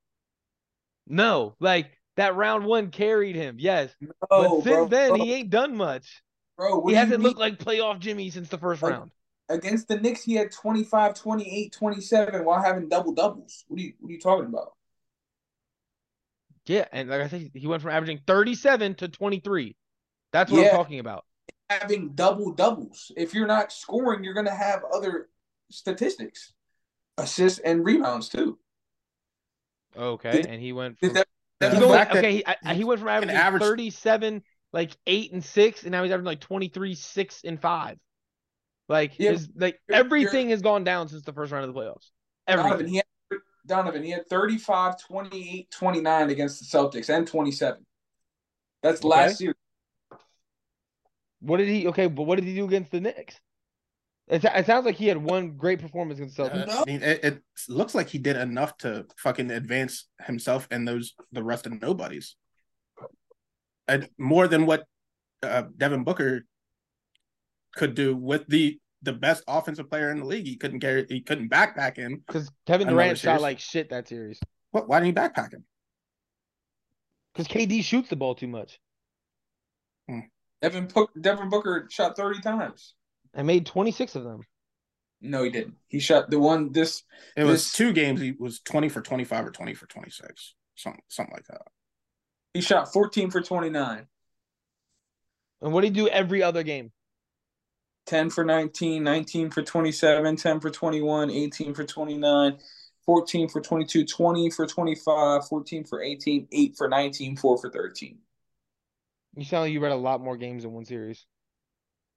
[SPEAKER 1] No, like that round one carried him. Yes,
[SPEAKER 2] Oh,
[SPEAKER 1] but since
[SPEAKER 2] bro,
[SPEAKER 1] then
[SPEAKER 2] bro,
[SPEAKER 1] he ain't done much.
[SPEAKER 2] bro,
[SPEAKER 1] he
[SPEAKER 2] what do you
[SPEAKER 1] hasn't
[SPEAKER 2] mean?
[SPEAKER 1] looked like playoff Jimmy since the first
[SPEAKER 2] Like-
[SPEAKER 1] round.
[SPEAKER 2] against the Knicks. He had 25, 28, 27 while having double doubles. What are you What are you talking about?
[SPEAKER 1] Yeah, and like I said, he went from averaging thirty seven to twenty three. That's what
[SPEAKER 2] Yeah.
[SPEAKER 1] I'm talking about.
[SPEAKER 2] Having double doubles. If you're not scoring, you're going to have other statistics, assists and rebounds too.
[SPEAKER 1] Okay,
[SPEAKER 2] Did-
[SPEAKER 1] and he went.
[SPEAKER 2] did
[SPEAKER 1] from-
[SPEAKER 2] that-
[SPEAKER 3] The
[SPEAKER 1] He
[SPEAKER 2] That's
[SPEAKER 1] go-
[SPEAKER 3] fact that
[SPEAKER 1] okay, he, I, I- he went from averaging
[SPEAKER 3] average-
[SPEAKER 1] 37, like eight and six, and now he's averaging like 23, six and five. Like
[SPEAKER 2] Yeah.
[SPEAKER 1] his like
[SPEAKER 2] You're-
[SPEAKER 1] everything has gone down since the first round of the playoffs.
[SPEAKER 2] Donovan,
[SPEAKER 1] Everything.
[SPEAKER 2] he had, Donovan, he had 35, 28, 29 against the Celtics and 27. That's
[SPEAKER 1] Okay.
[SPEAKER 2] last series.
[SPEAKER 1] What did he? Okay, but what did he do against the Knicks? It, it sounds like he had one great performance against the Celtics.
[SPEAKER 3] uh, I mean, it, it looks like he did enough to fucking advance himself and those the rest of nobodies, and more than what uh, Devin Booker could do with the the best offensive player in the league. He couldn't carry, he couldn't backpack him.
[SPEAKER 1] Because Kevin
[SPEAKER 3] Another
[SPEAKER 1] Durant shot
[SPEAKER 3] series.
[SPEAKER 1] like shit that series.
[SPEAKER 3] What? Why didn't he backpack him?
[SPEAKER 1] Because KD shoots the ball too much
[SPEAKER 2] Devin, Book, Devin Booker shot 30 times.
[SPEAKER 1] and made 26 of them.
[SPEAKER 2] No, he didn't. He shot the one this
[SPEAKER 3] It was
[SPEAKER 2] This-
[SPEAKER 3] two games. He was twenty for twenty five or twenty for twenty six, something something like that.
[SPEAKER 2] he shot 14 for 29,
[SPEAKER 1] And what did he do every other game?
[SPEAKER 2] 10 for 19, 19 for 27, 10 for 21, 18 for 29, 14 for 22, 20 for 25, 14 for 18, 8 for 19, 4 for 13.
[SPEAKER 1] You sound like you read a lot more games in one series.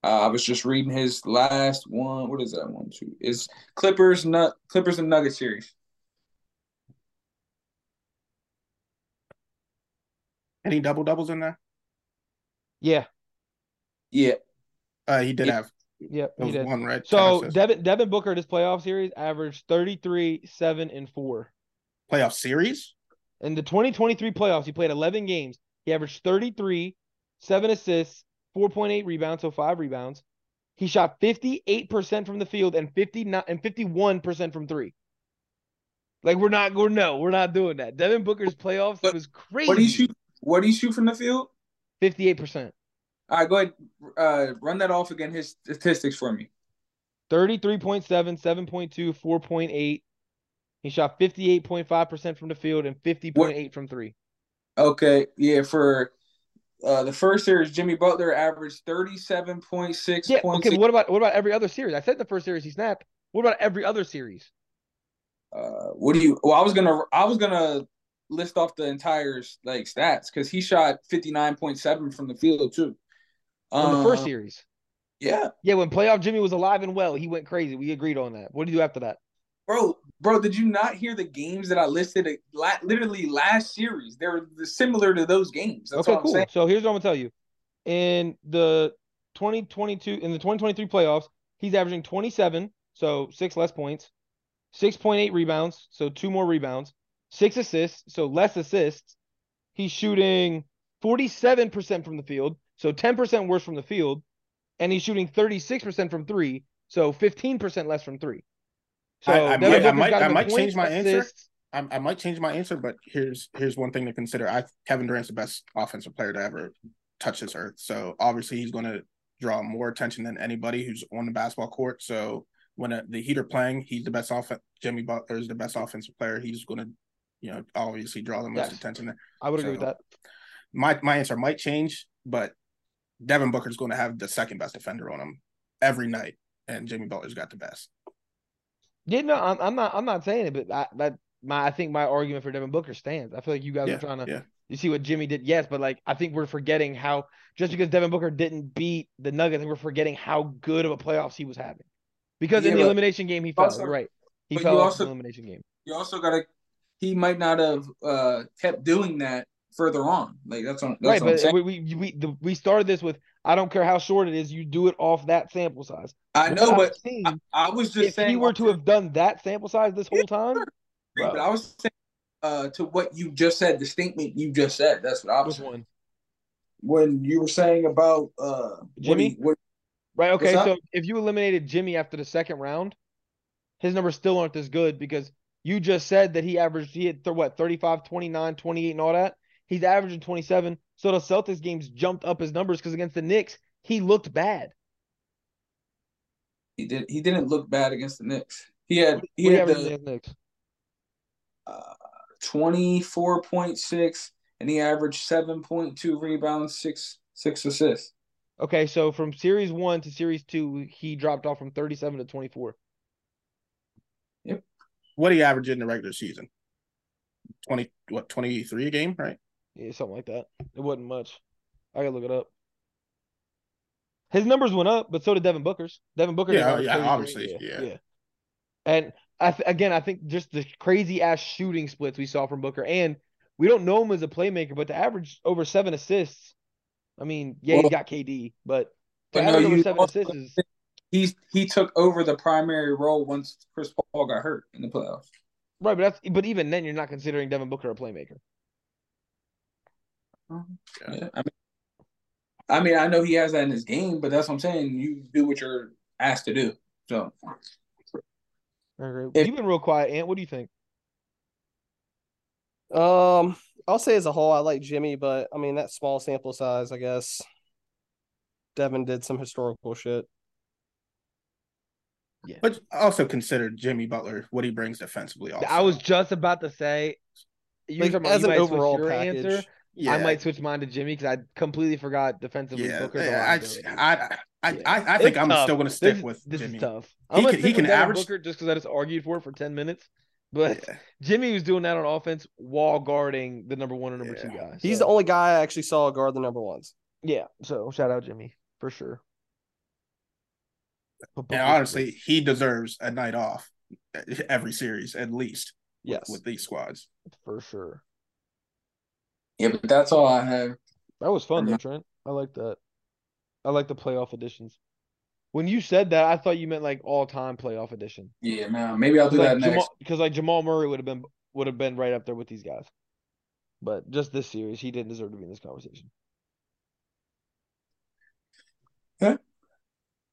[SPEAKER 2] Uh, I was just reading his last one. What is that one? Two is Clippers nut Clippers and Nuggets series.
[SPEAKER 3] Any double doubles in there?
[SPEAKER 1] Yeah.
[SPEAKER 2] Yeah,
[SPEAKER 3] Uh, he did
[SPEAKER 2] Yeah.
[SPEAKER 3] have.
[SPEAKER 1] Yep.
[SPEAKER 3] It
[SPEAKER 1] he
[SPEAKER 3] was
[SPEAKER 1] did.
[SPEAKER 3] one right.
[SPEAKER 1] So
[SPEAKER 3] Ten assists.
[SPEAKER 1] Devin Devin Booker this playoff series averaged 33, 7, and 4.
[SPEAKER 3] playoff series.
[SPEAKER 1] In the 2023 playoffs, he played 11 games. He averaged 33, 7 assists, 4.8 rebounds, so 5 rebounds. He shot 58% from the field and 59 and 51% from 3. Like we're not we're no, we're not doing that. Devin Booker's playoffs
[SPEAKER 2] But-
[SPEAKER 1] was crazy.
[SPEAKER 2] what do you shoot? What do you shoot from the field?
[SPEAKER 1] 58%.
[SPEAKER 2] All right, go ahead. Uh, run that off again. His statistics for me.
[SPEAKER 1] 33.7, 7.2, 4.8. He shot 58.5% from the field and 50.8 from 3.
[SPEAKER 2] Okay, yeah. For uh, the first series, Jimmy Butler averaged thirty-seven point six
[SPEAKER 1] Yeah.
[SPEAKER 2] points.
[SPEAKER 1] Okay. but What about what about every other series? I said the first series he snapped. What about every other series?
[SPEAKER 2] uh, what do you? Well, I was gonna I was gonna list off the entire like stats because he shot fifty-nine point seven from the field too.
[SPEAKER 1] In the first
[SPEAKER 2] Uh,
[SPEAKER 1] series.
[SPEAKER 2] yeah.
[SPEAKER 1] Yeah, when playoff Jimmy was alive and well, he went crazy. We agreed on that. What do you do after that?
[SPEAKER 2] Bro, bro, did you not hear the games that I listed? uh, la- Literally last series, they're similar to those games. That's
[SPEAKER 1] okay,
[SPEAKER 2] all I'm
[SPEAKER 1] cool.
[SPEAKER 2] saying.
[SPEAKER 1] So here's what I'm gonna tell you. In the 2022 in the 2023 playoffs, he's averaging 27, so six less points, 6.8 rebounds, so two more rebounds, six assists, so less assists. He's shooting 47% from the field, so 10% worse from the field, and he's shooting 36% from three, so 15% less from three. So
[SPEAKER 3] I- I
[SPEAKER 1] Devin
[SPEAKER 3] might- I
[SPEAKER 1] Booker's
[SPEAKER 3] might-
[SPEAKER 1] got him
[SPEAKER 3] I
[SPEAKER 1] in
[SPEAKER 3] might change
[SPEAKER 1] points,
[SPEAKER 3] my answer.
[SPEAKER 1] assists,
[SPEAKER 3] I, I might change my answer, but here's here's one thing to consider. I Kevin Durant's the best offensive player to ever touch this earth, so obviously he's going to draw more attention than anybody who's on the basketball court. So when a, the Heat are playing, he's the best off. Jimmy Butler is the best offensive player. He's going to, you know, obviously draw the most
[SPEAKER 4] Yes.
[SPEAKER 3] attention.
[SPEAKER 1] I would agree with
[SPEAKER 3] So-
[SPEAKER 1] that.
[SPEAKER 3] My my answer might change, but Devin Booker's going to have the second best defender on him every night, and Jimmy Butler's got the best.
[SPEAKER 1] Yeah, no, I'm, I'm not. I'm not saying it, but I, that my I think my argument for Devin Booker stands. I feel like you guys
[SPEAKER 3] Yeah,
[SPEAKER 1] are trying to.
[SPEAKER 3] yeah.
[SPEAKER 1] You see what Jimmy did, yes, but like I think we're forgetting how just because Devin Booker didn't beat the Nuggets, I think we're forgetting how good of a playoffs he was having. Because
[SPEAKER 2] Yeah,
[SPEAKER 1] in the
[SPEAKER 2] but
[SPEAKER 1] elimination game, he fell.
[SPEAKER 2] also-
[SPEAKER 1] you're right. He
[SPEAKER 2] but
[SPEAKER 1] fell
[SPEAKER 2] you
[SPEAKER 1] off
[SPEAKER 2] also-
[SPEAKER 1] in the elimination game.
[SPEAKER 2] You also gotta. He might not have uh kept doing that further on. Like that's what, that's
[SPEAKER 1] Right,
[SPEAKER 2] what I'm
[SPEAKER 1] but
[SPEAKER 2] saying.
[SPEAKER 1] we we we, the, we started this with I don't care how short it is, you do it off that sample size.
[SPEAKER 2] I know,
[SPEAKER 1] I've
[SPEAKER 2] but
[SPEAKER 1] seen,
[SPEAKER 2] I, I was just
[SPEAKER 1] if
[SPEAKER 2] saying
[SPEAKER 1] he were to have done that sample size this whole time,
[SPEAKER 2] agree, but I was saying uh, to what you just said, the statement you just said. That's what I was
[SPEAKER 1] which one?
[SPEAKER 2] when you were saying about uh,
[SPEAKER 1] Jimmy?
[SPEAKER 2] What he, what,
[SPEAKER 1] Right.
[SPEAKER 2] What's
[SPEAKER 1] Okay.
[SPEAKER 2] up?
[SPEAKER 1] So if you eliminated Jimmy after the second round, his numbers still aren't as good because you just said that he averaged, he had th- what, 35, 29, 28, and all that. He's averaging 27. So the Celtics games jumped up his numbers because against the Knicks, he looked bad.
[SPEAKER 2] he did. He didn't look bad against the Knicks. He had he
[SPEAKER 1] What
[SPEAKER 2] had
[SPEAKER 1] averaged
[SPEAKER 2] the
[SPEAKER 1] against the Knicks?
[SPEAKER 2] twenty four point six, and he averaged seven point two rebounds, six six assists.
[SPEAKER 1] Okay. So from series one to series two, he dropped off from 37 to 24.
[SPEAKER 3] What do you average in the regular season? Twenty what twenty three a game, right?
[SPEAKER 1] Yeah, something like that. It wasn't much. I gotta look it up. His numbers went up, but so did Devin Booker's. Devin Booker,
[SPEAKER 3] Yeah,
[SPEAKER 1] averaged
[SPEAKER 3] yeah,
[SPEAKER 1] 33.
[SPEAKER 3] obviously, yeah.
[SPEAKER 1] And I th- again, I think just the crazy ass shooting splits we saw from Booker, and we don't know him as a playmaker, but to average over seven assists, I mean, yeah,
[SPEAKER 2] Well-
[SPEAKER 1] he's got KD, but to
[SPEAKER 2] But no,
[SPEAKER 1] average over
[SPEAKER 2] you
[SPEAKER 1] seven
[SPEAKER 2] also-
[SPEAKER 1] assists is
[SPEAKER 2] He he took over the primary role once Chris Paul got hurt in the playoffs.
[SPEAKER 1] right. But that's but even then, you're not considering Devin Booker a playmaker.
[SPEAKER 3] Yeah.
[SPEAKER 2] Yeah, I mean, I mean, I know he has that in his game, but that's what I'm saying. You do what you're asked to do. So If-
[SPEAKER 1] You've been real quiet, Ant. What do you think?
[SPEAKER 4] Um, I'll say as a whole, I like Jimmy, but I mean that small sample size, I guess. Devin did some historical shit.
[SPEAKER 3] But also consider Jimmy Butler what he brings defensively. Also,
[SPEAKER 1] I was just about to say, you
[SPEAKER 4] Like, as an overall
[SPEAKER 1] your
[SPEAKER 4] package,
[SPEAKER 1] answer.
[SPEAKER 3] yeah,
[SPEAKER 1] I might switch mine to Jimmy because I completely forgot defensively.
[SPEAKER 3] yeah.
[SPEAKER 1] Booker's
[SPEAKER 3] I,
[SPEAKER 1] reliability.
[SPEAKER 3] I, I, I,
[SPEAKER 1] Yeah.
[SPEAKER 3] I think
[SPEAKER 1] It's
[SPEAKER 3] I'm
[SPEAKER 1] tough.
[SPEAKER 3] still going to
[SPEAKER 1] this,
[SPEAKER 3] stick
[SPEAKER 1] is-
[SPEAKER 3] with
[SPEAKER 1] this
[SPEAKER 3] Jimmy.
[SPEAKER 1] is tough.
[SPEAKER 3] He
[SPEAKER 1] I'm gonna
[SPEAKER 3] can- he
[SPEAKER 1] stick with
[SPEAKER 3] can
[SPEAKER 1] Devin
[SPEAKER 3] average-
[SPEAKER 1] Booker just because I just argued for it for ten minutes. But
[SPEAKER 3] Yeah.
[SPEAKER 1] Jimmy was doing that on offense while guarding the number one and number two
[SPEAKER 3] Yeah.
[SPEAKER 1] guys.
[SPEAKER 4] He's
[SPEAKER 1] so-
[SPEAKER 4] the only guy I actually saw guard the number ones.
[SPEAKER 1] yeah. So shout out Jimmy for sure. But
[SPEAKER 3] And
[SPEAKER 1] Booker's
[SPEAKER 3] honestly, he deserves a night off every series at least with-
[SPEAKER 4] Yes.
[SPEAKER 3] with these squads.
[SPEAKER 1] great for sure.
[SPEAKER 2] yeah, but that's all I have.
[SPEAKER 1] That was fun though, Trent. I like that. I like the playoff editions. When you said that, I thought you meant like all time playoff edition.
[SPEAKER 2] Yeah, man. Maybe I'll do
[SPEAKER 1] Because like
[SPEAKER 2] that next.
[SPEAKER 1] Jamal, because like Jamal Murray would have been would have been right up there with these guys, but just this series, he didn't deserve to be in this conversation.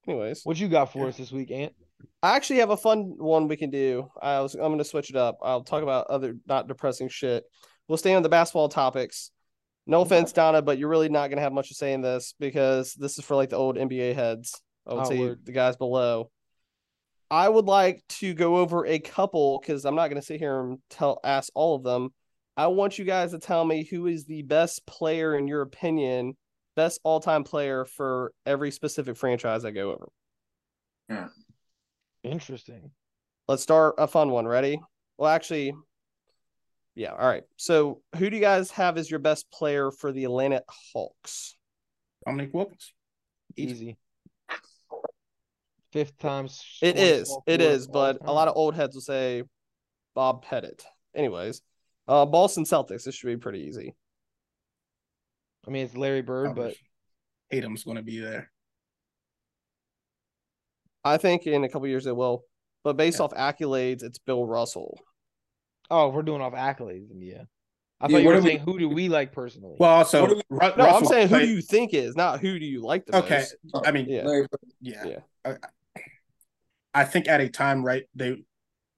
[SPEAKER 4] Anyways,
[SPEAKER 1] What you got for
[SPEAKER 3] Yeah.
[SPEAKER 1] us this week, Ant?
[SPEAKER 4] I actually have a fun one we can do. I was I'm gonna switch it up. I'll talk about other not depressing shit. We'll stay on the basketball topics. No offense, Donna, but you're really not gonna have much to say in this because this is for like the old NBA heads. I would
[SPEAKER 1] Oh,
[SPEAKER 4] say
[SPEAKER 1] word.
[SPEAKER 4] the guys below. I would like to go over a couple because I'm not gonna sit here and tell ask all of them. I want you guys to tell me who is the best player in your opinion, best all time player for every specific franchise I go over.
[SPEAKER 1] Interesting.
[SPEAKER 4] Let's start a fun one. Ready? Well, actually, yeah. All right. So, who do you guys have as your best player for the Atlanta Hawks?
[SPEAKER 3] Dominic Wilkins. Easy.
[SPEAKER 1] Easy. Fifth time.
[SPEAKER 4] It is. It is. But a lot
[SPEAKER 1] of.
[SPEAKER 4] of old heads will say Bob Pettit. Anyways, uh, Boston Celtics. This should be pretty easy.
[SPEAKER 1] I mean, it's Larry Bird, but
[SPEAKER 3] Tatum's going to be there.
[SPEAKER 4] I think in a couple years they will. But based
[SPEAKER 3] Yeah.
[SPEAKER 4] off accolades, it's Bill Russell.
[SPEAKER 1] oh, if we're doing off accolades, then yeah. I
[SPEAKER 2] Yeah,
[SPEAKER 1] thought you
[SPEAKER 2] what
[SPEAKER 1] were
[SPEAKER 2] do we-
[SPEAKER 1] saying who do we like personally?
[SPEAKER 3] Well, also,
[SPEAKER 2] What do we-
[SPEAKER 3] Ru-
[SPEAKER 4] No, I'm
[SPEAKER 3] Russell
[SPEAKER 4] saying who
[SPEAKER 3] played-
[SPEAKER 4] do you think is, not who do you like the
[SPEAKER 3] Okay.
[SPEAKER 4] most.
[SPEAKER 3] I mean,
[SPEAKER 4] Yeah.
[SPEAKER 2] Larry Bird.
[SPEAKER 3] yeah.
[SPEAKER 4] Yeah.
[SPEAKER 3] I, I think at a time, right, they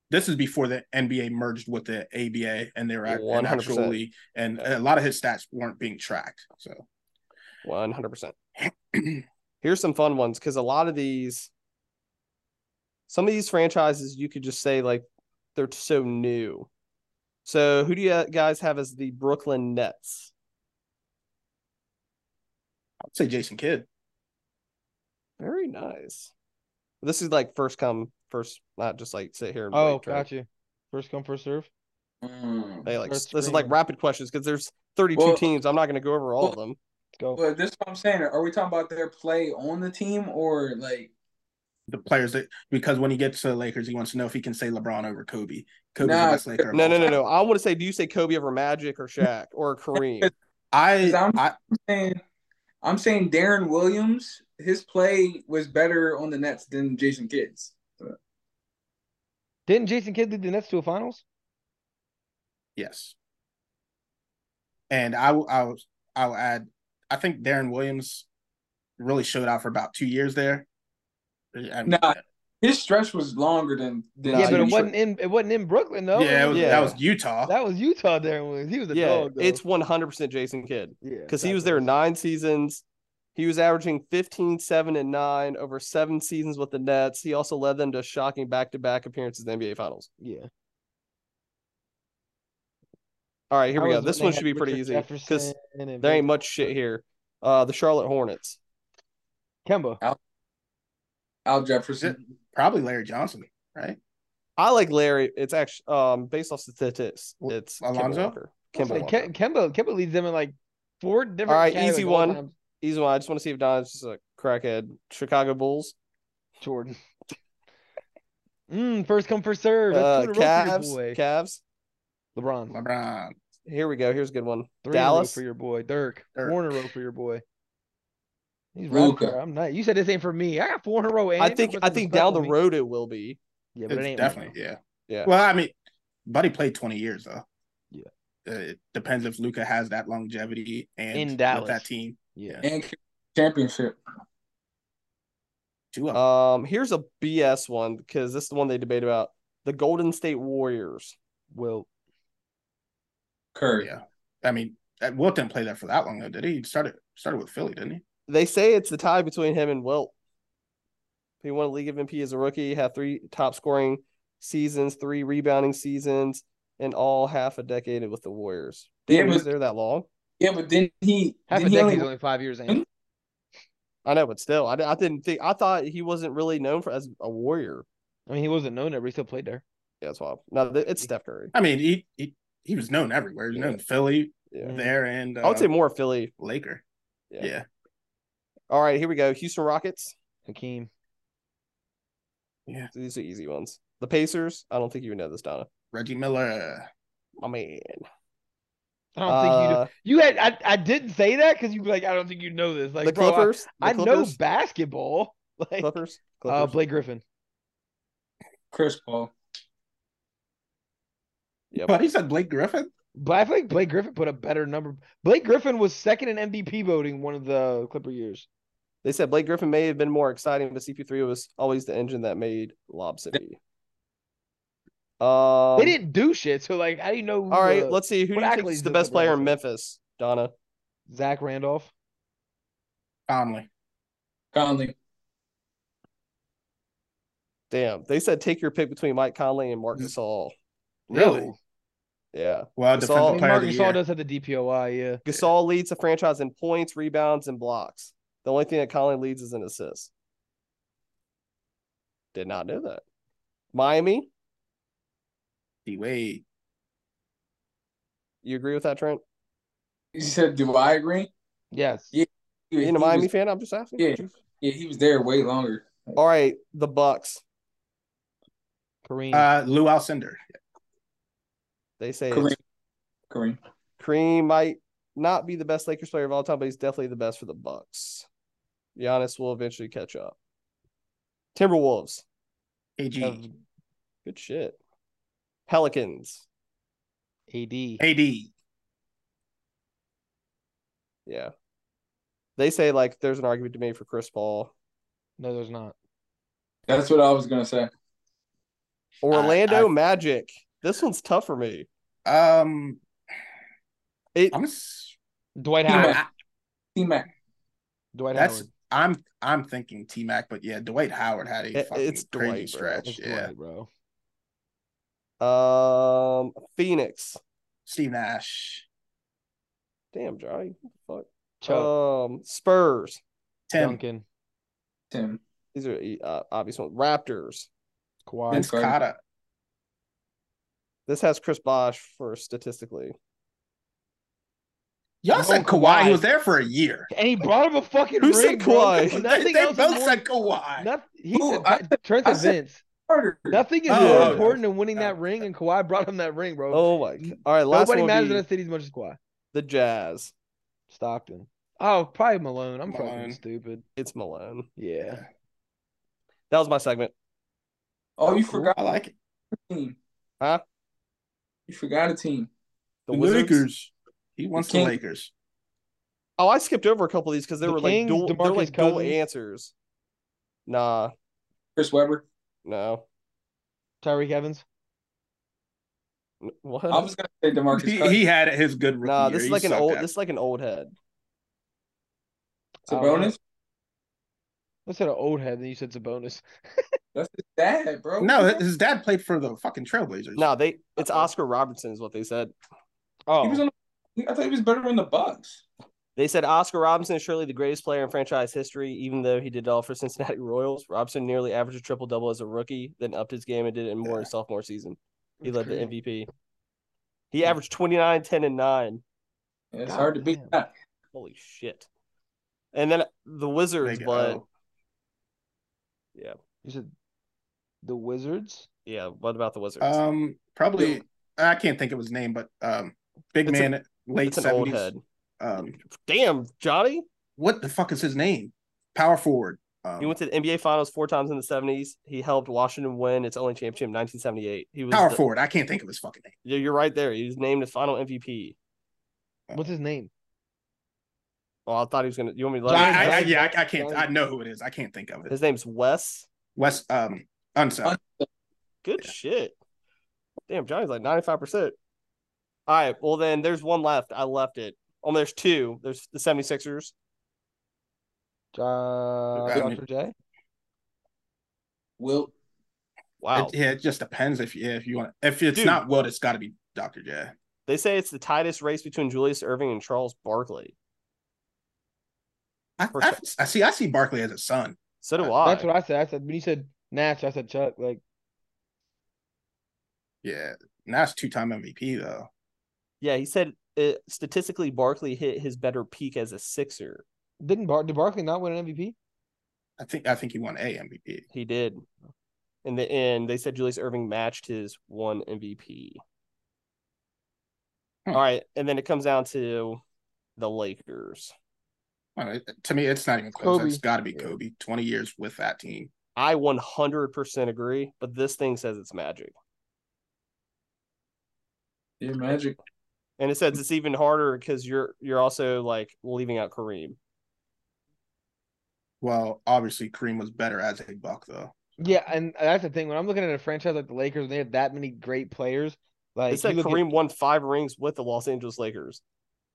[SPEAKER 3] this is before the NBA merged with the ABA and they were act- an
[SPEAKER 4] 100%.
[SPEAKER 3] actual league, and a lot of his stats weren't being tracked. So
[SPEAKER 4] One hundred percent. Here's some fun ones because a lot of these, some of these franchises, you could just say like they're so new. So who do you guys have as the Brooklyn Nets?
[SPEAKER 3] I'd say Jason Kidd.
[SPEAKER 4] Very nice. This is like first come first, not just like sit here. And
[SPEAKER 1] Oh,
[SPEAKER 4] wait, right?
[SPEAKER 1] gotcha. First come, first serve.
[SPEAKER 2] Mm.
[SPEAKER 4] They like
[SPEAKER 1] Start
[SPEAKER 4] this is like
[SPEAKER 1] screaming.
[SPEAKER 4] rapid questions because there's 32
[SPEAKER 2] Well-
[SPEAKER 4] teams. I'm not going to go over all of
[SPEAKER 2] Well-
[SPEAKER 4] them.
[SPEAKER 1] Go.
[SPEAKER 2] But this is what I'm saying. Are we talking about their play on the team or like
[SPEAKER 3] The players that because when he gets to the Lakers, he wants to know if he can say LeBron over Kobe. Kobe's
[SPEAKER 2] Nah.
[SPEAKER 3] the best Laker. of
[SPEAKER 4] No,
[SPEAKER 3] all
[SPEAKER 4] no, no,
[SPEAKER 3] time.
[SPEAKER 4] no. I want to say, do you say Kobe over Magic or Shaq or Kareem?
[SPEAKER 3] I,
[SPEAKER 2] I'm-
[SPEAKER 3] I
[SPEAKER 2] I'm saying I'm saying Darren Williams, his play was better on the Nets than Jason Kidd's.
[SPEAKER 1] Didn't Jason Kidd lead the Nets to a finals?
[SPEAKER 3] yes, and I will. I'll. I'll add. I think Darren Williams really showed out for about two years there. I mean,
[SPEAKER 2] Nah, His stretch was longer than, than
[SPEAKER 4] Nah,
[SPEAKER 1] yeah,
[SPEAKER 4] he
[SPEAKER 1] but it
[SPEAKER 4] was-
[SPEAKER 1] wasn't in it wasn't in Brooklyn though.
[SPEAKER 3] yeah, it was,
[SPEAKER 4] yeah.
[SPEAKER 3] that was Utah.
[SPEAKER 1] that was Utah. Darren Williams. He was a
[SPEAKER 4] yeah,
[SPEAKER 1] dog. Though.
[SPEAKER 4] it's 100% Jason Kidd
[SPEAKER 1] yeah,
[SPEAKER 4] because he was
[SPEAKER 1] exactly.
[SPEAKER 4] there nine seasons. He was averaging 15, 7, and 9 over seven seasons with the Nets. He also led them to shocking back to back appearances in the NBA Finals.
[SPEAKER 1] Yeah,
[SPEAKER 4] All right, here
[SPEAKER 1] I
[SPEAKER 4] we go.
[SPEAKER 1] was-
[SPEAKER 4] This
[SPEAKER 1] they
[SPEAKER 4] one
[SPEAKER 1] had
[SPEAKER 4] should be pretty
[SPEAKER 1] Richard
[SPEAKER 4] easy because
[SPEAKER 1] Jefferson and
[SPEAKER 4] there ain't
[SPEAKER 1] Baker-
[SPEAKER 4] much shit here. Uh, the Charlotte Hornets.
[SPEAKER 1] Kemba.
[SPEAKER 2] Al Jefferson.
[SPEAKER 3] Probably Larry Johnson, right?
[SPEAKER 4] I like Larry. It's actually um based off statistics.
[SPEAKER 3] Wh-
[SPEAKER 4] It's
[SPEAKER 3] Alonzo?
[SPEAKER 4] Kimba Walker. Kimba
[SPEAKER 1] Like,
[SPEAKER 4] Walker.
[SPEAKER 1] Ke- Kemba. Kemba leads them in like four different.
[SPEAKER 4] All right,
[SPEAKER 1] categories
[SPEAKER 4] easy
[SPEAKER 1] all
[SPEAKER 4] one.
[SPEAKER 1] time.
[SPEAKER 4] Easy one. I just want to see if Don's just a crackhead. Chicago Bulls.
[SPEAKER 1] Jordan. Mm, first come, first serve. That's
[SPEAKER 4] Uh,
[SPEAKER 1] two in a row for your
[SPEAKER 4] Cavs.
[SPEAKER 1] boy.
[SPEAKER 4] Cavs.
[SPEAKER 1] LeBron.
[SPEAKER 3] LeBron.
[SPEAKER 4] Here we go. Here's a good one.
[SPEAKER 1] Three
[SPEAKER 4] Dallas.
[SPEAKER 1] in a row for your boy. Dirk.
[SPEAKER 3] Dirk.
[SPEAKER 1] Four in a row for your boy. He's
[SPEAKER 2] Luka.
[SPEAKER 1] right. I'm not. You said this ain't for me. I got four in a row. And
[SPEAKER 4] I think I think down the road it will be.
[SPEAKER 1] Yeah, but it
[SPEAKER 3] It's
[SPEAKER 1] ain't
[SPEAKER 3] definitely, yeah.
[SPEAKER 4] Yeah.
[SPEAKER 3] Well, I mean, Buddy played 20 years, though.
[SPEAKER 1] Yeah.
[SPEAKER 3] Uh, It depends if Luca has that longevity and
[SPEAKER 1] In
[SPEAKER 3] with
[SPEAKER 1] Dallas.
[SPEAKER 3] that team.
[SPEAKER 1] Yeah.
[SPEAKER 2] And championship.
[SPEAKER 3] Two of them.
[SPEAKER 4] Um, here's a BS one because this is the one they debate about. The Golden State Warriors.
[SPEAKER 1] Well,
[SPEAKER 2] Curry.
[SPEAKER 3] yeah. I mean, that- Wilt didn't play there for that long, though, did he? He started started with Philly, didn't he?
[SPEAKER 4] They say it's the tie between him and Wilt. He won a league of MP as a rookie, had three top scoring seasons, three rebounding seasons, and all half a decade with the Warriors.
[SPEAKER 2] Yeah,
[SPEAKER 4] Damn, he was
[SPEAKER 2] but-
[SPEAKER 4] there that long?
[SPEAKER 2] Yeah, but then he
[SPEAKER 1] half a
[SPEAKER 2] didn't he
[SPEAKER 1] decade's
[SPEAKER 2] only
[SPEAKER 1] only, five years. in.
[SPEAKER 4] I know, but still, I, I didn't think I thought he wasn't really known for as a warrior.
[SPEAKER 1] I mean, he wasn't known ever. He still played there.
[SPEAKER 4] Yeah, that's why. No, th- it's Steph Curry.
[SPEAKER 3] I mean, he he, he was known everywhere. He was known in Philly,
[SPEAKER 4] Yeah.
[SPEAKER 3] there, and uh,
[SPEAKER 4] Mm-hmm. I would say more Philly.
[SPEAKER 3] Laker.
[SPEAKER 4] Yeah.
[SPEAKER 3] Yeah.
[SPEAKER 4] All right, here we go. Houston Rockets.
[SPEAKER 1] Hakeem.
[SPEAKER 4] These are easy ones. The Pacers. I don't think you would know this, Donna.
[SPEAKER 3] Reggie Miller.
[SPEAKER 4] My man.
[SPEAKER 1] I don't think you.
[SPEAKER 4] Uh,
[SPEAKER 1] You had. I, I didn't say that because you were like. I don't think you know this. Like
[SPEAKER 4] the
[SPEAKER 1] bro, I-
[SPEAKER 4] Clippers. the
[SPEAKER 1] I, know
[SPEAKER 4] Clippers,
[SPEAKER 1] basketball. Like
[SPEAKER 4] Clippers.
[SPEAKER 1] uh,
[SPEAKER 4] Clippers.
[SPEAKER 1] Blake Griffin.
[SPEAKER 2] Chris Paul.
[SPEAKER 4] Yep.
[SPEAKER 3] But he said Blake Griffin.
[SPEAKER 1] But I feel like Blake Griffin put a better number. Blake Griffin was second in MVP voting one of the Clipper years.
[SPEAKER 4] They said Blake Griffin may have been more exciting, but CP3 was always the engine that made Lob City. Um,
[SPEAKER 1] they didn't do shit. So like, I didn't know.
[SPEAKER 4] All right,
[SPEAKER 1] uh,
[SPEAKER 4] let's see. Who
[SPEAKER 1] what
[SPEAKER 4] do you think
[SPEAKER 1] accolades
[SPEAKER 4] is the
[SPEAKER 1] did
[SPEAKER 4] best
[SPEAKER 1] LeBron
[SPEAKER 4] player in
[SPEAKER 1] have?
[SPEAKER 4] Memphis, Donna?
[SPEAKER 1] Zach Randolph.
[SPEAKER 3] Conley.
[SPEAKER 2] Conley.
[SPEAKER 4] Damn, they said take your pick between Mike Conley and Mark
[SPEAKER 1] Mm.
[SPEAKER 4] Gasol.
[SPEAKER 3] Really?
[SPEAKER 1] Ew.
[SPEAKER 4] Yeah,
[SPEAKER 3] Well,
[SPEAKER 4] Gasol-
[SPEAKER 3] defensive
[SPEAKER 1] I
[SPEAKER 4] Oh,
[SPEAKER 1] mean,
[SPEAKER 3] player of
[SPEAKER 1] Marc
[SPEAKER 3] the
[SPEAKER 1] Gasol
[SPEAKER 3] year.
[SPEAKER 1] does have the DPOI. Yeah.
[SPEAKER 4] Gasol leads the franchise in points, rebounds, and blocks. The only thing that Conley leads is in assists. Did not know that. Miami,
[SPEAKER 3] D Wade.
[SPEAKER 4] you agree with that, Trent?
[SPEAKER 2] You said, do I agree?
[SPEAKER 1] Yes.
[SPEAKER 2] Yeah. Yeah,
[SPEAKER 4] Being
[SPEAKER 2] he
[SPEAKER 4] a Miami
[SPEAKER 2] was-
[SPEAKER 4] fan, I'm just asking.
[SPEAKER 2] Yeah. yeah, he was there way longer.
[SPEAKER 4] All right, the Bucks.
[SPEAKER 1] Kareem.
[SPEAKER 3] Uh, Lou Alcindor.
[SPEAKER 4] They say it's
[SPEAKER 2] Kareem. Kareem.
[SPEAKER 4] Kareem might not be the best Lakers player of all time, but he's definitely the best for the Bucks. Giannis will eventually catch up. Timberwolves.
[SPEAKER 3] AG.
[SPEAKER 4] have- good shit. Pelicans.
[SPEAKER 1] AD.
[SPEAKER 3] AD.
[SPEAKER 4] Yeah. They say like there's an argument to be made for Chris Paul.
[SPEAKER 1] No, there's not.
[SPEAKER 2] That's what I was gonna say.
[SPEAKER 4] Orlando
[SPEAKER 3] I-
[SPEAKER 4] Magic. This one's tough for me.
[SPEAKER 3] Um,
[SPEAKER 4] It,
[SPEAKER 3] I'm s-
[SPEAKER 1] Dwight
[SPEAKER 2] Yeah.
[SPEAKER 1] Howard.
[SPEAKER 3] I-
[SPEAKER 2] T Mac.
[SPEAKER 1] Dwight
[SPEAKER 3] that's
[SPEAKER 1] Howard.
[SPEAKER 3] I'm I'm thinking T Mac, but yeah, Dwight Howard had a
[SPEAKER 4] It-
[SPEAKER 3] fucking
[SPEAKER 4] it's
[SPEAKER 3] crazy
[SPEAKER 4] Dwight, bro.
[SPEAKER 3] stretch.
[SPEAKER 1] That's
[SPEAKER 3] yeah,
[SPEAKER 1] Dwight, bro.
[SPEAKER 4] um, Phoenix.
[SPEAKER 3] Steve Nash,
[SPEAKER 4] Damn, Johnny. Fuck.
[SPEAKER 1] Chuck
[SPEAKER 4] Um, Spurs.
[SPEAKER 3] Tim,
[SPEAKER 1] Duncan.
[SPEAKER 2] Tim.
[SPEAKER 4] These are uh, obvious ones. Raptors.
[SPEAKER 1] Kawhi.
[SPEAKER 3] Vince
[SPEAKER 2] Carter.
[SPEAKER 3] Carter,
[SPEAKER 4] This has Chris Bosh first statistically.
[SPEAKER 3] Y'all
[SPEAKER 1] I'm
[SPEAKER 3] said
[SPEAKER 1] going
[SPEAKER 3] Kawhi. He
[SPEAKER 1] Kawhi.
[SPEAKER 3] was there for a year.
[SPEAKER 1] And he brought him a fucking
[SPEAKER 4] Who
[SPEAKER 1] ring,
[SPEAKER 4] said
[SPEAKER 1] bro.
[SPEAKER 4] Kawhi?
[SPEAKER 1] Nothing
[SPEAKER 3] they
[SPEAKER 1] else
[SPEAKER 3] both
[SPEAKER 1] is more,
[SPEAKER 3] said Kawhi.
[SPEAKER 1] noth- he
[SPEAKER 2] Ooh,
[SPEAKER 1] said,
[SPEAKER 2] I-
[SPEAKER 1] Trent
[SPEAKER 2] I
[SPEAKER 1] said
[SPEAKER 2] said-
[SPEAKER 1] Vince.
[SPEAKER 2] Carter.
[SPEAKER 1] Nothing is
[SPEAKER 3] Oh,
[SPEAKER 1] more
[SPEAKER 3] okay.
[SPEAKER 1] important than winning that
[SPEAKER 3] Okay.
[SPEAKER 1] ring, and Kawhi brought him that ring, bro.
[SPEAKER 4] Oh my god. All right, last
[SPEAKER 1] Nobody
[SPEAKER 4] one
[SPEAKER 1] matters
[SPEAKER 4] would
[SPEAKER 1] in
[SPEAKER 4] be
[SPEAKER 1] that city as much as Kawhi.
[SPEAKER 4] the Jazz.
[SPEAKER 1] Stockton. Oh, probably Malone. I'm fucking
[SPEAKER 3] Malone.
[SPEAKER 1] stupid.
[SPEAKER 4] It's Malone.
[SPEAKER 1] Yeah.
[SPEAKER 4] That was my segment.
[SPEAKER 2] Oh, you
[SPEAKER 3] Cool.
[SPEAKER 2] forgot
[SPEAKER 3] I like it.
[SPEAKER 2] a team.
[SPEAKER 4] Huh?
[SPEAKER 2] You forgot a team.
[SPEAKER 4] The, Wizards.
[SPEAKER 3] He wants
[SPEAKER 2] The
[SPEAKER 3] the
[SPEAKER 2] King-
[SPEAKER 3] Lakers.
[SPEAKER 4] Oh, I skipped over a couple of these because they
[SPEAKER 1] The
[SPEAKER 4] were
[SPEAKER 1] Kings,
[SPEAKER 4] like dual. They're
[SPEAKER 1] DeMarcus
[SPEAKER 4] like dual
[SPEAKER 1] Cousins.
[SPEAKER 4] answers. Nah,
[SPEAKER 2] Chris Webber.
[SPEAKER 4] no.
[SPEAKER 1] Tyreek Evans.
[SPEAKER 4] N- What?
[SPEAKER 2] I was gonna say Demarcus.
[SPEAKER 3] He,
[SPEAKER 2] Cousins.
[SPEAKER 3] he had it his good rookie
[SPEAKER 4] nah,
[SPEAKER 3] year.
[SPEAKER 4] this is
[SPEAKER 3] He
[SPEAKER 4] like an
[SPEAKER 3] sucked
[SPEAKER 4] old.
[SPEAKER 3] at-
[SPEAKER 4] This is like an old head.
[SPEAKER 3] oh.
[SPEAKER 2] Sabonis.
[SPEAKER 1] I said an old head, then you said Sabonis.
[SPEAKER 2] That's his dad, bro.
[SPEAKER 3] No, his dad played for the fucking Trailblazers.
[SPEAKER 4] No, they. It's Oscar Robertson is what they said.
[SPEAKER 1] Oh,
[SPEAKER 2] he was on. I thought he was better on the Bucks.
[SPEAKER 4] They said Oscar Robinson is surely the greatest player in franchise history, even though he did it all for Cincinnati Royals. Robinson nearly averaged a triple double as a rookie, then upped his game and did it more in
[SPEAKER 3] Yeah.
[SPEAKER 4] his sophomore season. He
[SPEAKER 3] That's
[SPEAKER 4] led
[SPEAKER 3] crazy.
[SPEAKER 4] the MVP. He averaged 29, 10, and 9.
[SPEAKER 2] Yeah, it's
[SPEAKER 1] God
[SPEAKER 2] hard to beat
[SPEAKER 1] damn.
[SPEAKER 2] that.
[SPEAKER 4] Holy shit. And then the Wizards,
[SPEAKER 3] Like,
[SPEAKER 4] but
[SPEAKER 3] oh,
[SPEAKER 1] you said the Wizards.
[SPEAKER 4] yeah, what about the Wizards?
[SPEAKER 3] um, probably I can't think of his name, but um, big
[SPEAKER 4] It's a-
[SPEAKER 3] man, late
[SPEAKER 4] it's an old
[SPEAKER 3] seventies.
[SPEAKER 4] head.
[SPEAKER 3] Um,
[SPEAKER 4] Damn, Johnny.
[SPEAKER 3] what the fuck is his name? Power forward. Um,
[SPEAKER 4] He went to the NBA Finals four times in the 70s. He helped Washington win its only championship in 1978. He was
[SPEAKER 3] power
[SPEAKER 4] the-
[SPEAKER 3] forward. I can't think of his fucking name.
[SPEAKER 4] Yeah, You're right there. He was named the final MVP.
[SPEAKER 1] What's his name?
[SPEAKER 4] Well, Oh, I thought he was going to. You want me to
[SPEAKER 1] Well,
[SPEAKER 3] I-
[SPEAKER 4] let
[SPEAKER 1] John-
[SPEAKER 3] I- I-
[SPEAKER 1] Zion-
[SPEAKER 3] yeah, I, I can't. I
[SPEAKER 1] Zion-
[SPEAKER 3] know who it is. I can't think of it.
[SPEAKER 4] His name's Wes.
[SPEAKER 3] West. Um, Unsell.
[SPEAKER 2] Un-
[SPEAKER 4] Good shit. Damn, Johnny's like 95%. All right. Well, then there's one left. I left it. Oh, there's two. There's the 76ers.
[SPEAKER 1] Uh,
[SPEAKER 3] I mean-
[SPEAKER 1] Dr. J.
[SPEAKER 2] Wilt.
[SPEAKER 4] Wow.
[SPEAKER 3] It, yeah, it just depends if yeah, if you want. If it's
[SPEAKER 4] Dude.
[SPEAKER 3] not Wilt, it's got to be Doctor J.
[SPEAKER 4] they say it's the tightest race between Julius Irving and Charles Barkley.
[SPEAKER 3] I,
[SPEAKER 4] For
[SPEAKER 3] I, I see. I see Barkley as a son.
[SPEAKER 4] So do
[SPEAKER 3] Uh,
[SPEAKER 4] I.
[SPEAKER 1] That's what I said. I said when you said Nash, I said Chuck. Like
[SPEAKER 3] Yeah, Nash two time MVP though.
[SPEAKER 4] yeah, he said uh statistically, Barkley hit his better peak as a Sixer.
[SPEAKER 1] didn't Bar- did Barkley not win an MVP?
[SPEAKER 3] I think I think he won a MVP.
[SPEAKER 4] He did. In the end, they said Julius Irving matched his one MVP.
[SPEAKER 3] Hmm.
[SPEAKER 4] All right. And then it comes down to the Lakers.
[SPEAKER 3] I don't know, to me, it's not even close.
[SPEAKER 1] Kobe.
[SPEAKER 3] It's got to be
[SPEAKER 4] Yeah.
[SPEAKER 3] Kobe. Twenty years with that team.
[SPEAKER 4] I 100% agree, but this thing says it's magic.
[SPEAKER 2] Yeah, Magic.
[SPEAKER 4] And it
[SPEAKER 1] Mm.
[SPEAKER 4] says it's even harder because you're you're also like leaving out Kareem.
[SPEAKER 3] Well, obviously, Kareem was better as a buck though.
[SPEAKER 1] Yeah, and that's the thing. When I'm looking at a franchise like the Lakers, and they have that many great players, like
[SPEAKER 4] It said
[SPEAKER 1] you look at-
[SPEAKER 4] Kareem won five rings with the Los Angeles Lakers.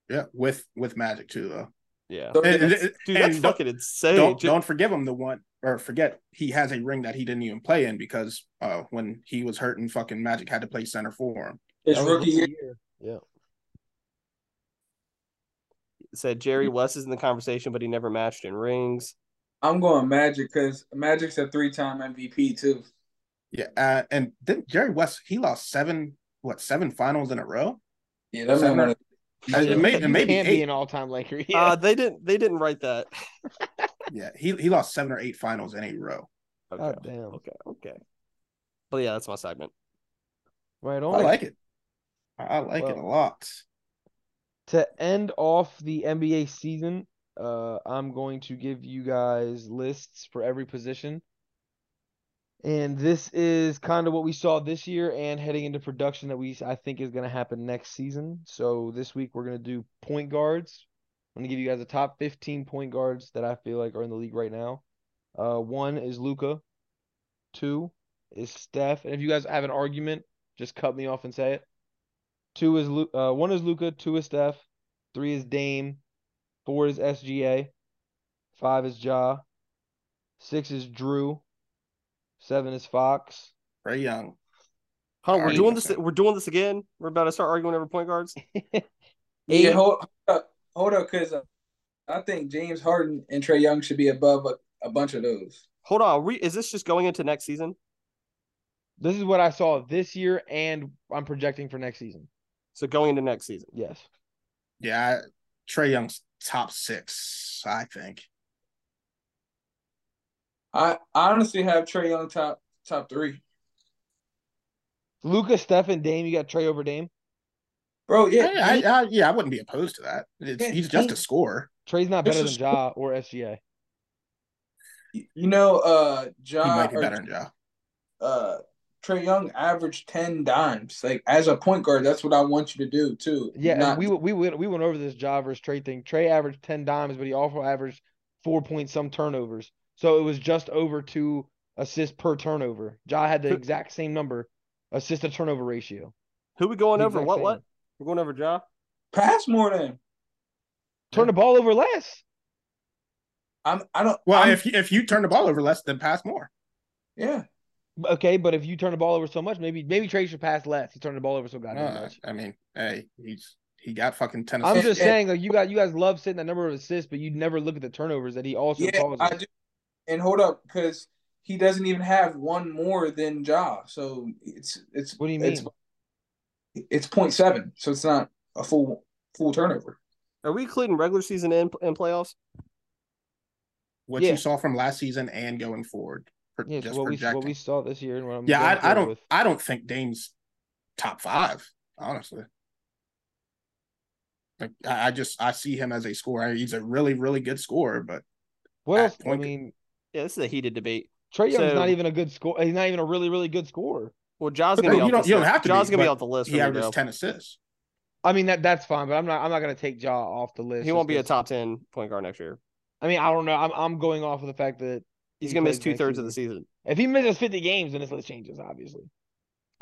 [SPEAKER 3] Yeah, with with Magic too though.
[SPEAKER 4] Yeah.
[SPEAKER 2] So-
[SPEAKER 3] And,
[SPEAKER 2] Dude,
[SPEAKER 4] Dude, that's
[SPEAKER 3] and don't,
[SPEAKER 4] fucking insane.
[SPEAKER 3] don't,
[SPEAKER 4] Ju-
[SPEAKER 3] don't forgive him the one or forget he has a ring that he didn't even play in because uh when he was hurt and fucking Magic had to play center for him.
[SPEAKER 2] His
[SPEAKER 1] that was
[SPEAKER 2] rookie year.
[SPEAKER 1] Yeah,
[SPEAKER 4] It said Jerry West is in the conversation, but he never matched in rings.
[SPEAKER 2] I'm going Magic because Magic's a three-time MVP too.
[SPEAKER 3] Yeah, uh, and then Jerry West he lost seven what seven finals in a row.
[SPEAKER 2] Yeah, that man
[SPEAKER 3] Seven or-
[SPEAKER 2] wanted
[SPEAKER 3] Uh, it may- it
[SPEAKER 1] You
[SPEAKER 3] may be
[SPEAKER 1] can't
[SPEAKER 3] eight.
[SPEAKER 1] be an all-time Laker. Yeah.
[SPEAKER 4] Uh they didn't they didn't write that.
[SPEAKER 3] Yeah, he he lost seven or eight finals in a row.
[SPEAKER 4] Okay.
[SPEAKER 1] God damn.
[SPEAKER 4] Okay. Okay. But yeah, that's my segment.
[SPEAKER 1] Right
[SPEAKER 3] I
[SPEAKER 1] on.
[SPEAKER 3] like it. I I like it a lot.
[SPEAKER 1] to end off the NBA season, uh, I'm going to give you guys lists for every position. And this is kind of what we saw this year and heading into production that we I think is going to happen next season. So this week we're going to do point guards. I'm going to give you guys the top 15 point guards that I feel like are in the league right now. Uh, one is Luca. Two is Steph. And if you guys have an argument, just cut me off and say it. Two is Lu- uh, one is Luca, two is Steph, three is Dame, four is SGA, five is Ja, six is Drew, seven is Fox.
[SPEAKER 3] Trey Young.
[SPEAKER 4] Hold on, we're
[SPEAKER 3] Alright.
[SPEAKER 4] doing this. We're doing this again. We're about to start arguing over point guards.
[SPEAKER 2] Yeah,
[SPEAKER 1] Eight-
[SPEAKER 2] hold, hold up, hold up, because I think James Harden and Trey Young should be above a, a bunch of those.
[SPEAKER 4] Hold on, re- is this just going into next season?
[SPEAKER 1] This is what I saw this year, and I'm projecting for next season.
[SPEAKER 4] So going into next season.
[SPEAKER 1] Yes.
[SPEAKER 3] Yeah, I- Trey Young's top six, I think.
[SPEAKER 2] I, I honestly have Trey Young top top three,
[SPEAKER 1] Luca, Steph, and Dame. You got Trey over Dame.
[SPEAKER 2] bro. Yeah,
[SPEAKER 3] Yeah, I, I, yeah, I wouldn't be opposed to that. It's,
[SPEAKER 2] Yeah,
[SPEAKER 3] he's just
[SPEAKER 2] he-
[SPEAKER 3] a scorer.
[SPEAKER 1] Trey's not
[SPEAKER 2] This
[SPEAKER 1] better than
[SPEAKER 2] is-
[SPEAKER 1] Ja or SGA.
[SPEAKER 2] you- you know, uh,
[SPEAKER 3] He
[SPEAKER 2] John
[SPEAKER 3] might be better than Ja.
[SPEAKER 2] uh Trey Young averaged ten dimes. Like as a point guard, that's what I want you to do too.
[SPEAKER 1] Yeah, and
[SPEAKER 2] Not-
[SPEAKER 1] we we went we went over this Ja versus Trey thing. Trey averaged ten dimes, but he also averaged four point some turnovers. So it was just over two assists per turnover. Ja had the
[SPEAKER 4] Who-
[SPEAKER 1] exact same number, assist to turnover ratio.
[SPEAKER 4] Who we going
[SPEAKER 1] The
[SPEAKER 4] over?
[SPEAKER 1] exact
[SPEAKER 4] What?
[SPEAKER 1] same.
[SPEAKER 4] What? We're going over Ja.
[SPEAKER 2] pass more than
[SPEAKER 1] Turn the ball over less.
[SPEAKER 2] I'm. I don't.
[SPEAKER 3] Well,
[SPEAKER 2] I'm-
[SPEAKER 3] if you, if you turn the ball over less, then pass more.
[SPEAKER 2] yeah,
[SPEAKER 1] Okay, but if you turn the ball over so much, maybe maybe Trey should pass less. He turned the ball over so goddamn
[SPEAKER 3] Uh,
[SPEAKER 1] much.
[SPEAKER 3] I mean, hey, he's he got fucking Tennessee.
[SPEAKER 1] I'm just
[SPEAKER 2] Yeah.
[SPEAKER 1] saying, like you got you guys love sitting that number of assists, but you never look at the turnovers that he also
[SPEAKER 2] yeah,
[SPEAKER 1] causes.
[SPEAKER 2] I do. And hold up, because he doesn't even have one more than Ja. So it's it's
[SPEAKER 1] What do you
[SPEAKER 2] it's,
[SPEAKER 1] mean?
[SPEAKER 2] It's point seven, so it's not a full full turnover.
[SPEAKER 4] Are we including regular season and, and playoffs?
[SPEAKER 3] what
[SPEAKER 1] Yeah.
[SPEAKER 3] you saw from last season and going forward. pro-
[SPEAKER 1] Yeah, it's
[SPEAKER 3] just
[SPEAKER 1] what we
[SPEAKER 3] projecting.
[SPEAKER 1] what we saw this year and what I'm
[SPEAKER 3] yeah,
[SPEAKER 1] going
[SPEAKER 3] I, I
[SPEAKER 1] forward
[SPEAKER 3] don't
[SPEAKER 1] with.
[SPEAKER 3] I don't think Dame's top five, honestly. Like, I, I just I see him as a scorer. He's a really really good scorer, but
[SPEAKER 1] What
[SPEAKER 3] at
[SPEAKER 1] else? I
[SPEAKER 3] point-
[SPEAKER 1] mean,
[SPEAKER 4] Yeah, this is a heated debate.
[SPEAKER 1] Trey Young's
[SPEAKER 4] So-
[SPEAKER 1] not even a good score. He's not even a really, really good scorer.
[SPEAKER 4] Well, Ja's
[SPEAKER 3] But
[SPEAKER 4] gonna be
[SPEAKER 3] you
[SPEAKER 4] off
[SPEAKER 3] don't-
[SPEAKER 4] this
[SPEAKER 3] you don't
[SPEAKER 4] list.
[SPEAKER 3] have to
[SPEAKER 4] Ja's
[SPEAKER 3] be,
[SPEAKER 4] gonna be
[SPEAKER 3] but
[SPEAKER 4] off the list.
[SPEAKER 3] he
[SPEAKER 4] for me,
[SPEAKER 3] averages
[SPEAKER 4] though.
[SPEAKER 3] ten assists.
[SPEAKER 1] I mean that that's fine, but I'm not I'm not gonna take Jaw off the list.
[SPEAKER 4] He
[SPEAKER 1] just
[SPEAKER 4] won't be a
[SPEAKER 1] 'cause-
[SPEAKER 4] top ten point guard next year.
[SPEAKER 1] I mean, I don't know. I'm I'm going off of the fact that
[SPEAKER 4] He's
[SPEAKER 1] He
[SPEAKER 4] gonna miss
[SPEAKER 1] plays
[SPEAKER 4] two
[SPEAKER 1] next
[SPEAKER 4] thirds of the season.
[SPEAKER 1] if he misses 50 games, then this list changes, obviously.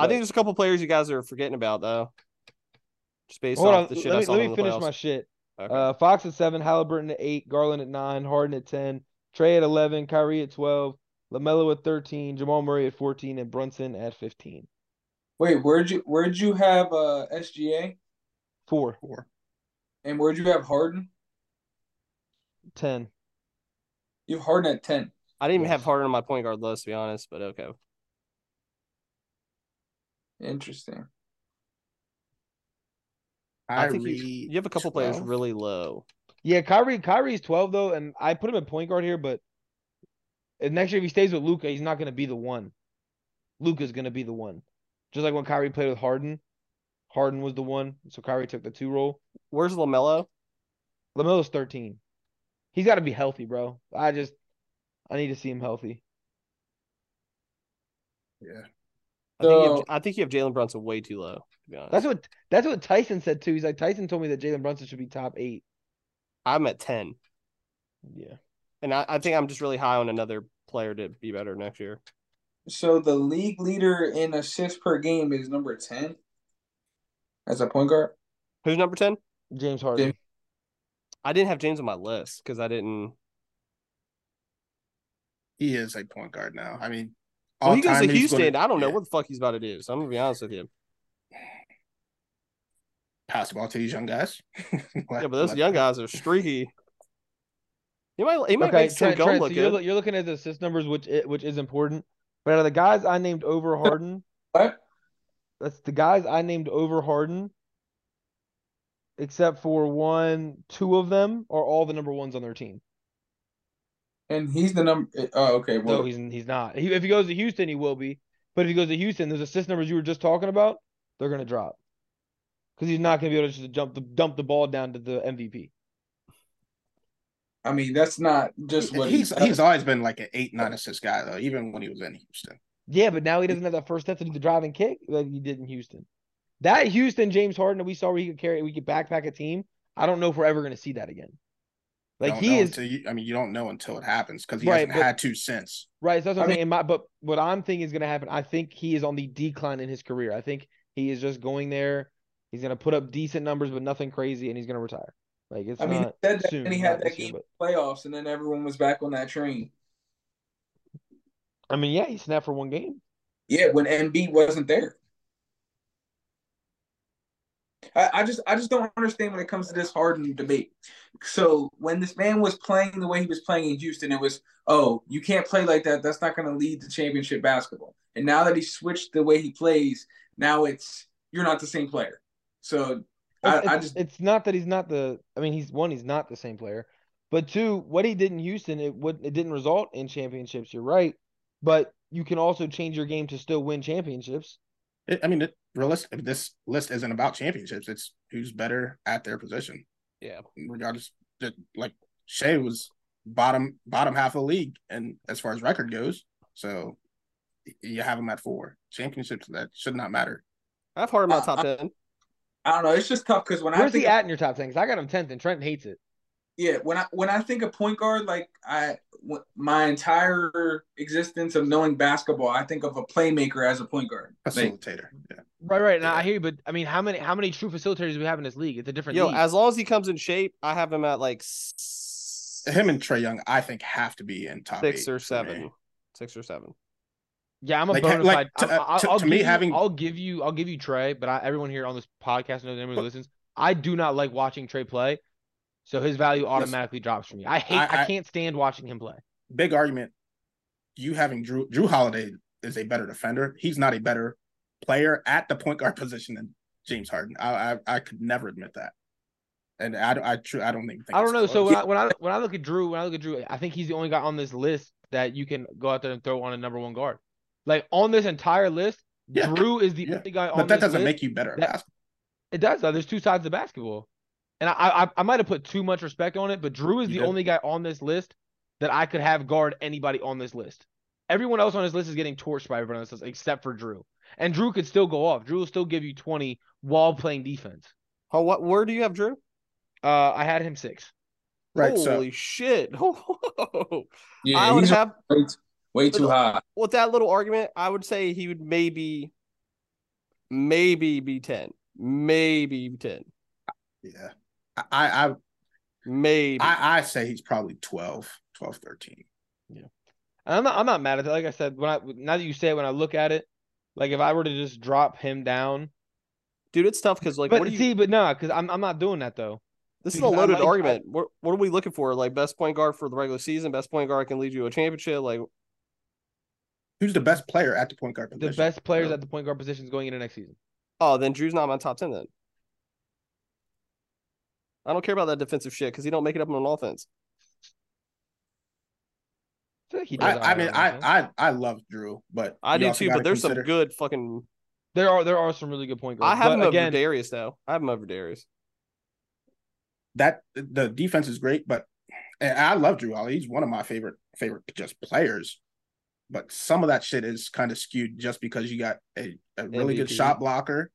[SPEAKER 4] I
[SPEAKER 1] But-
[SPEAKER 4] think there's a couple players you guys are forgetting about though. Just based
[SPEAKER 1] Hold
[SPEAKER 4] off
[SPEAKER 1] on,
[SPEAKER 4] the shit
[SPEAKER 1] let
[SPEAKER 4] I
[SPEAKER 1] me
[SPEAKER 4] saw
[SPEAKER 1] let
[SPEAKER 4] in
[SPEAKER 1] me
[SPEAKER 4] the
[SPEAKER 1] finish
[SPEAKER 4] playoffs.
[SPEAKER 1] my shit.
[SPEAKER 4] Okay.
[SPEAKER 1] Uh, Fox at seven, Halliburton at eight, Garland at nine, Harden at ten, Trey at eleven, Kyrie at twelve, Lamelo at thirteen, Jamal Murray at fourteen, and Brunson at fifteen.
[SPEAKER 2] Wait, where'd you where'd you have uh SGA
[SPEAKER 1] Four,
[SPEAKER 3] Or
[SPEAKER 2] and where'd you have Harden?
[SPEAKER 1] ten.
[SPEAKER 2] You have Harden at ten.
[SPEAKER 4] I didn't even have
[SPEAKER 1] Yes.
[SPEAKER 4] Harden on my point guard list to be honest, but okay.
[SPEAKER 2] Interesting.
[SPEAKER 4] I,
[SPEAKER 3] I,
[SPEAKER 4] think you, you have a couple players really low.
[SPEAKER 1] Yeah, Kyrie Kyrie's twelve though, and I put him at point guard here, but if next year if he stays with Luca, he's not gonna be the one. Luca's gonna be the one. Just like when Kyrie played with Harden, Harden was the one, so Kyrie took the two role.
[SPEAKER 4] Where's Lamelo?
[SPEAKER 1] Lamelo's thirteen. He's got to be healthy, bro. I just I need to see him healthy.
[SPEAKER 3] Yeah.
[SPEAKER 4] I think you have,
[SPEAKER 2] So-
[SPEAKER 4] I think you have Jalen Brunson way too low. To be honest,
[SPEAKER 1] That's what that's what Tyson said too. He's like Tyson told me that Jalen Brunson should be top eight.
[SPEAKER 4] I'm at ten,
[SPEAKER 1] Yeah.
[SPEAKER 4] and I, I think I'm just really high on another player to be better next year.
[SPEAKER 2] So the league leader in assists per game is number ten as a point guard.
[SPEAKER 4] Who's number ten?
[SPEAKER 1] James Harden.
[SPEAKER 2] James-
[SPEAKER 4] I didn't have James on my list because I didn't.
[SPEAKER 3] he is a point guard now. I mean,
[SPEAKER 4] Well,
[SPEAKER 3] all
[SPEAKER 4] he goes
[SPEAKER 3] time
[SPEAKER 4] to
[SPEAKER 3] he's
[SPEAKER 4] Houston.
[SPEAKER 3] gonna-
[SPEAKER 4] I don't know
[SPEAKER 3] yeah,
[SPEAKER 4] what the fuck he's about to do. So I'm gonna be honest with you.
[SPEAKER 3] pass the ball to these young guys.
[SPEAKER 4] Yeah, but those young guys are streaky. He might he might
[SPEAKER 1] Okay,
[SPEAKER 4] make some
[SPEAKER 1] Trent, Trent,
[SPEAKER 4] look
[SPEAKER 1] so you're,
[SPEAKER 4] good.
[SPEAKER 1] loo- you're looking at the assist numbers, which i- which is important. But out of the guys I named over Harden,
[SPEAKER 2] What?
[SPEAKER 1] that's the guys I named over Harden, except for one, two of them are all the number ones on their team.
[SPEAKER 2] And he's the number. Oh, okay. Well,
[SPEAKER 1] No, he's he's not. He, if he goes to Houston, he will be. But if he goes to Houston, those assist numbers you were just talking about, they're gonna drop because he's not gonna be able to just jump the dump the ball down to the MVP.
[SPEAKER 2] I mean, that's not just what
[SPEAKER 3] he's
[SPEAKER 2] he-
[SPEAKER 3] he's always been like an eight nine assist guy though, even when he was in Houston.
[SPEAKER 1] Yeah, but now he doesn't have that first step to do the driving kick that he did in Houston. That Houston James Harden that we saw where he could carry, we could backpack a team. I don't know if we're ever gonna see that again. Like
[SPEAKER 3] Don't
[SPEAKER 1] he
[SPEAKER 3] know
[SPEAKER 1] is
[SPEAKER 3] until you- I mean, you don't know until it happens because he
[SPEAKER 1] Right,
[SPEAKER 3] hasn't
[SPEAKER 1] but-
[SPEAKER 3] had two since.
[SPEAKER 1] Right, so that's what
[SPEAKER 2] I
[SPEAKER 1] I'm
[SPEAKER 2] mean-
[SPEAKER 1] saying. In my, but what I'm thinking is going to happen, I think he is on the decline in his career. I think he is just going there. He's going to put up decent numbers, but nothing crazy, and he's going to retire. Like it's
[SPEAKER 2] I mean, he
[SPEAKER 1] not
[SPEAKER 2] said that
[SPEAKER 1] soon.
[SPEAKER 2] and he
[SPEAKER 1] not
[SPEAKER 2] had that
[SPEAKER 1] this year,
[SPEAKER 2] game
[SPEAKER 1] but-
[SPEAKER 2] playoffs, and then everyone was back on that train.
[SPEAKER 1] I mean, yeah, he snapped for one game.
[SPEAKER 2] Yeah, when MB wasn't there. I, I just I just don't understand when it comes to this Harden debate. So when this man was playing the way he was playing in Houston, it was oh you can't play like that. That's not going to lead to championship basketball. And now that he switched the way he plays, now it's you're not the same player. So I,
[SPEAKER 1] It's-
[SPEAKER 2] I
[SPEAKER 1] it's-
[SPEAKER 2] just
[SPEAKER 1] it's not that he's not the. I mean, he's one, he's not the same player, but two, what he did in Houston, it would it didn't result in championships. You're right, but you can also change your game to still win championships.
[SPEAKER 3] It, I mean, it, realistic. This list isn't about championships. It's who's better at their position,
[SPEAKER 1] Yeah,
[SPEAKER 3] regardless. that- Like Shea was bottom bottom half of the league, and as far as record goes, so y- you have him at four championships. That should not matter.
[SPEAKER 4] I've hard my
[SPEAKER 2] Uh,
[SPEAKER 4] top ten.
[SPEAKER 2] I don't know. It's just tough because when I
[SPEAKER 1] where's
[SPEAKER 2] think
[SPEAKER 1] he at in your top ten? 'Cause I got him tenth, and Trenton hates it.
[SPEAKER 2] Yeah, when I when I think of point guard, like I w- my entire existence of knowing basketball, I think of a playmaker as a point guard. Like,
[SPEAKER 3] Facilitator. Yeah.
[SPEAKER 1] Right, right. And
[SPEAKER 3] Yeah.
[SPEAKER 1] I hear you, but I mean, how many how many true facilitators do we have in this league? It's a different
[SPEAKER 4] Yo,
[SPEAKER 1] league.
[SPEAKER 4] as long as he comes in shape, I have him at like s-
[SPEAKER 3] Him and Trey Young, I think, have to be in top
[SPEAKER 4] six
[SPEAKER 3] eight
[SPEAKER 4] or
[SPEAKER 3] for
[SPEAKER 4] seven.
[SPEAKER 3] me.
[SPEAKER 4] Six or seven.
[SPEAKER 1] yeah, I'm a
[SPEAKER 3] like, ha-
[SPEAKER 1] bona fide.
[SPEAKER 3] like, to-
[SPEAKER 1] I'm-
[SPEAKER 3] uh,
[SPEAKER 1] I'll,
[SPEAKER 3] to-
[SPEAKER 1] I'll
[SPEAKER 3] to
[SPEAKER 1] give
[SPEAKER 3] me,
[SPEAKER 1] you,
[SPEAKER 3] having-
[SPEAKER 1] I'll give you, I'll give you Trey. But I, everyone here on this podcast knows anyone who
[SPEAKER 3] But-
[SPEAKER 1] listens. I do not like watching Trey play, so his value automatically drops for me. I hate. I,
[SPEAKER 3] I- I-
[SPEAKER 1] can't stand watching him play.
[SPEAKER 3] Big argument. You having Drew Drew Holiday is a better defender. He's not a better player at the point guard position than James Harden. I I, I could never admit that. And I don't I true I don't even think
[SPEAKER 1] I
[SPEAKER 3] it's
[SPEAKER 1] don't know. So uh,
[SPEAKER 3] close.
[SPEAKER 1] when I, when I when I look at Drew, when I look at Drew, I think he's the only guy on this list that you can go out there and throw on a number one guard. Like on this entire list,
[SPEAKER 3] Yeah.
[SPEAKER 1] Drew is the
[SPEAKER 3] Yeah.
[SPEAKER 1] only guy on.
[SPEAKER 3] but that
[SPEAKER 1] this
[SPEAKER 3] doesn't
[SPEAKER 1] list
[SPEAKER 3] make you better at
[SPEAKER 1] that-
[SPEAKER 3] basketball.
[SPEAKER 1] It does though. There's two sides to basketball, and I I, I might have put too much respect on it, but Drew is
[SPEAKER 3] You
[SPEAKER 1] the
[SPEAKER 3] did.
[SPEAKER 1] only guy on this list that I could have guard anybody on this list. Everyone else on this list is getting torched by everyone on this list except for Drew, and Drew could still go off. Drew will still give you 20 while playing defense.
[SPEAKER 4] Oh, what where do you have Drew?
[SPEAKER 1] Uh, I had him six.
[SPEAKER 3] Right. So
[SPEAKER 4] Holy shit. Whoa. I
[SPEAKER 2] yeah,
[SPEAKER 4] would
[SPEAKER 2] he's
[SPEAKER 4] have
[SPEAKER 2] way, t- way too high.
[SPEAKER 4] with that little argument, I would say he would maybe maybe be ten. Maybe be ten.
[SPEAKER 3] yeah. I I
[SPEAKER 4] Maybe.
[SPEAKER 3] I, I say he's probably 12, 12, 13.
[SPEAKER 1] And I'm not I'm not mad at that. Like I said, when I now that you say it, when I look at it, like if I were to just drop him down,
[SPEAKER 4] Dude, it's tough because like
[SPEAKER 1] but
[SPEAKER 4] what do you
[SPEAKER 1] see, but no, because I'm I'm not doing that though.
[SPEAKER 4] This is a
[SPEAKER 1] Because I
[SPEAKER 4] loaded
[SPEAKER 1] like- I-
[SPEAKER 4] argument. what what are we looking for? Like best point guard for the regular season, best point guard can lead you to a championship. Like
[SPEAKER 3] Who's the best player at the point guard
[SPEAKER 1] The
[SPEAKER 3] position?
[SPEAKER 1] best players
[SPEAKER 3] Yeah.
[SPEAKER 1] at the point guard positions going into next season.
[SPEAKER 4] oh, then Drew's not my top ten then. I don't care about that defensive shit because he don't make it up on offense.
[SPEAKER 1] I feel like he does.
[SPEAKER 3] I, I
[SPEAKER 1] alright
[SPEAKER 3] mean,
[SPEAKER 1] on offense.
[SPEAKER 3] I, I I love Drew, but
[SPEAKER 4] I
[SPEAKER 3] you
[SPEAKER 4] do
[SPEAKER 3] also
[SPEAKER 4] too,
[SPEAKER 3] gotta
[SPEAKER 4] but there's
[SPEAKER 3] consider-
[SPEAKER 4] some good fucking.
[SPEAKER 1] There are there are some really good point guards.
[SPEAKER 4] I have
[SPEAKER 1] but
[SPEAKER 4] him
[SPEAKER 1] again,
[SPEAKER 4] over Darius now. I have him over Darius.
[SPEAKER 3] that the defense is great, but and I love Drew Holiday. He's one of my favorite favorite just players. But some of that shit is kind of skewed just because you got a, a really good
[SPEAKER 4] MVP.
[SPEAKER 3] shot blocker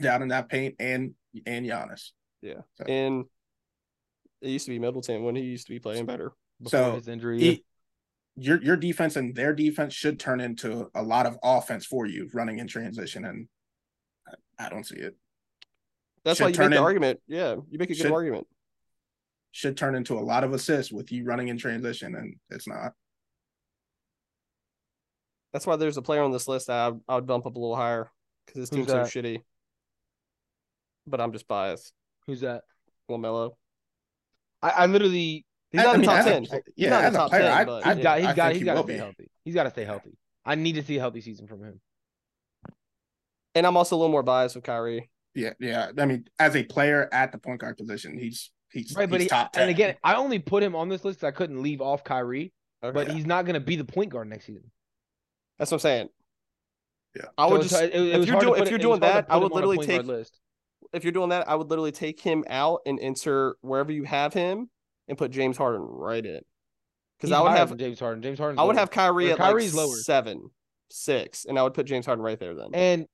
[SPEAKER 3] down in that paint and and Giannis.
[SPEAKER 4] And it used to be Middleton when he used to be playing better.
[SPEAKER 1] before
[SPEAKER 3] so,
[SPEAKER 1] his injury, yeah.
[SPEAKER 3] He, your your defense and their defense should turn into a lot of offense for you running in transition, and I- I don't see it.
[SPEAKER 4] That's
[SPEAKER 3] Should
[SPEAKER 4] why you
[SPEAKER 3] turn
[SPEAKER 4] make the
[SPEAKER 3] in-
[SPEAKER 4] argument. Yeah, you make a good
[SPEAKER 3] should-
[SPEAKER 4] argument.
[SPEAKER 3] Should turn into a lot of assists with you running in transition, and it's not.
[SPEAKER 4] That's why there's a player on this list that I, I would bump up a little higher because his
[SPEAKER 1] Who's
[SPEAKER 4] team's so shitty. But I'm just biased.
[SPEAKER 1] who's that?
[SPEAKER 4] Lamelo.
[SPEAKER 1] I, I literally
[SPEAKER 4] He's not
[SPEAKER 3] I
[SPEAKER 4] in
[SPEAKER 3] mean,
[SPEAKER 4] top
[SPEAKER 3] as a
[SPEAKER 4] ten.
[SPEAKER 3] pl-
[SPEAKER 4] He's
[SPEAKER 3] yeah,
[SPEAKER 4] not in
[SPEAKER 3] as
[SPEAKER 4] the
[SPEAKER 3] a
[SPEAKER 4] top
[SPEAKER 3] player,
[SPEAKER 4] 10,
[SPEAKER 3] I,
[SPEAKER 4] but-
[SPEAKER 3] I,
[SPEAKER 1] he's got he's
[SPEAKER 3] I
[SPEAKER 1] got
[SPEAKER 3] think
[SPEAKER 1] he's
[SPEAKER 3] he
[SPEAKER 1] got
[SPEAKER 3] will
[SPEAKER 1] to stay
[SPEAKER 3] be.
[SPEAKER 1] healthy. He's got to stay healthy. I need to see a healthy season from him.
[SPEAKER 4] And I'm also a little more biased with Kyrie.
[SPEAKER 3] Yeah, yeah. I mean, as a player at the point guard position, he's he's
[SPEAKER 1] Right, but
[SPEAKER 3] he's
[SPEAKER 1] he,
[SPEAKER 3] top 10.
[SPEAKER 1] and again, I only put him on this list because I couldn't leave off Kyrie.
[SPEAKER 4] Okay.
[SPEAKER 1] But he's not going to be the point guard next season.
[SPEAKER 4] That's what I'm saying.
[SPEAKER 3] Yeah.
[SPEAKER 4] I would
[SPEAKER 1] So-
[SPEAKER 4] just
[SPEAKER 1] so it- it
[SPEAKER 4] if
[SPEAKER 1] was
[SPEAKER 4] you're
[SPEAKER 1] hard to
[SPEAKER 4] doing
[SPEAKER 1] put
[SPEAKER 4] if
[SPEAKER 1] it-
[SPEAKER 4] you're
[SPEAKER 1] it was
[SPEAKER 4] doing
[SPEAKER 1] hard to
[SPEAKER 4] that,
[SPEAKER 1] put
[SPEAKER 4] I
[SPEAKER 1] him on
[SPEAKER 4] would
[SPEAKER 1] a
[SPEAKER 4] literally
[SPEAKER 1] point guard
[SPEAKER 4] take
[SPEAKER 1] list.
[SPEAKER 4] if you're doing that, I would literally take him out and insert wherever you have him and put James Harden right in. Because
[SPEAKER 1] He's
[SPEAKER 4] I would
[SPEAKER 1] higher
[SPEAKER 4] have
[SPEAKER 1] than James Harden. James Harden.
[SPEAKER 4] I would have Kyrie
[SPEAKER 1] Or
[SPEAKER 4] at
[SPEAKER 1] Kyrie's
[SPEAKER 4] like
[SPEAKER 1] lower.
[SPEAKER 4] seven, six, and I would put James Harden right there then.
[SPEAKER 1] And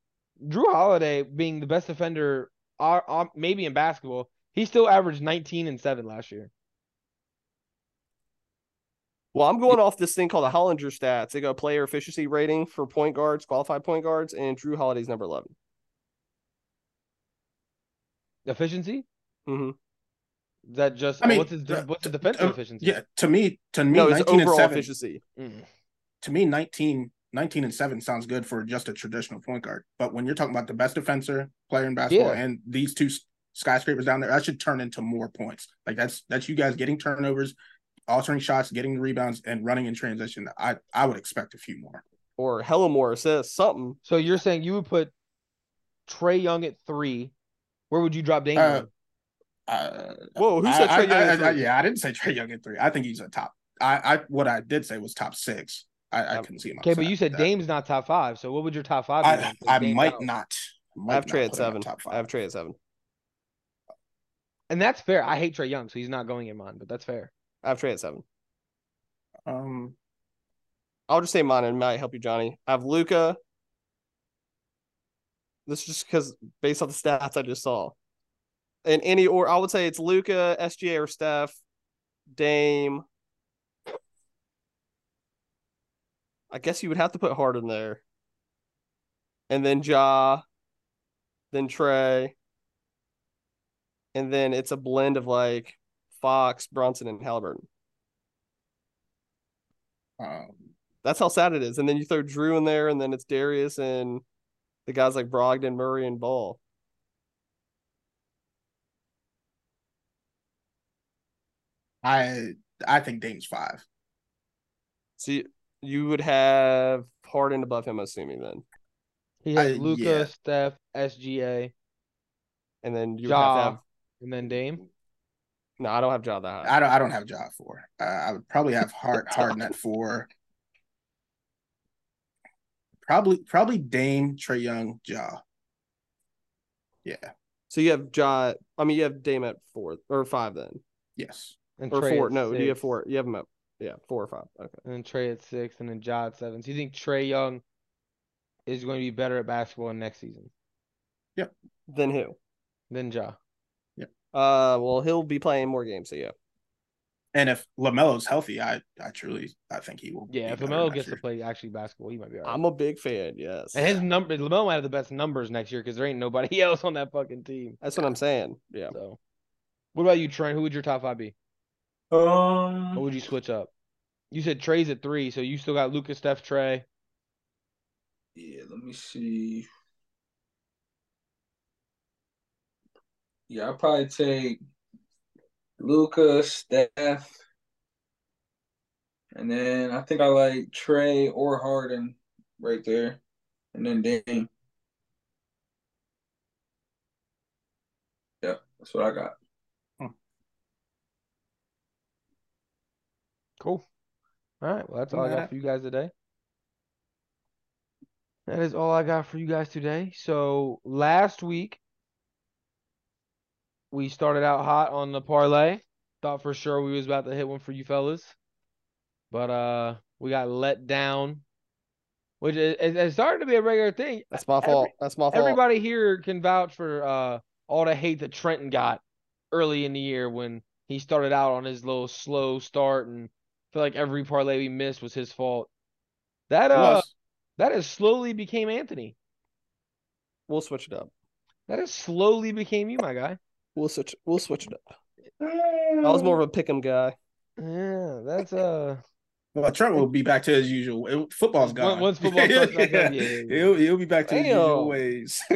[SPEAKER 1] Drew Holiday being the best defender, uh, uh, maybe in basketball, he still averaged 19 and seven last year.
[SPEAKER 4] Well, I'm going off this thing called the Hollinger stats. They go player efficiency rating for point guards, qualified point guards, and Drew Holiday's number 11.
[SPEAKER 1] Efficiency?
[SPEAKER 4] Mm-hmm.
[SPEAKER 1] Is that just
[SPEAKER 3] I mean,
[SPEAKER 1] what's his de-
[SPEAKER 3] uh,
[SPEAKER 1] what's his
[SPEAKER 3] t-
[SPEAKER 1] defensive
[SPEAKER 3] uh,
[SPEAKER 1] efficiency?
[SPEAKER 3] Yeah, to me, to me,
[SPEAKER 4] No, it's
[SPEAKER 3] 19 and
[SPEAKER 4] overall
[SPEAKER 3] 7,
[SPEAKER 4] efficiency.
[SPEAKER 1] Mm.
[SPEAKER 3] to me, 19, 19 and 7 sounds good for just a traditional point guard. But when you're talking about the best defender player in basketball
[SPEAKER 1] Yeah.
[SPEAKER 3] and these two s- skyscrapers down there, that should turn into more points. Like that's that's you guys getting turnovers, altering shots, getting the rebounds, and running in transition. I I would expect a few more.
[SPEAKER 4] Or hella more says something.
[SPEAKER 1] So you're saying you would put Trey Young at three. Where would you drop Dame?
[SPEAKER 3] Uh,
[SPEAKER 1] Young?
[SPEAKER 3] Uh,
[SPEAKER 4] Whoa, who said
[SPEAKER 3] I-
[SPEAKER 4] Trey
[SPEAKER 3] I-
[SPEAKER 4] Young?
[SPEAKER 3] I-
[SPEAKER 4] at
[SPEAKER 3] I-
[SPEAKER 4] three?
[SPEAKER 3] yeah, I didn't say Trey Young at three. I think he's a top. I, I what I did say was top six. I, I
[SPEAKER 4] Um,
[SPEAKER 3] couldn't see him.
[SPEAKER 1] okay, but
[SPEAKER 3] outside
[SPEAKER 1] you said
[SPEAKER 3] that.
[SPEAKER 1] Dame's not top five. So what would your top five be?
[SPEAKER 3] I,
[SPEAKER 1] then? 'Cause
[SPEAKER 3] I
[SPEAKER 1] Dame's
[SPEAKER 3] might
[SPEAKER 1] out.
[SPEAKER 3] not. might
[SPEAKER 4] I have
[SPEAKER 3] not
[SPEAKER 4] Trey at
[SPEAKER 3] put him in
[SPEAKER 4] seven.
[SPEAKER 3] Top five.
[SPEAKER 4] I have Trey at seven.
[SPEAKER 1] and that's fair. I hate Trey Young, so he's not going in mine. But that's fair.
[SPEAKER 4] I have Trey at seven.
[SPEAKER 3] Um,
[SPEAKER 4] I'll just say mine and it might help you, Johnny. I have Luca. This is just because based on the stats I just saw. In any or I would say it's Luca, SGA, or Steph, Dame. I guess you would have to put Harden there. And then Ja, then Trey. And then it's a blend of like Fox, Bronson, and Halliburton.
[SPEAKER 3] um,
[SPEAKER 4] That's how sad it is. And then you throw Drew in there, and then it's Darius and the guys like Brogdon, Murray, and Ball.
[SPEAKER 3] I I think Dame's five.
[SPEAKER 4] So you, you would have Harden above him, assuming then,
[SPEAKER 1] He has
[SPEAKER 3] I-
[SPEAKER 1] Luca,
[SPEAKER 3] yeah.
[SPEAKER 1] Steph, SGA,
[SPEAKER 4] and then you would have to
[SPEAKER 1] Ja,
[SPEAKER 4] have.
[SPEAKER 1] and then Dame.
[SPEAKER 4] No, I don't have Ja that high.
[SPEAKER 3] I don't I don't have Ja at four. Uh, I would probably have Hard Harden at four. Probably probably Dame, Trey Young, Ja. Yeah.
[SPEAKER 4] So you have Ja. I mean, you have Dame at four or five then,
[SPEAKER 3] Yes.
[SPEAKER 1] And
[SPEAKER 4] or
[SPEAKER 1] Trey
[SPEAKER 4] four.
[SPEAKER 1] at
[SPEAKER 4] No, do you have
[SPEAKER 1] six,
[SPEAKER 4] four? You have him at yeah, four or five. Okay.
[SPEAKER 1] And then Trey at six, and then Ja at seven. So you think Trey Young is going to be better at basketball next season
[SPEAKER 4] Then who?
[SPEAKER 1] than Ja?
[SPEAKER 4] Uh, well, he'll be playing more games. So yeah,
[SPEAKER 3] And if Lamelo's healthy, I I truly I think he will.
[SPEAKER 1] Yeah,
[SPEAKER 3] be
[SPEAKER 1] if
[SPEAKER 3] better
[SPEAKER 1] Lamelo
[SPEAKER 3] next
[SPEAKER 1] gets
[SPEAKER 3] year.
[SPEAKER 1] to play actually basketball, he might be all right.
[SPEAKER 4] I'm a big fan. Yes,
[SPEAKER 1] And his number, Lamelo might have the best numbers next year because there ain't nobody else on that fucking team.
[SPEAKER 4] that's what I'm saying. Yeah,
[SPEAKER 1] So, what about you, Trent? Who would your top five be? What
[SPEAKER 2] Um,
[SPEAKER 1] would you switch up? You said Trey's at three, so you still got Lucas, Steph, Trey.
[SPEAKER 2] yeah, let me see. Yeah, I'll probably take Luca, Steph, and then I think I like Trey or Harden right there, and then Dame. Yeah, that's what I got.
[SPEAKER 1] Cool. All right. Well, that's all I
[SPEAKER 3] Alright.
[SPEAKER 1] got for you guys today. That is all I got for you guys today. So last week we started out hot on the parlay. Thought for sure we was about to hit one for you fellas, but uh, we got let down, which is, it, it started to be a regular thing.
[SPEAKER 4] that's my fault. that's my fault.
[SPEAKER 1] Everybody here can vouch for uh, all the hate that Trenton got early in the year when he started out on his little slow start and feel like every parlay we missed was his fault. That uh,
[SPEAKER 3] Plus,
[SPEAKER 1] that has slowly became Anthony.
[SPEAKER 4] We'll switch it up.
[SPEAKER 1] That has slowly became you, my guy.
[SPEAKER 4] We'll switch. We'll switch it up. I was more of a pick'em guy.
[SPEAKER 1] Yeah, that's uh.
[SPEAKER 3] well, Trent will be back to his usual. It, football's
[SPEAKER 1] Once-
[SPEAKER 3] gone.
[SPEAKER 1] once football starts back up, yeah, yeah, yeah.
[SPEAKER 3] He'll, he'll be back to his
[SPEAKER 4] Damn.
[SPEAKER 3] usual ways.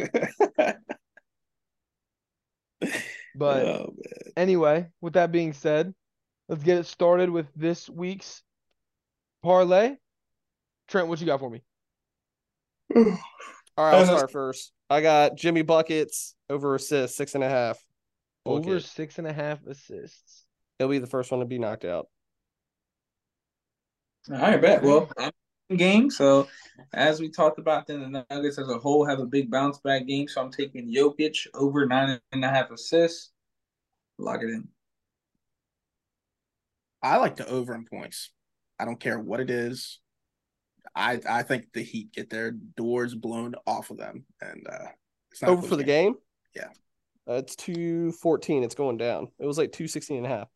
[SPEAKER 1] But
[SPEAKER 3] Oh, man.
[SPEAKER 1] anyway, with that being said, let's get it started with this week's parlay. Trent, what you got for me?
[SPEAKER 4] All right, I'll
[SPEAKER 2] Uh,
[SPEAKER 4] start first. I got Jimmy buckets over assists six and a half. Book
[SPEAKER 1] Over
[SPEAKER 4] it.
[SPEAKER 1] six and a half assists.
[SPEAKER 4] He'll be the first one to be knocked out.
[SPEAKER 2] All right, bet. Well, I'm in game. So, as we talked about, then the Nuggets as a whole have a big bounce back game. So, I'm taking Jokic over nine and a half assists. Lock it in.
[SPEAKER 3] I like to over in points. I don't care what it is. I I think the Heat get their doors blown off of them, and uh, it's not a
[SPEAKER 4] Over
[SPEAKER 3] close
[SPEAKER 4] for the game?
[SPEAKER 3] Yeah.
[SPEAKER 4] Uh, it's 214. It's going down. It was like 216 and a half.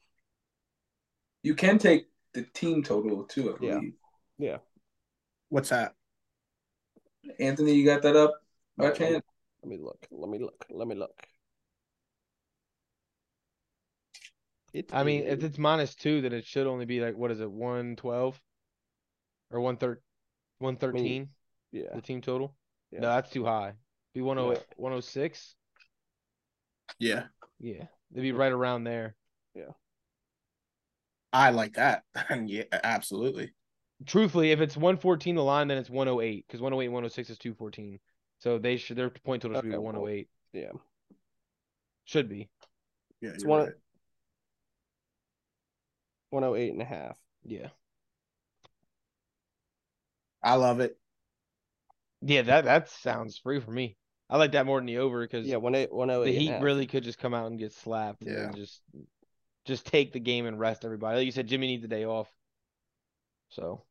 [SPEAKER 2] You can take the team total too. I
[SPEAKER 4] Yeah.
[SPEAKER 2] believe.
[SPEAKER 3] What's that?
[SPEAKER 2] Anthony, you got that up by
[SPEAKER 4] Uh,
[SPEAKER 2] chance?
[SPEAKER 4] Let me look. Let me look. Let me look. It
[SPEAKER 1] I mean, if
[SPEAKER 4] is-
[SPEAKER 1] it's minus two, then it should only be like what is it, one twelve, or one thir, one thirteen,
[SPEAKER 4] yeah.
[SPEAKER 1] the team total.
[SPEAKER 4] Yeah.
[SPEAKER 1] No, that's too high. Be 108, 106?
[SPEAKER 3] Yeah,
[SPEAKER 1] Yeah, it'd be right around there.
[SPEAKER 3] I like that. yeah, absolutely.
[SPEAKER 1] Truthfully, if it's one fourteen the line, then it's one oh eight because one oh eight and one oh six is two fourteen. So they should their point total should be
[SPEAKER 4] Okay,
[SPEAKER 1] one
[SPEAKER 4] well,
[SPEAKER 1] oh eight.
[SPEAKER 4] yeah.
[SPEAKER 1] should be.
[SPEAKER 3] Yeah,
[SPEAKER 4] It's
[SPEAKER 3] you're
[SPEAKER 4] one-
[SPEAKER 3] right.
[SPEAKER 4] 108 and a half.
[SPEAKER 1] Yeah,
[SPEAKER 3] I love it.
[SPEAKER 1] yeah. That that sounds free for me. I like that more than the over because
[SPEAKER 4] Yeah, 108 108.
[SPEAKER 1] the
[SPEAKER 4] and a
[SPEAKER 1] Heat
[SPEAKER 4] half.
[SPEAKER 1] really could just come out and get slapped and then just just take the game and rest everybody. Like you said, Jimmy needs a day off. So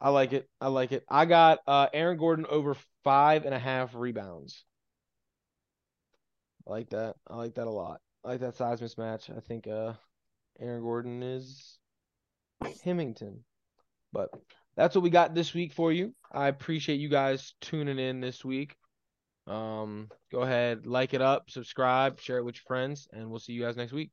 [SPEAKER 1] I like it. I like it. I got uh Aaron Gordon over five and a half rebounds. I like that. I like that a lot. I like that size mismatch. I think uh Aaron Gordon is Hemington. But that's what we got this week for you. I appreciate you guys tuning in this week. Um, go ahead, like it up, subscribe, share it with your friends, and we'll see you guys next week.